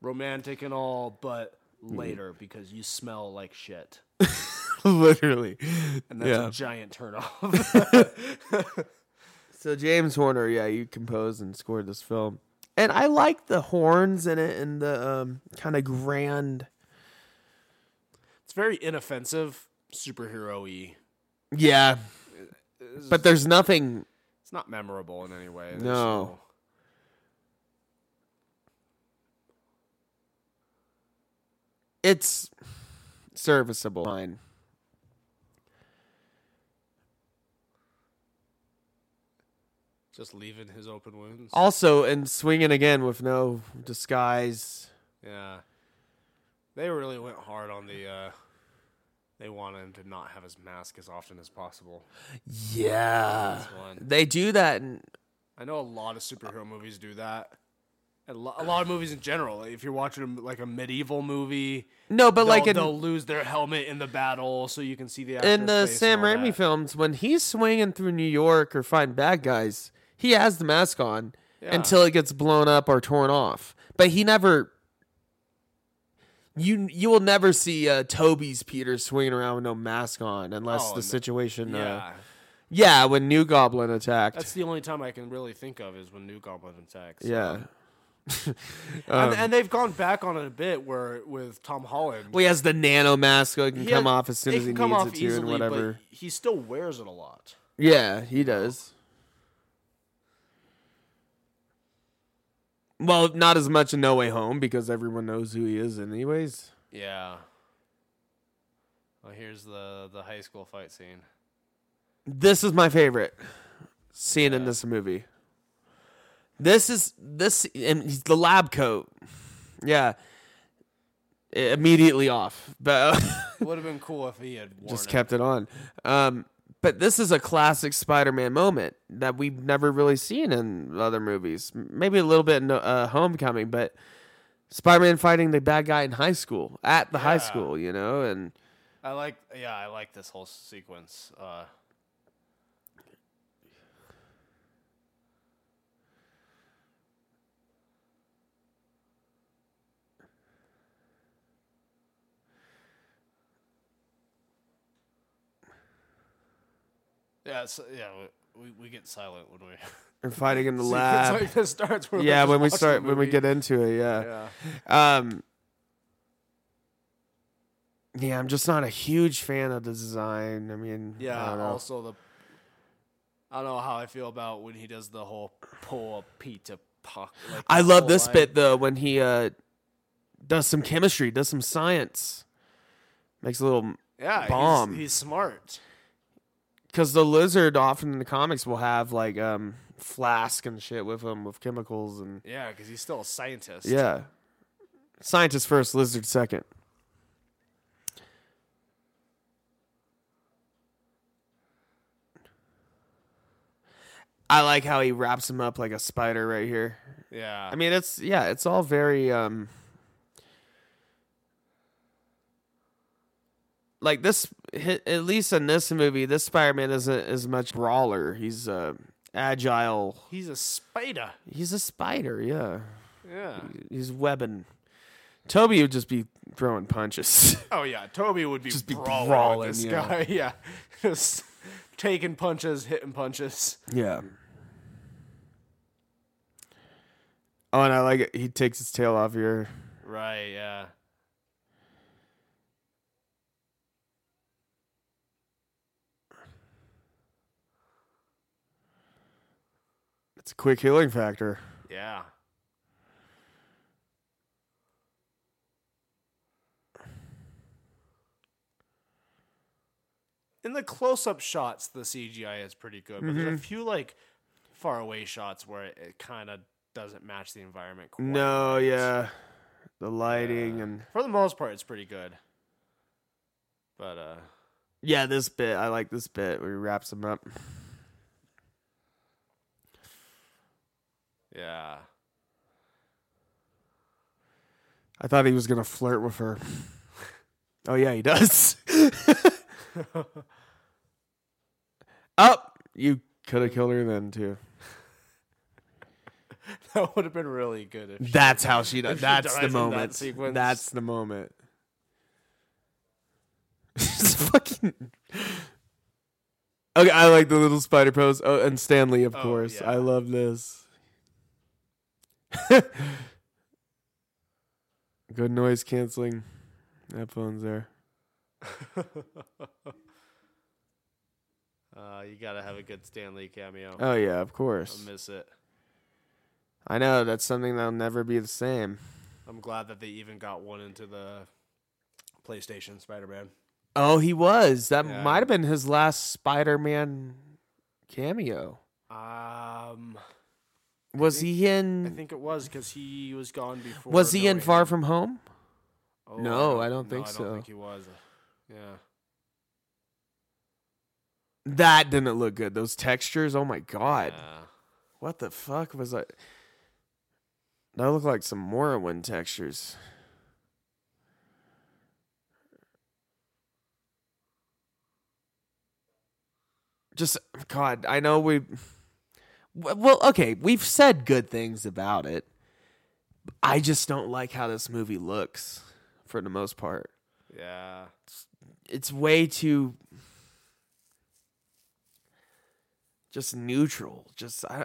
S3: romantic and all, but
S2: Mm-hmm.
S3: later because you smell like shit.
S2: Literally.
S3: And that's
S2: Yeah.
S3: a giant
S2: *laughs*
S3: turnoff.
S2: So James Horner, yeah, you composed and scored this film. And I like the horns in it and the um, kind of grand
S3: it's very inoffensive, superhero y.
S2: Yeah. But there's nothing
S3: It's not memorable in any way. There's
S2: No. it's serviceable. Fine.
S3: Just leaving his open wounds.
S2: Also, and swinging again with no disguise.
S3: Yeah. They really went hard on the. uh They wanted him to not have his mask as often as possible.
S2: Yeah.
S3: One.
S2: They do that in
S3: I know a lot of superhero movies do that. And lo- a lot of movies in general. Like, if you're watching a m- like a medieval movie,
S2: No, but
S3: they'll,
S2: like in
S3: they'll lose their helmet in the battle, so you can see the
S2: in
S3: actor's
S2: the
S3: face and
S2: Sam
S3: all
S2: Raimi
S3: that.
S2: films, when he's swinging through New York or fighting bad guys, he has the mask on until it gets blown up or torn off. But he never. You you will never see uh, Toby's Peter swinging around with no mask on unless
S3: Oh,
S2: the
S3: no.
S2: situation. Uh,
S3: Yeah,
S2: Yeah, when New Goblin attacked.
S3: That's the only time I can really think of is when New Goblin
S2: *laughs*
S3: attacks.
S2: yeah. *laughs* Um,
S3: and, and they've gone back on it a bit where with Tom Holland.
S2: Well, he has the nano mask, so it can
S3: he
S2: come
S3: has-
S2: off as soon
S3: it
S2: as he
S3: can come
S2: needs
S3: off
S2: it to, and
S3: easily, but
S2: whatever.
S3: he still wears it a lot.
S2: Yeah, he does. Well, not as much in No Way Home because everyone knows who he is, anyways.
S3: Yeah. Well, here's the the high school fight scene.
S2: This is my favorite scene in this movie. This is this and he's the lab coat. Yeah. I- Immediately off. But *laughs*
S3: Would have been cool if he had worn
S2: just
S3: it.
S2: kept it on. Um, but this is a classic Spider-Man moment that we've never really seen in other movies. Maybe a little bit in uh, Homecoming, but Spider-Man fighting the bad guy in high school at the high
S3: Yeah.
S2: school, you know, and
S3: I like yeah, I like this whole sequence. Uh Yeah, so, yeah, we, we get silent when we. *laughs*
S2: and fighting in the
S3: It's
S2: lab.
S3: like this starts. When
S2: yeah,
S3: we're
S2: when we
S3: just
S2: start
S3: watching the
S2: when we
S3: movie.
S2: get into it, yeah.
S3: Yeah.
S2: Yeah. Um Yeah, I'm just not a huge fan of the design. I mean, I
S3: Yeah.
S2: don't know.
S3: also the. I don't know how I feel about when he does the whole poor Peter Puck. Like
S2: I
S3: the
S2: love
S3: whole
S2: this
S3: line.
S2: bit though when he uh, does some chemistry, does some science, makes a little
S3: Yeah, he's-
S2: bomb.
S3: He's, smart.
S2: because the lizard often in the comics will have like um flask and shit with him with chemicals and
S3: Yeah, because he's still a scientist.
S2: yeah, scientist first, lizard second. I like how he wraps him up like a spider right here.
S3: Yeah.
S2: I mean, it's yeah, it's all very um like this hi- at least in this movie, this Spider-Man isn't as much brawler. He's uh agile.
S3: he's a spider.
S2: He's a spider, yeah.
S3: Yeah.
S2: He's webbing. Toby would just be throwing punches. *laughs*
S3: Oh yeah, Toby would be
S2: Just be
S3: brawling, with
S2: brawling,
S3: this
S2: yeah.
S3: guy. *laughs* Yeah, just taking punches, hitting punches.
S2: yeah. Oh, and I like it. He takes his tail off here.
S3: Right. Yeah.
S2: It's a quick healing factor.
S3: Yeah. In the close-up shots, the CGI is pretty good, but
S2: Mm-hmm.
S3: there's a few like faraway shots where it, it kind of doesn't match the environment. Quite.
S2: No, yeah. The lighting and
S3: for the most part, it's pretty good. But uh,
S2: Yeah, this bit. I like this bit where he wraps him up.
S3: yeah, *laughs*
S2: I thought he was going to flirt with her. *laughs* Oh, yeah, he does. *laughs* Up! Oh, You could have killed her then, too.
S3: that would have been really good if *laughs*
S2: That's how she does. That's
S3: dies
S2: the
S3: in that
S2: moment.
S3: sequence.
S2: That's the moment. *laughs* It's fucking. Okay, I like the little spider pose. Oh, and Stanley, of course.
S3: yeah.
S2: I love this. *laughs* Good noise canceling headphones there.
S3: uh, you gotta have a good Stanley cameo.
S2: Oh yeah, of
S3: I
S2: course.
S3: miss it.
S2: I know that's something that'll never be the same.
S3: I'm glad that they even got one into the PlayStation Spider-Man.
S2: Oh, he was. That
S3: Yeah.
S2: might have been his last Spider-Man cameo.
S3: Um,
S2: Was he in?
S3: I think it was because he was gone before.
S2: Was he
S3: No
S2: in
S3: Way
S2: Far
S3: Home.
S2: From Home?
S3: Oh,
S2: No, I don't think
S3: I don't
S2: so.
S3: think he was. Yeah,
S2: That didn't look good. Those textures. Oh my god.
S3: yeah.
S2: What the fuck was that? That looked like some Morrowind textures. Just God, I know we. W- Well, okay, we've said good things about it. I just don't like how this movie looks, for the most part.
S3: yeah.
S2: it's way too just neutral. Just I,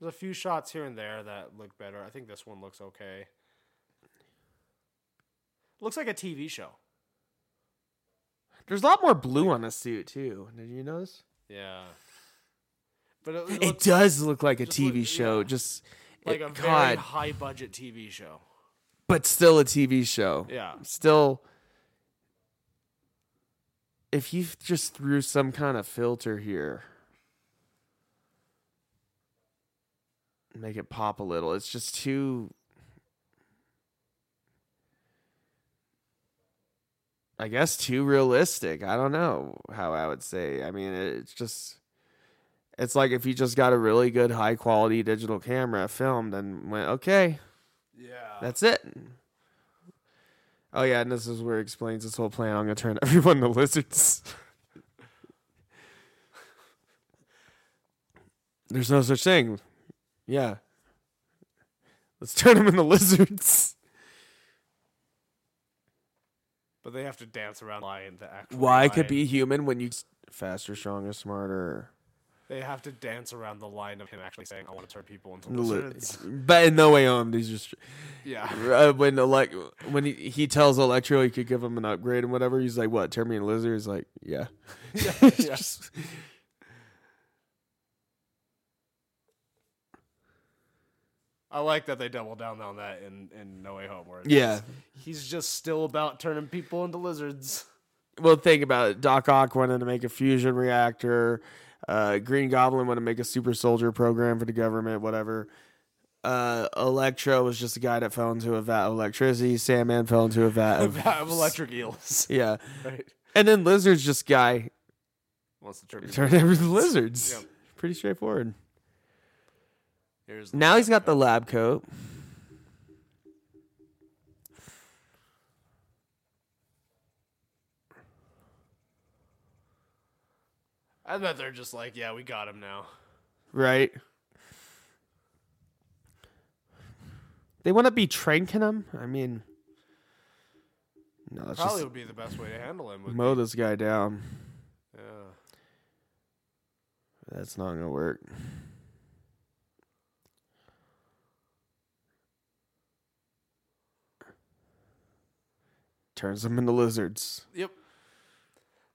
S3: There's a few shots here and there that look better. I think this one looks okay. Looks like a TV show.
S2: there's a lot more blue on the suit too. Did you notice?
S3: Yeah. But it,
S2: *laughs*
S3: it
S2: It
S3: looks
S2: does look like a
S3: look-
S2: TV show. Just
S3: like
S2: it-
S3: a very
S2: God,
S3: high budget TV show.
S2: but still a TV show.
S3: Yeah.
S2: Still, if you just threw some kind of filter here, make it pop a little. It's just too. I guess too realistic. I don't know how I would say. I mean, it's just. It's like if you just got a really good high quality digital camera filmed and went, okay,
S3: Yeah.
S2: that's it. Oh yeah, and this is where he explains this whole plan. I'm gonna turn *laughs* everyone to lizards. There's no such thing. Yeah. Let's turn them into lizards.
S3: But they have to dance around lion the actual
S2: Why could
S3: lion.
S2: be human when you faster, stronger, smarter?
S3: They have to dance around the line of him actually saying, "I want to turn people into
S2: Li-
S3: lizards."
S2: *laughs*
S3: *laughs*
S2: but in no way home. These just
S3: yeah,
S2: *laughs* uh, when elect when he, he tells Electro he could give him an upgrade and whatever. He's like, "What? Turn me into lizard?" He's like, "Yeah."
S3: yes. I like that they double down on that in, in No Way Home. Where it's
S2: Yeah.
S3: he's just still about turning people into lizards.
S2: well, think about it. Doc Ock wanted to make a fusion reactor. Uh, Green Goblin wanted to make a super soldier program for the government, whatever. Uh, Electro was just a guy that fell into a vat of electricity. Sandman fell into a vat *laughs*
S3: *laughs*
S2: of *laughs*
S3: Have electric eels. *laughs*
S2: yeah,
S3: Right.
S2: and then Lizard's just guy *laughs*
S3: Wants to turn people-
S2: turned into lizards.
S3: Yep.
S2: Pretty straightforward.
S3: Here's the
S2: Now he's got the lab coat.
S3: I bet they're just like, yeah, we got him now.
S2: right? They want to be tranking him. I mean, no, that's
S3: Probably
S2: just
S3: would be the best way to handle him. Would,
S2: mow this guy down.
S3: yeah.
S2: That's not gonna work. Turns them into lizards.
S3: Yep.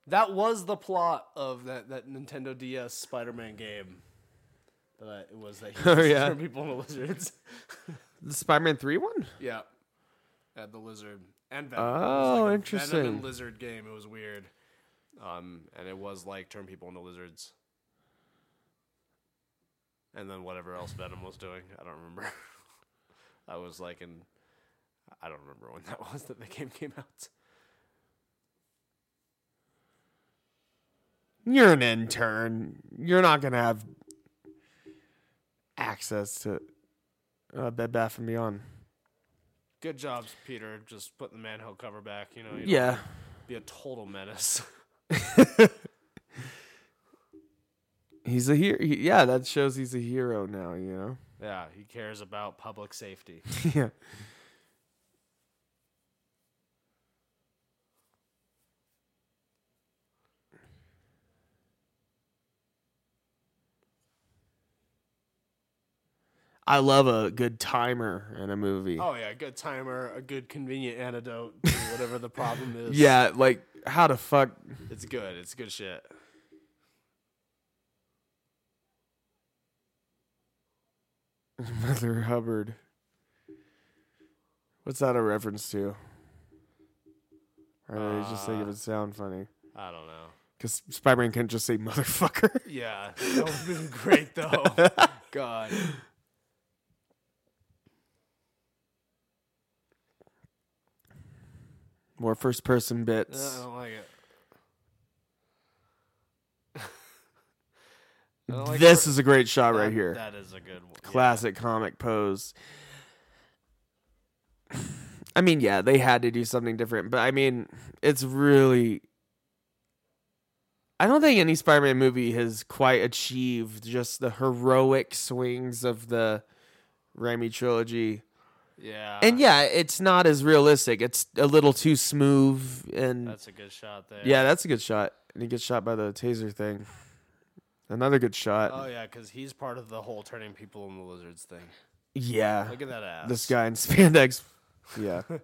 S3: That was the plot of that, that Nintendo DS Spider Man game. That it was that he
S2: *laughs* Oh,
S3: just
S2: yeah.
S3: turned people into lizards. *laughs*
S2: The Spider-Man Three one.
S3: yeah. At the lizard and Venom. It was
S2: Oh,
S3: like a Venom
S2: interesting.
S3: and lizard game. It was weird. Um, and it was like turn people into lizards. And then whatever else Venom was doing, I don't remember. *laughs* I was like in, I don't remember when that *laughs* was that the game came out.
S2: You're an intern. You're not gonna have access to uh, Bed Bath and Beyond.
S3: Good jobs, Peter. Just putting the manhole cover back. You know, you don't
S2: Yeah.
S3: be a total menace. *laughs*
S2: He's a hero. Yeah, that shows he's a hero now, you know?
S3: yeah, he cares about public safety.
S2: yeah. I love a good timer in a movie.
S3: Oh yeah, good timer, a good convenient antidote to whatever
S2: *laughs*
S3: the problem is.
S2: yeah, like, how the fuck? *laughs*
S3: it's good. It's good shit.
S2: Mother Hubbard. What's that a reference to? Or did I just
S3: Uh.
S2: think it would sound funny?
S3: I don't know.
S2: Because Spider Man can't just say motherfucker. *laughs*
S3: Yeah, *laughs* that would have been great though. God.
S2: More first person
S3: I
S2: bits.
S3: don't like it. *laughs* I don't like
S2: this
S3: fir-
S2: is a great shot right
S3: that-
S2: here.
S3: That is a good one. Yeah.
S2: Classic comic pose. *sighs* I mean, yeah, they had to do something different, but I mean, it's really. I don't think any Spider Man movie has quite achieved just the heroic swings of the Raimi trilogy.
S3: Yeah.
S2: And yeah, it's not as realistic. It's a little too smooth and
S3: that's a good shot there.
S2: Yeah, that's a good shot. And he gets shot by the taser thing. Another good shot. *laughs*
S3: Oh yeah, because he's part of the whole turning people into lizards thing.
S2: yeah.
S3: Look at that ass.
S2: This guy in *laughs* spandex. Yeah. oh.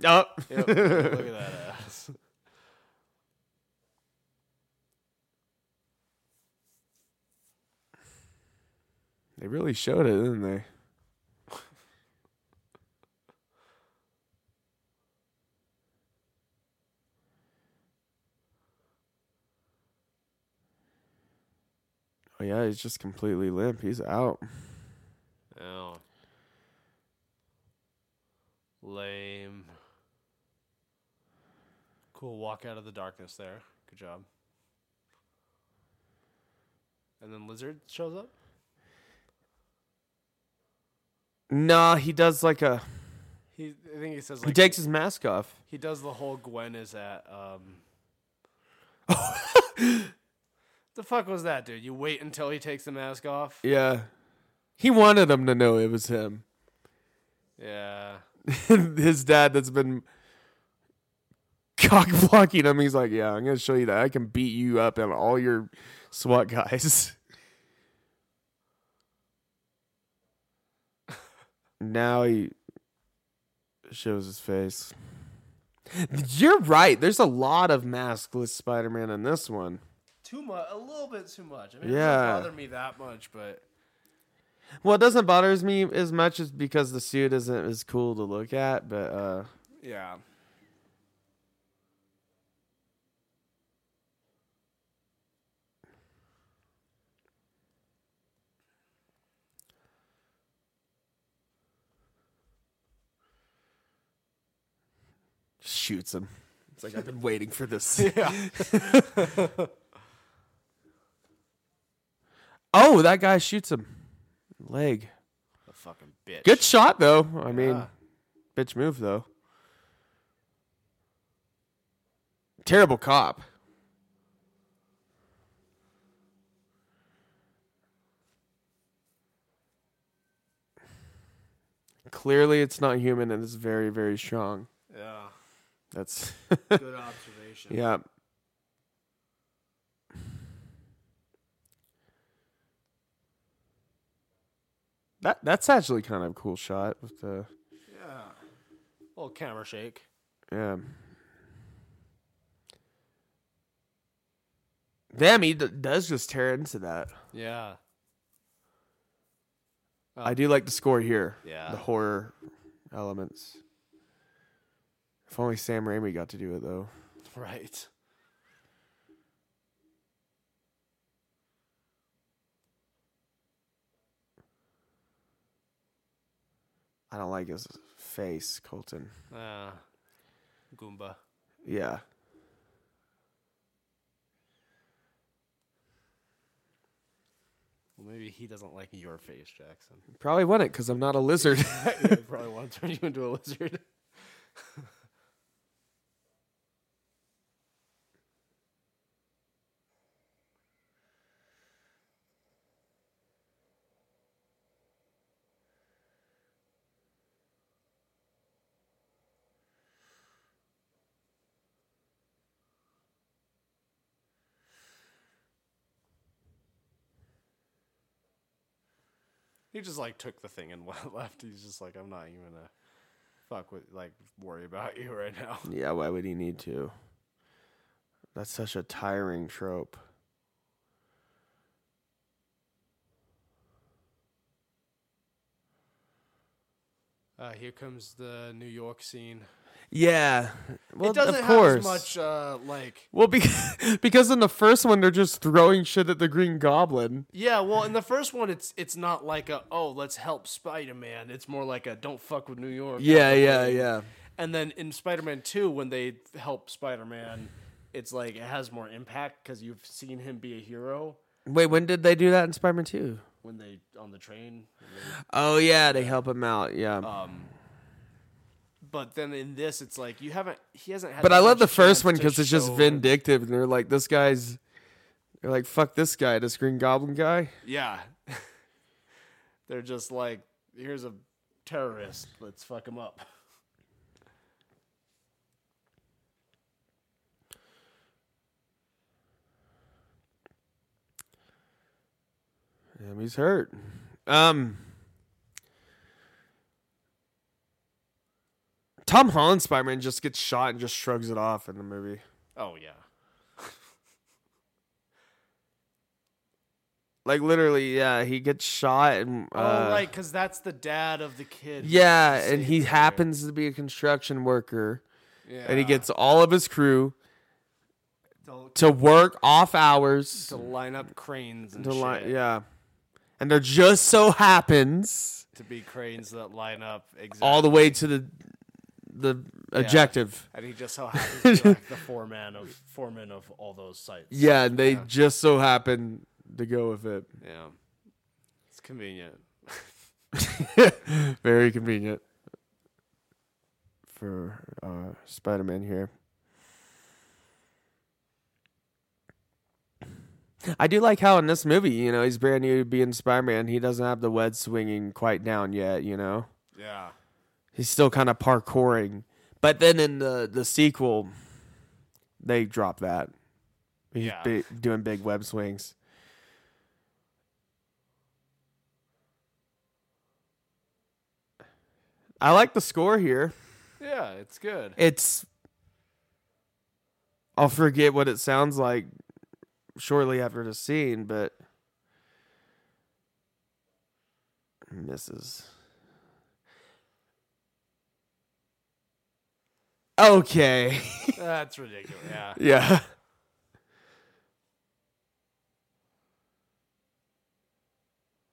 S3: Yep, Look at
S2: *laughs*
S3: that ass.
S2: They really showed it, didn't they? Oh yeah, he's just completely limp. He's out.
S3: Oh. Lame. Cool walk out of the darkness there. Good job. And then lizard shows up.
S2: Nah, he does like a.
S3: He, I think he says
S2: He
S3: like
S2: takes his mask off.
S3: he does the whole Gwen is at
S2: *laughs*
S3: um. the fuck was that, dude? You wait until he takes the mask off.
S2: Yeah, he wanted him to know it was him.
S3: Yeah.
S2: *laughs* his dad that's been cock *laughs* blocking him. He's like, yeah, I'm gonna show you that I can beat you up and all your SWAT guys. *laughs* now he shows his face. You're right. There's a lot of maskless Spider-Man in this one.
S3: Too much, a little bit too much. I mean, it
S2: Yeah.
S3: doesn't bother me that much, but
S2: Well, it doesn't bother me as much as because the suit isn't as cool to look at, but uh
S3: yeah.
S2: shoots him. It's like I've been waiting for *laughs* this. *laughs* oh, that guy shoots him. Leg.
S3: A fucking bitch.
S2: Good shot though. I mean, bitch move though. Terrible cop. Clearly, it's not human and it's very, very strong.
S3: Yeah.
S2: That's
S3: *laughs*
S2: *laughs*
S3: Good observation.
S2: Yeah. That that's actually kind of a cool shot with the
S3: Yeah. Little camera shake.
S2: yeah. Damn, he d- does just tear into that.
S3: Yeah.
S2: I do like the score here.
S3: Yeah.
S2: The horror elements. If only Sam Raimi got to do it though.
S3: *laughs* Right.
S2: I don't like his face, Colton.
S3: Uh, Goomba.
S2: Yeah.
S3: Well, maybe he doesn't like your face, Jackson. *laughs*
S2: Probably wouldn't because I'm not a lizard.
S3: I *laughs* probably want to turn you into a lizard. He just like took the thing and *laughs* went left. He's just like, I'm not even gonna fuck with like worry about you right now. *laughs*
S2: Yeah, why would he need to? That's such a tiring trope.
S3: Uh, here comes the New York scene.
S2: Yeah. Well,
S3: it doesn't
S2: of course.
S3: have as much uh, like
S2: Well, because, *laughs* because in the first one they're just throwing shit at the Green Goblin.
S3: yeah. Well, in the first one, it's it's not like a oh let's help Spider Man. It's more like a don't fuck with New York.
S2: Yeah, yeah, yeah.
S3: And then in Spider Man Two, when they help Spider Man, it's like it has more impact because you've seen him be a hero
S2: Wait, when did they do that in Spider-Man 2?
S3: when they on the train. when they-
S2: Oh yeah, they help him out. Yeah.
S3: But then in this, it's like you haven't. He hasn't had.
S2: but I
S3: that
S2: love the
S3: much
S2: first
S3: chance
S2: one
S3: to
S2: because it's just
S3: show-
S2: vindictive, and they're like, "This guy's," they're like, "Fuck this guy, this Green Goblin guy."
S3: Yeah. *laughs* They're just like, here's a terrorist. Let's fuck him up.
S2: Damn, he's hurt. Um, Tom Holland Spider Man just gets shot and just shrugs it off in the movie.
S3: Oh yeah.
S2: Like literally, yeah, he gets shot and uh,
S3: oh right, because that's the dad of the kid. who
S2: yeah,
S3: saved
S2: and he
S3: her.
S2: happens to be a construction worker,
S3: Yeah.
S2: and he gets all of his crew
S3: to,
S2: to work off hours.
S3: to line up cranes and
S2: to
S3: shit.
S2: li- yeah, and there just so happens
S3: To be cranes that line up exactly.
S2: all the way to the the objective.
S3: and he
S2: *laughs*
S3: just so happens to be like the foreman of foreman of all those sites.
S2: Yeah, and they just so happen to go with it.
S3: Yeah. It's convenient.
S2: *laughs* Very convenient for uh, Spider Man here. I do like how in this movie, you know, he's brand new to being Spider Man. He doesn't have the web swinging quite down yet, you know?
S3: Yeah.
S2: He's still kind of parkouring. But then in the, the sequel, they drop that. He's
S3: Yeah.
S2: bi- doing big web swings. I like the score here.
S3: Yeah, it's good.
S2: *laughs* It's. I'll forget what it sounds like shortly after the scene, but. Misses. Okay. *laughs*
S3: That's ridiculous. Yeah.
S2: yeah.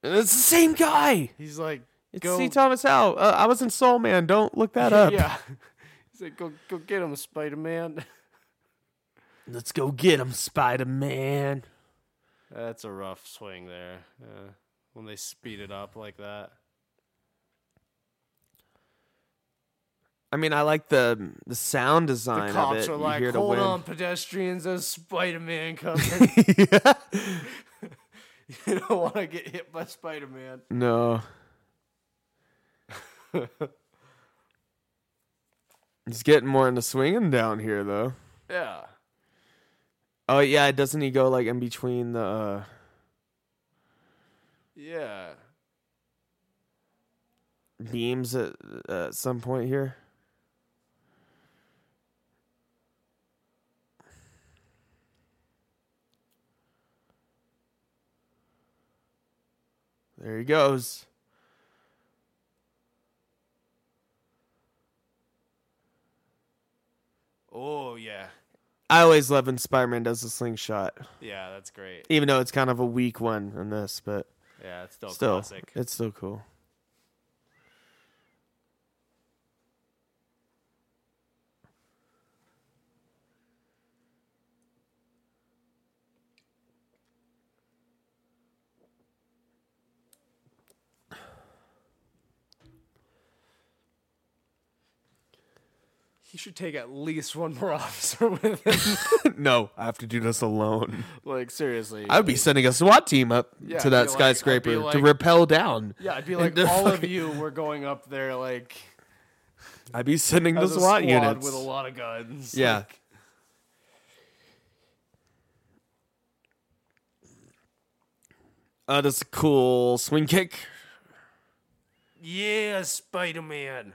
S2: And it's the same guy.
S3: He's like,
S2: It's
S3: Go-
S2: C. Thomas Howell. Uh, I was in Soul Man. Don't look that *laughs* up.
S3: yeah. *laughs* He's like, go go get him, Spider Man.
S2: Let's go get him, Spider Man.
S3: *laughs* That's a rough swing there. Uh, when they speed it up like that.
S2: I mean, I like the the sound
S3: The
S2: design of
S3: cops
S2: it.
S3: are
S2: You
S3: like,
S2: hear the
S3: hold
S2: wind."
S3: on, pedestrians, there's Spider Man coming. *laughs*
S2: Yeah.
S3: you don't want to get hit by Spider Man.
S2: *laughs* No. He's getting more into swinging down here, though.
S3: Yeah.
S2: Oh yeah, doesn't he go like in between the? Uh...
S3: Yeah.
S2: beams at at some point here. There he goes.
S3: Oh, yeah.
S2: I always love when Spider Man does the slingshot,
S3: Yeah, that's great.
S2: even though it's kind of a weak one in this, but
S3: Yeah, it's still,
S2: still,
S3: classic.
S2: it's still cool.
S3: He should take at least one more *laughs* officer with him.
S2: *laughs* no, I have to do this alone.
S3: *laughs* like, seriously.
S2: I would be sending a SWAT team up
S3: Yeah,
S2: to that
S3: I'd be like- I'd be
S2: skyscraper to
S3: like-
S2: rappel down.
S3: *laughs* yeah, I'd be like,
S2: they're
S3: all of
S2: fucking-
S3: you were going up there, like,
S2: I'd be sending the
S3: as a
S2: SWAT
S3: squad
S2: units.
S3: with a lot of guns.
S2: Yeah.
S3: Like,
S2: Uh, that's a cool swing kick.
S3: yeah, Spider Man.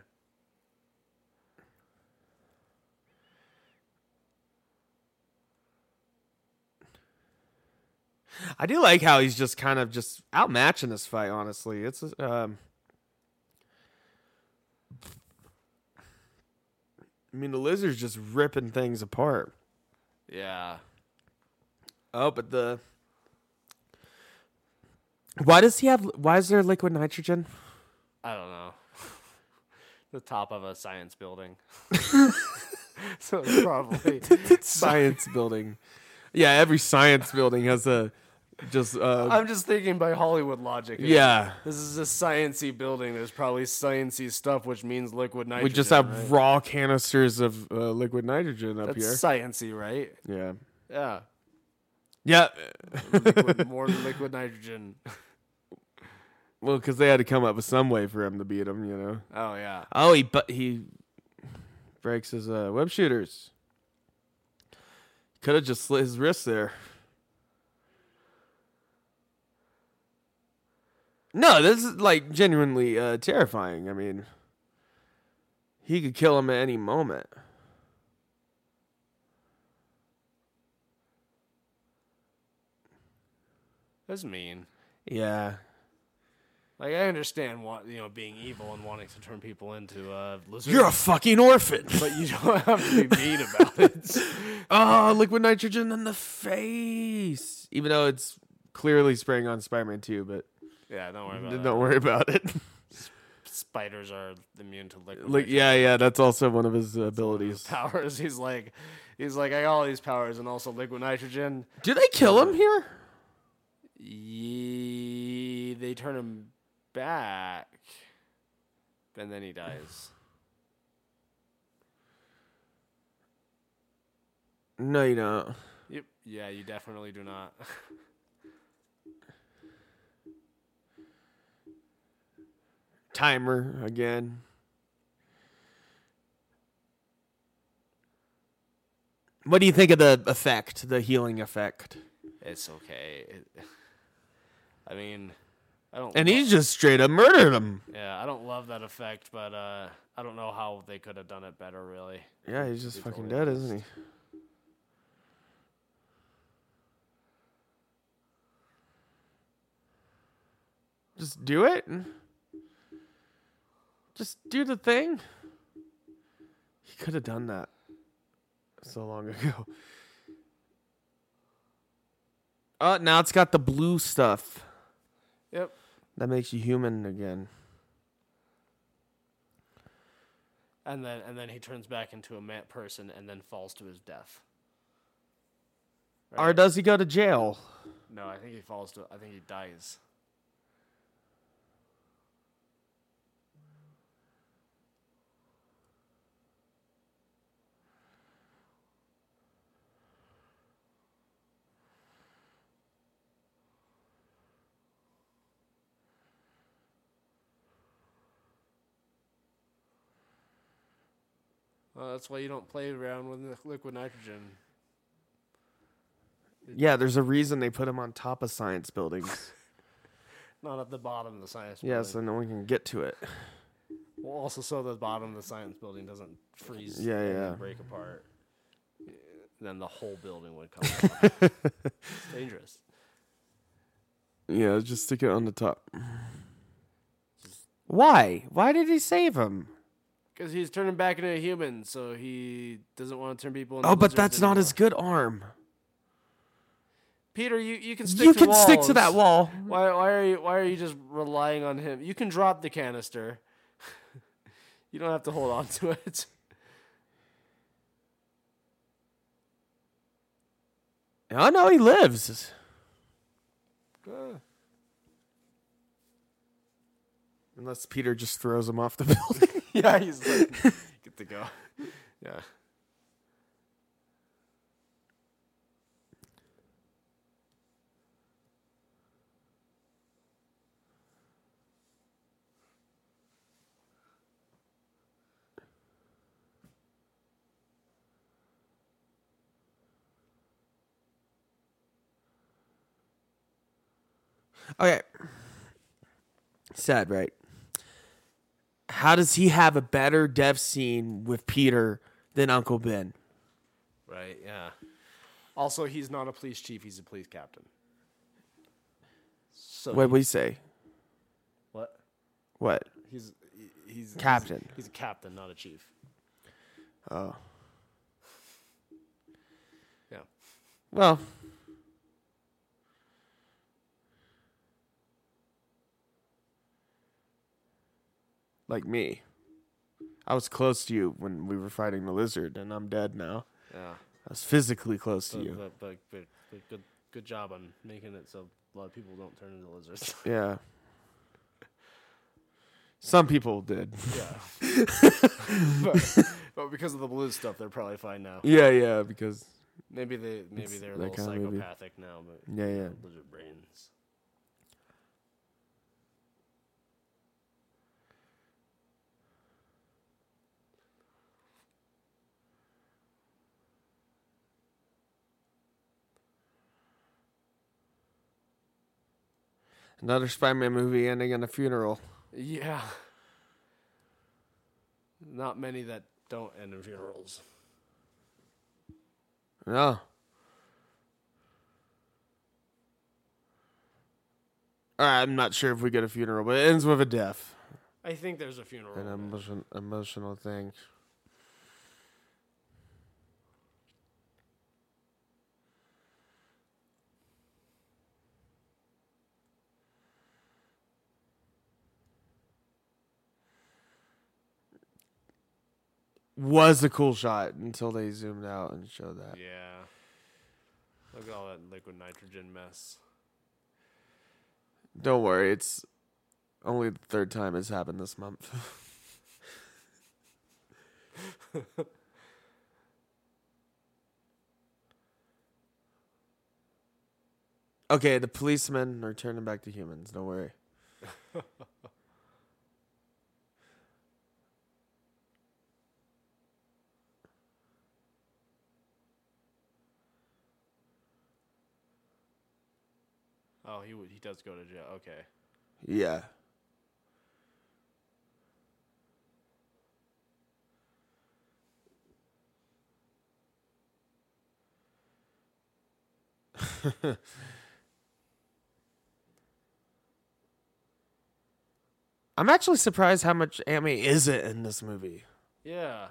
S2: I do like how he's just kind of just outmatching this fight. Honestly, it's um. I mean, the lizard's just ripping things apart.
S3: Yeah.
S2: Oh, but the. Why does he have? Why is there liquid
S3: *laughs*
S2: nitrogen?
S3: I don't know. *laughs* the top of a
S2: *laughs*
S3: science building. so it's probably
S2: *laughs* Science building. Yeah, every science building has a just. Uh,
S3: I'm just thinking by Hollywood logic. it's-
S2: yeah,
S3: This is a sciency building. There's probably sciency stuff, which means liquid nitrogen.
S2: we just have
S3: right?
S2: raw canisters of uh, liquid nitrogen up
S3: That's
S2: here.
S3: sciency, right?
S2: yeah. *laughs*
S3: Yeah.
S2: Yeah. *laughs*
S3: Liquid, more than liquid nitrogen.
S2: Well, because they had to come up with some way for him to beat him, you know.
S3: Oh yeah.
S2: Oh, he but he breaks his uh, web shooters. Could have just slit his wrist there. No, this is like genuinely uh, terrifying. I mean, he could kill him at any moment.
S3: That's mean.
S2: Yeah.
S3: Like I understand, want, you know, being evil and wanting to turn people into uh, lizards.
S2: You're a fucking orphan. *laughs*
S3: but you don't *laughs* have to be mean about it.
S2: oh, liquid nitrogen in the face. Even though it's clearly spraying on Spider Man 2, but
S3: Yeah, don't worry about it.
S2: don't worry about it.
S3: Spiders are immune to liquid.
S2: like, yeah, yeah, that's also one of his abilities.
S3: *laughs* powers. He's like, he's like, I got all these powers and also liquid nitrogen.
S2: Do they kill him here?
S3: Ye- they turn him back, and then he *sighs* dies.
S2: No, you don't.
S3: Yep. Yeah, you definitely do not. *laughs*
S2: Timer again. What do you think of the effect, the healing effect?
S3: It's okay. It- I mean, I don't.
S2: And
S3: lo-
S2: he just straight up murdered him.
S3: yeah, I don't love that effect, but uh, I don't know how they could have done it better. Really,
S2: Yeah, he's just fucking dead, isn't he? Just do it. Just do the thing. He could have done that so long ago. *laughs* Oh, now it's got the blue stuff.
S3: Yep.
S2: That makes you human again.
S3: and then and then he turns back into a man person and then falls to his death.
S2: Or does he go to jail?
S3: No, I think he falls to. I think he dies. Well, that's why you don't play around with the liquid nitrogen.
S2: Yeah, there's a reason they put him on top of science buildings.
S3: Not at the bottom of the science.
S2: Yeah,
S3: building.
S2: so no one can get to it.
S3: Well, also so the bottom of the science building doesn't freeze.
S2: Yeah,
S3: and
S2: yeah.
S3: Break apart. Then the whole building would come. apart. it's *laughs* dangerous.
S2: *laughs* Yeah, just stick it on the top. Why? Why did he save him?
S3: Because he's turning back into a human, so he doesn't want to turn people. into
S2: Oh, but
S3: lizards
S2: that's not
S3: anymore.
S2: his good arm.
S3: Peter, you, you can stick.
S2: You
S3: to
S2: can stick to that wall.
S3: walls. Why why are you why are you just relying on him? You can drop the canister. *laughs* you don't have to hold on to it.
S2: Oh no, he lives. Unless Peter just throws him off the *laughs* building.
S3: *laughs* yeah, he's like, good to go. *laughs* Yeah.
S2: okay. Sad, right? How does he have a better death scene with Peter than Uncle Ben?
S3: Right, yeah. Also, he's not a police chief, he's a police captain. So
S2: What we say?
S3: what?
S2: What?
S3: He's he- he's
S2: Captain.
S3: He's, he's a captain, not a chief.
S2: Oh.
S3: Yeah.
S2: Well, like me, I was close to you when we were fighting the lizard, and I'm dead now.
S3: Yeah.
S2: I was physically close to
S3: But, *laughs*
S2: you.
S3: but, but, but, but good good job on making it so a lot of people don't turn into lizards. *laughs*
S2: Yeah. Some people did. *laughs*
S3: yeah. *laughs* but, but because of the blue stuff, they're probably fine now.
S2: yeah, yeah, because
S3: Maybe they maybe
S2: It's
S3: they're a
S2: that
S3: little
S2: kind of movie.
S3: psychopathic now, but
S2: yeah, yeah.
S3: lizard brains.
S2: Another Spider-Man movie ending on a funeral.
S3: Yeah. Not many that don't end in funerals.
S2: No. I'm not sure if we get a funeral, but it ends with a death,
S3: I think there's a funeral.
S2: an emotion, emotional thing. Was a cool shot until they zoomed out and showed that.
S3: Yeah. Look at all that liquid nitrogen mess.
S2: Don't worry, it's only the third time it's happened this month. *laughs* okay, the policemen are turning back to humans. Don't worry.
S3: Oh, he would- he does go to jail. Okay.
S2: Yeah. *laughs* I'm actually surprised how much Amy isn't in this movie.
S3: Yeah.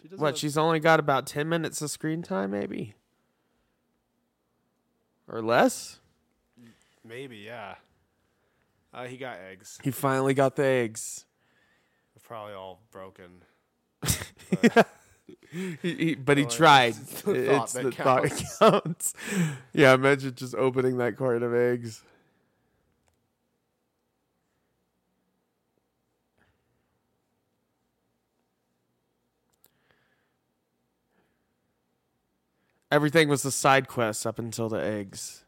S3: She doesn't
S2: What, she's only got about 10 minutes of screen time, maybe? Or less?
S3: Maybe, yeah. Uh, he got eggs.
S2: He finally got the eggs.
S3: They're probably all broken.
S2: He- he- but he tried. It's
S3: Oh, the thought that
S2: the thought that *laughs* counts. yeah, imagine just opening that carton of eggs. Everything was the side quest up until the
S3: *laughs*
S2: eggs.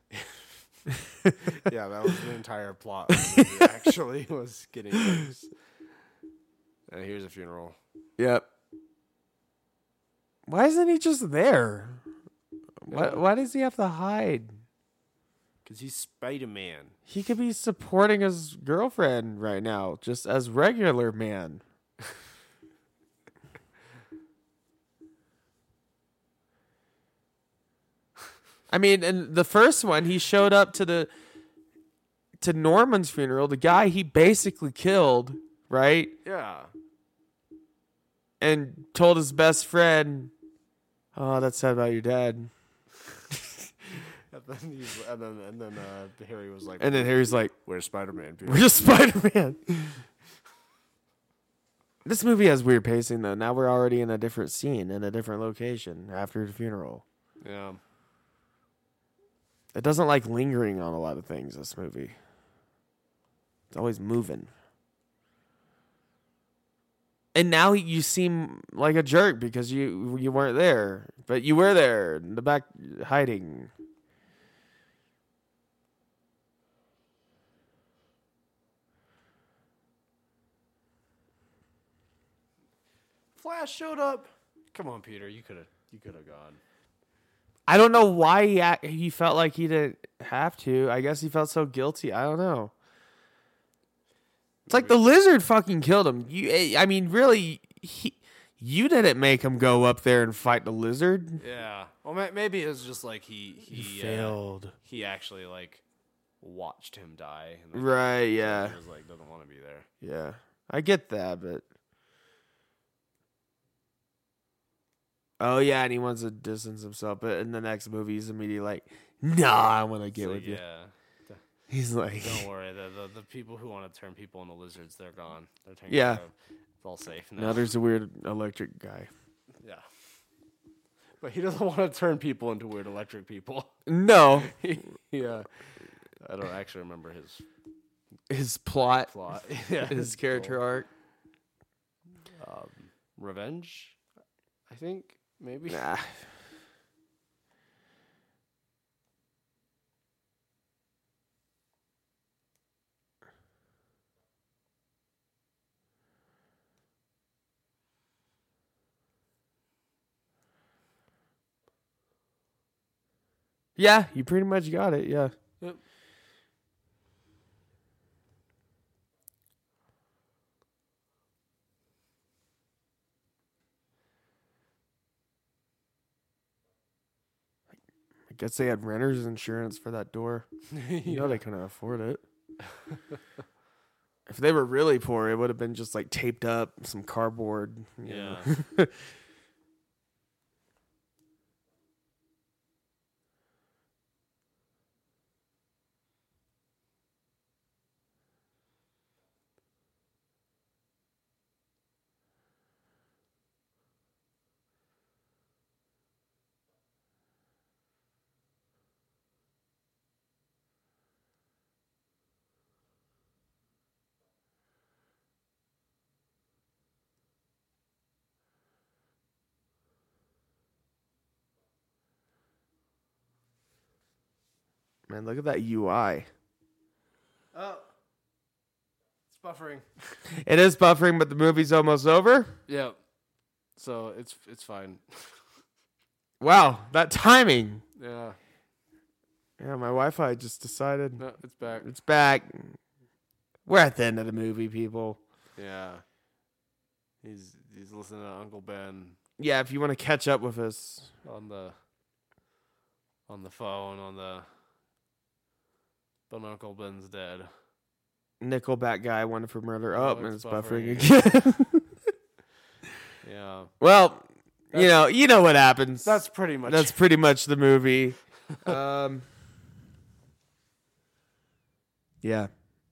S3: yeah, that was the entire plot. *laughs* of the movie, actually, was getting eggs. And here's a funeral.
S2: Yep. Why isn't he just there? Why, why does he have to hide?
S3: Because he's Spider Man.
S2: He could be supporting his girlfriend right now, just as regular man. I mean, in the first one, he showed up to the to Norman's funeral, the guy he basically killed, right?
S3: Yeah.
S2: And told his best friend, "Oh, that's sad about your dad."
S3: And then, he's, and then, and then uh, Harry was like,
S2: And then Harry's like,
S3: Where's Spider Man?
S2: We're just *laughs* Spider Man. this movie has weird pacing though. Now we're already in a different scene in a different location after the funeral.
S3: Yeah.
S2: It doesn't like lingering on a lot of things, this movie. It's always moving. And now you seem like a jerk because you you weren't there, but you were there in the back hiding.
S3: Flash showed up. Come on, Peter. You could have. You could have gone.
S2: I don't know why he act- he felt like he didn't have to. I guess he felt so guilty. I don't know. It's like the lizard fucking killed him. You, eh, I mean, really, he, you didn't make him go up there and fight the lizard.
S3: Yeah. Well, ma- maybe it was just like he he, uh,
S2: Failed.
S3: he actually like watched him die. And then
S2: Right? Yeah.
S3: He was like doesn't want to be there.
S2: Yeah. I get that, but. Oh yeah, and he wants to distance himself, but in the next movie, he's immediately like, "Nah, I want to get
S3: So,
S2: with you."
S3: yeah.
S2: He's like,
S3: Don't worry. The, the the people who want to turn people into lizards, they're gone. They're taken
S2: Yeah.
S3: care of. It's all safe
S2: *laughs*
S3: now.
S2: "Now there's a weird electric guy."
S3: *laughs* yeah. But he doesn't *laughs* want to turn people into weird electric people. *laughs*
S2: No,
S3: yeah. I don't actually remember his
S2: *laughs* his plot,
S3: plot. *laughs* yeah.
S2: his character arc.
S3: um, revenge, I think maybe.
S2: Nah. Yeah, you pretty much got it. Yeah.
S3: Yep.
S2: I guess they had renter's insurance for that door.
S3: *laughs*
S2: You know they couldn't afford it. if they were really poor, it would have been just like taped up, some cardboard. you know. *laughs* Man, look at that UI.
S3: Oh. It's buffering.
S2: It is buffering, but the movie's almost over.
S3: Yeah. So it's it's fine.
S2: Wow, that timing.
S3: Yeah.
S2: Yeah, my Wi-Fi just decided
S3: No, it's back.
S2: it's back. We're at the end of the movie, people.
S3: Yeah. He's he's listening to Uncle Ben
S2: Yeah, if you want to catch up with us,
S3: on the on the phone on the But Uncle Ben's dead.
S2: Nickelback guy, One for Murder. Oh,
S3: Oh,
S2: and it's
S3: it's
S2: buffering, again. *laughs*
S3: Yeah.
S2: well, you know, you know what happens.
S3: That's pretty much
S2: that's pretty much the
S3: *laughs*
S2: movie. um, yeah,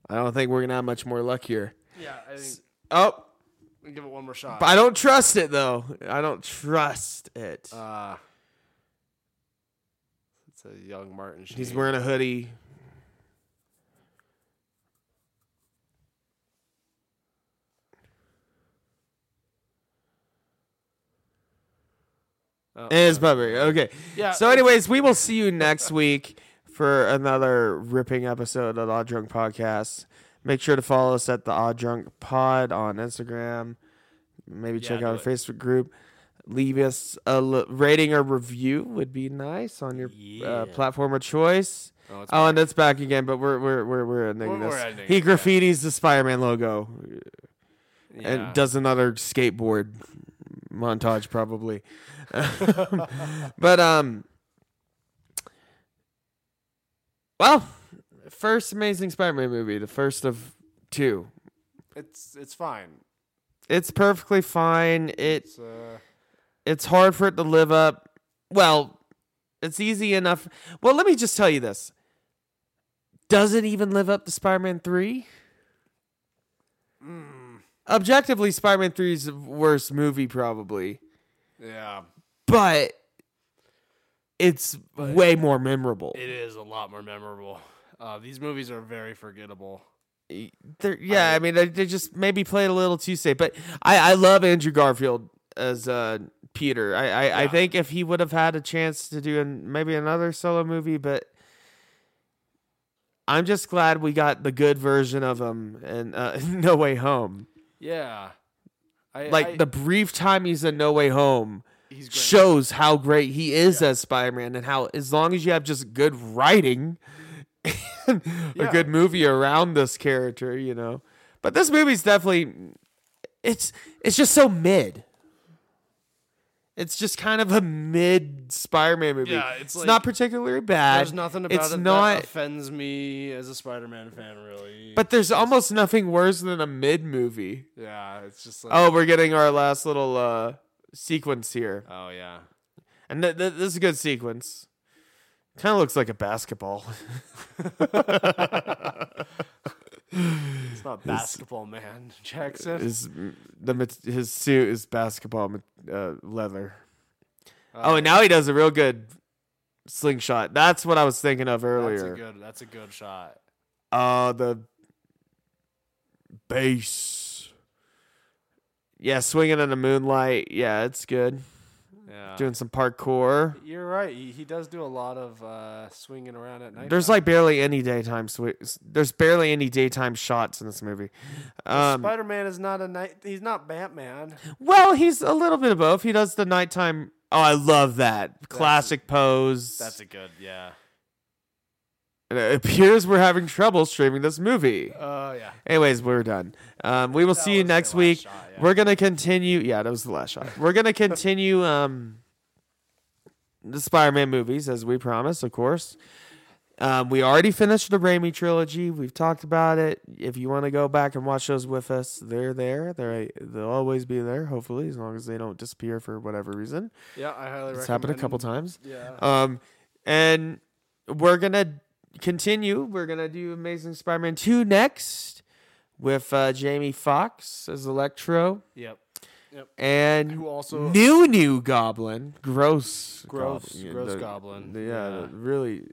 S2: I don't think we're gonna have much more luck here.
S3: Yeah, I think
S2: Oh,
S3: we can give it one more shot.
S2: I don't trust it though. I don't trust it.
S3: Uh, it's a young Martin Sheen.
S2: He's wearing a hoodie.
S3: Oh,
S2: It is bubbly. Okay.
S3: Yeah.
S2: So, anyways, we will see you next week for another ripping episode of the Odd Drunk Podcast. Make sure to follow us at the Odd Drunk Pod on Instagram. Maybe check
S3: do
S2: out our
S3: it.
S2: Facebook group. Leave us a l- rating or review would be nice on your uh, platform of choice.
S3: Oh,
S2: Oh,
S3: it's
S2: and it's back again, but we're we're we're we're ending
S3: We're- we're
S2: this.
S3: ending
S2: he
S3: it, yeah.
S2: graffitis the Spider-Man logo
S3: Yeah.
S2: and does another skateboard montage probably. *laughs* but um well, first amazing Spider-Man movie, the first of two.
S3: it's it's fine.
S2: It's perfectly fine. It
S3: It's uh,
S2: it's hard for it to live up. Well, it's easy enough. Well, let me just tell you this. Does it even live up to Spider-Man 3? Objectively, Spider-Man 3 is the worst movie probably.
S3: yeah.
S2: but it's way more memorable.
S3: It is a lot more memorable. Uh, these movies are very forgettable.
S2: They're- yeah, I, mean, they, they just maybe played a little too safe. But I, I love Andrew Garfield as uh, Peter. I, I, I think if he would have had a chance to do an, maybe another solo movie, but I'm just glad we got the good version of him in uh, *laughs* No Way Home.
S3: Yeah. I,
S2: Like
S3: I-
S2: the brief time he's in No Way Home.
S3: he's great.
S2: shows how great he is as Spider-Man and how as long as you have just good writing *laughs* and a good movie around this character, you know. But this movie's definitely it's it's just so mid. It's just kind of a mid Spider-Man movie.
S3: Yeah, it's like-
S2: not particularly bad.
S3: There's nothing about
S2: it's
S3: it
S2: not,
S3: that offends me as a Spider-Man fan, really.
S2: but there's almost nothing worse than a mid movie.
S3: yeah, it's just like
S2: Oh, we're getting our last little uh sequence here. *laughs*
S3: oh yeah.
S2: And th- th- this is a good sequence. Kind of looks like a
S3: *laughs*
S2: basketball.
S3: It's not basketball, man. Jackson.
S2: his the mat- his suit is basketball mat- uh, leather.
S3: Uh,
S2: oh, and now he does a real good slingshot. That's what I was thinking of
S3: That's a
S2: earlier.
S3: good. That's a good shot.
S2: Uh the bass. Yeah, swinging in the moonlight. Yeah, it's good.
S3: Yeah.
S2: Doing some parkour.
S3: You're right. He, he does do a lot of uh, swinging around at night.
S2: There's like barely any daytime. Sw- there's barely any daytime shots in this movie. Um,
S3: Spider Man is not a night. He's not Batman.
S2: Well, he's a little bit of both. He does the nighttime. Oh, I love that classic pose.
S3: That's a good. Yeah.
S2: And it appears we're having trouble streaming this movie.
S3: Oh yeah.
S2: Anyways, we're done. Um, we will see you
S3: was the
S2: next
S3: last
S2: week.
S3: shot, yeah.
S2: We're gonna continue. Yeah, that was the last shot. We're gonna continue. Um, the Spider-Man movies, as we promised, of course. Um, we already finished the Raimi trilogy. We've talked about it. If you want to go back and watch those with us, they're there. They're they'll always be there. Hopefully, as long as they don't disappear for whatever reason.
S3: Yeah, I highly
S2: It's
S3: recommend.
S2: happened a couple times.
S3: Yeah.
S2: Um, and we're gonna continue. We're gonna do Amazing Spider-Man two next with uh, Jamie Fox as Electro
S3: Yep.
S2: and
S3: Who also-
S2: new new Goblin, gross,
S3: Gross-
S2: Goblin.
S3: gross Goblin.
S2: the- yeah,
S3: Yeah.
S2: the really,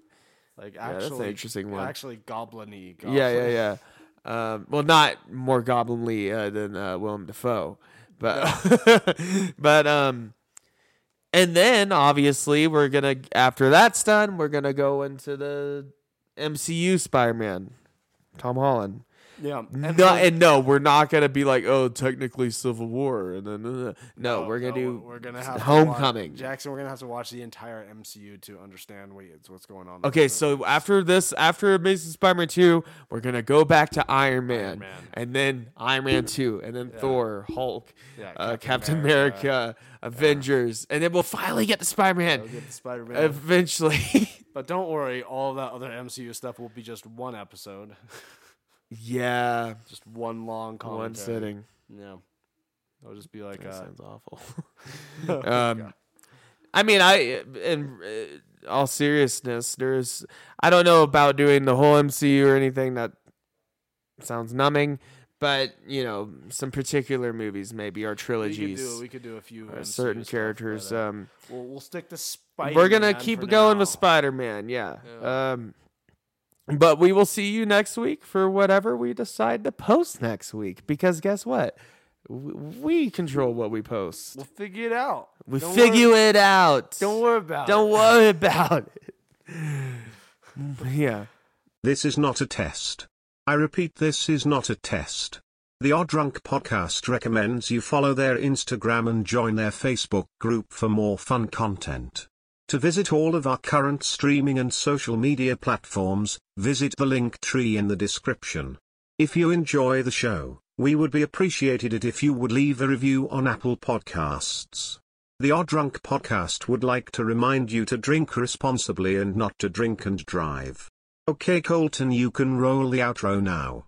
S3: Like
S2: yeah,
S3: actually,
S2: that's an interesting one.
S3: actually goblin-y. Goblin.
S2: yeah, yeah, yeah. Um, well, not more goblinly uh, than uh, Willem Dafoe, but *laughs* but um, and then obviously we're gonna after that's done, we're gonna go into the MCU Spider-Man, Tom Holland.
S3: Yeah.
S2: And no, and no, we're not gonna be like, oh, technically Civil War, and then uh, no, we're gonna do
S3: oh, We're gonna have to
S2: Homecoming.
S3: watch- Jackson, we're gonna have to watch the entire MCU to understand what, it's- what's going on.
S2: Okay, so after this, after Amazing Spider-Man two, we're gonna go back to Iron Man,
S3: Man.
S2: and then Iron Man two, and then Thor, Hulk,
S3: Yeah,
S2: uh, Captain,
S3: Captain
S2: America, Avengers, and then we'll finally get to Spider-Man
S3: We'll get the Spider-Man.
S2: eventually. *laughs*
S3: but don't worry, all that other MCU stuff will be just one episode, *laughs*
S2: yeah,
S3: just one long commentary.
S2: one sitting.
S3: Yeah. It'll just be like,
S2: That
S3: uh,
S2: sounds
S3: *laughs*
S2: awful. *laughs* um, I mean, I in uh, all seriousness, there's I don't know about doing the whole MCU or anything that sounds numbing, but you know, some particular movies maybe or
S3: we could do
S2: trilogies.
S3: we could do a few
S2: or
S3: MCU
S2: certain
S3: stuff,
S2: characters.
S3: but, uh,
S2: um,
S3: we'll, we'll stick to Spider.
S2: we're gonna keep going with Spider Man, yeah. Um, but we will see you next week for whatever we decide to post next week. Because guess what, W- we control what we post.
S3: We'll figure it out.
S2: We
S3: Don't worry-
S2: figure it out.
S3: Don't worry about it.
S2: Don't worry about it.
S3: *laughs*
S2: yeah.
S6: This is not a test. I repeat, this is not a test. The Odd Drunk Podcast recommends you follow their Instagram and join their Facebook group for more fun content. To visit all of our current streaming and social media platforms, visit the link tree in the description. If you enjoy the show, we would be appreciated it if you would leave a review on Apple Podcasts. The Odd Drunk Podcast would like to remind you to drink responsibly and not to drink and drive. Okay, Colton, you can roll the outro now.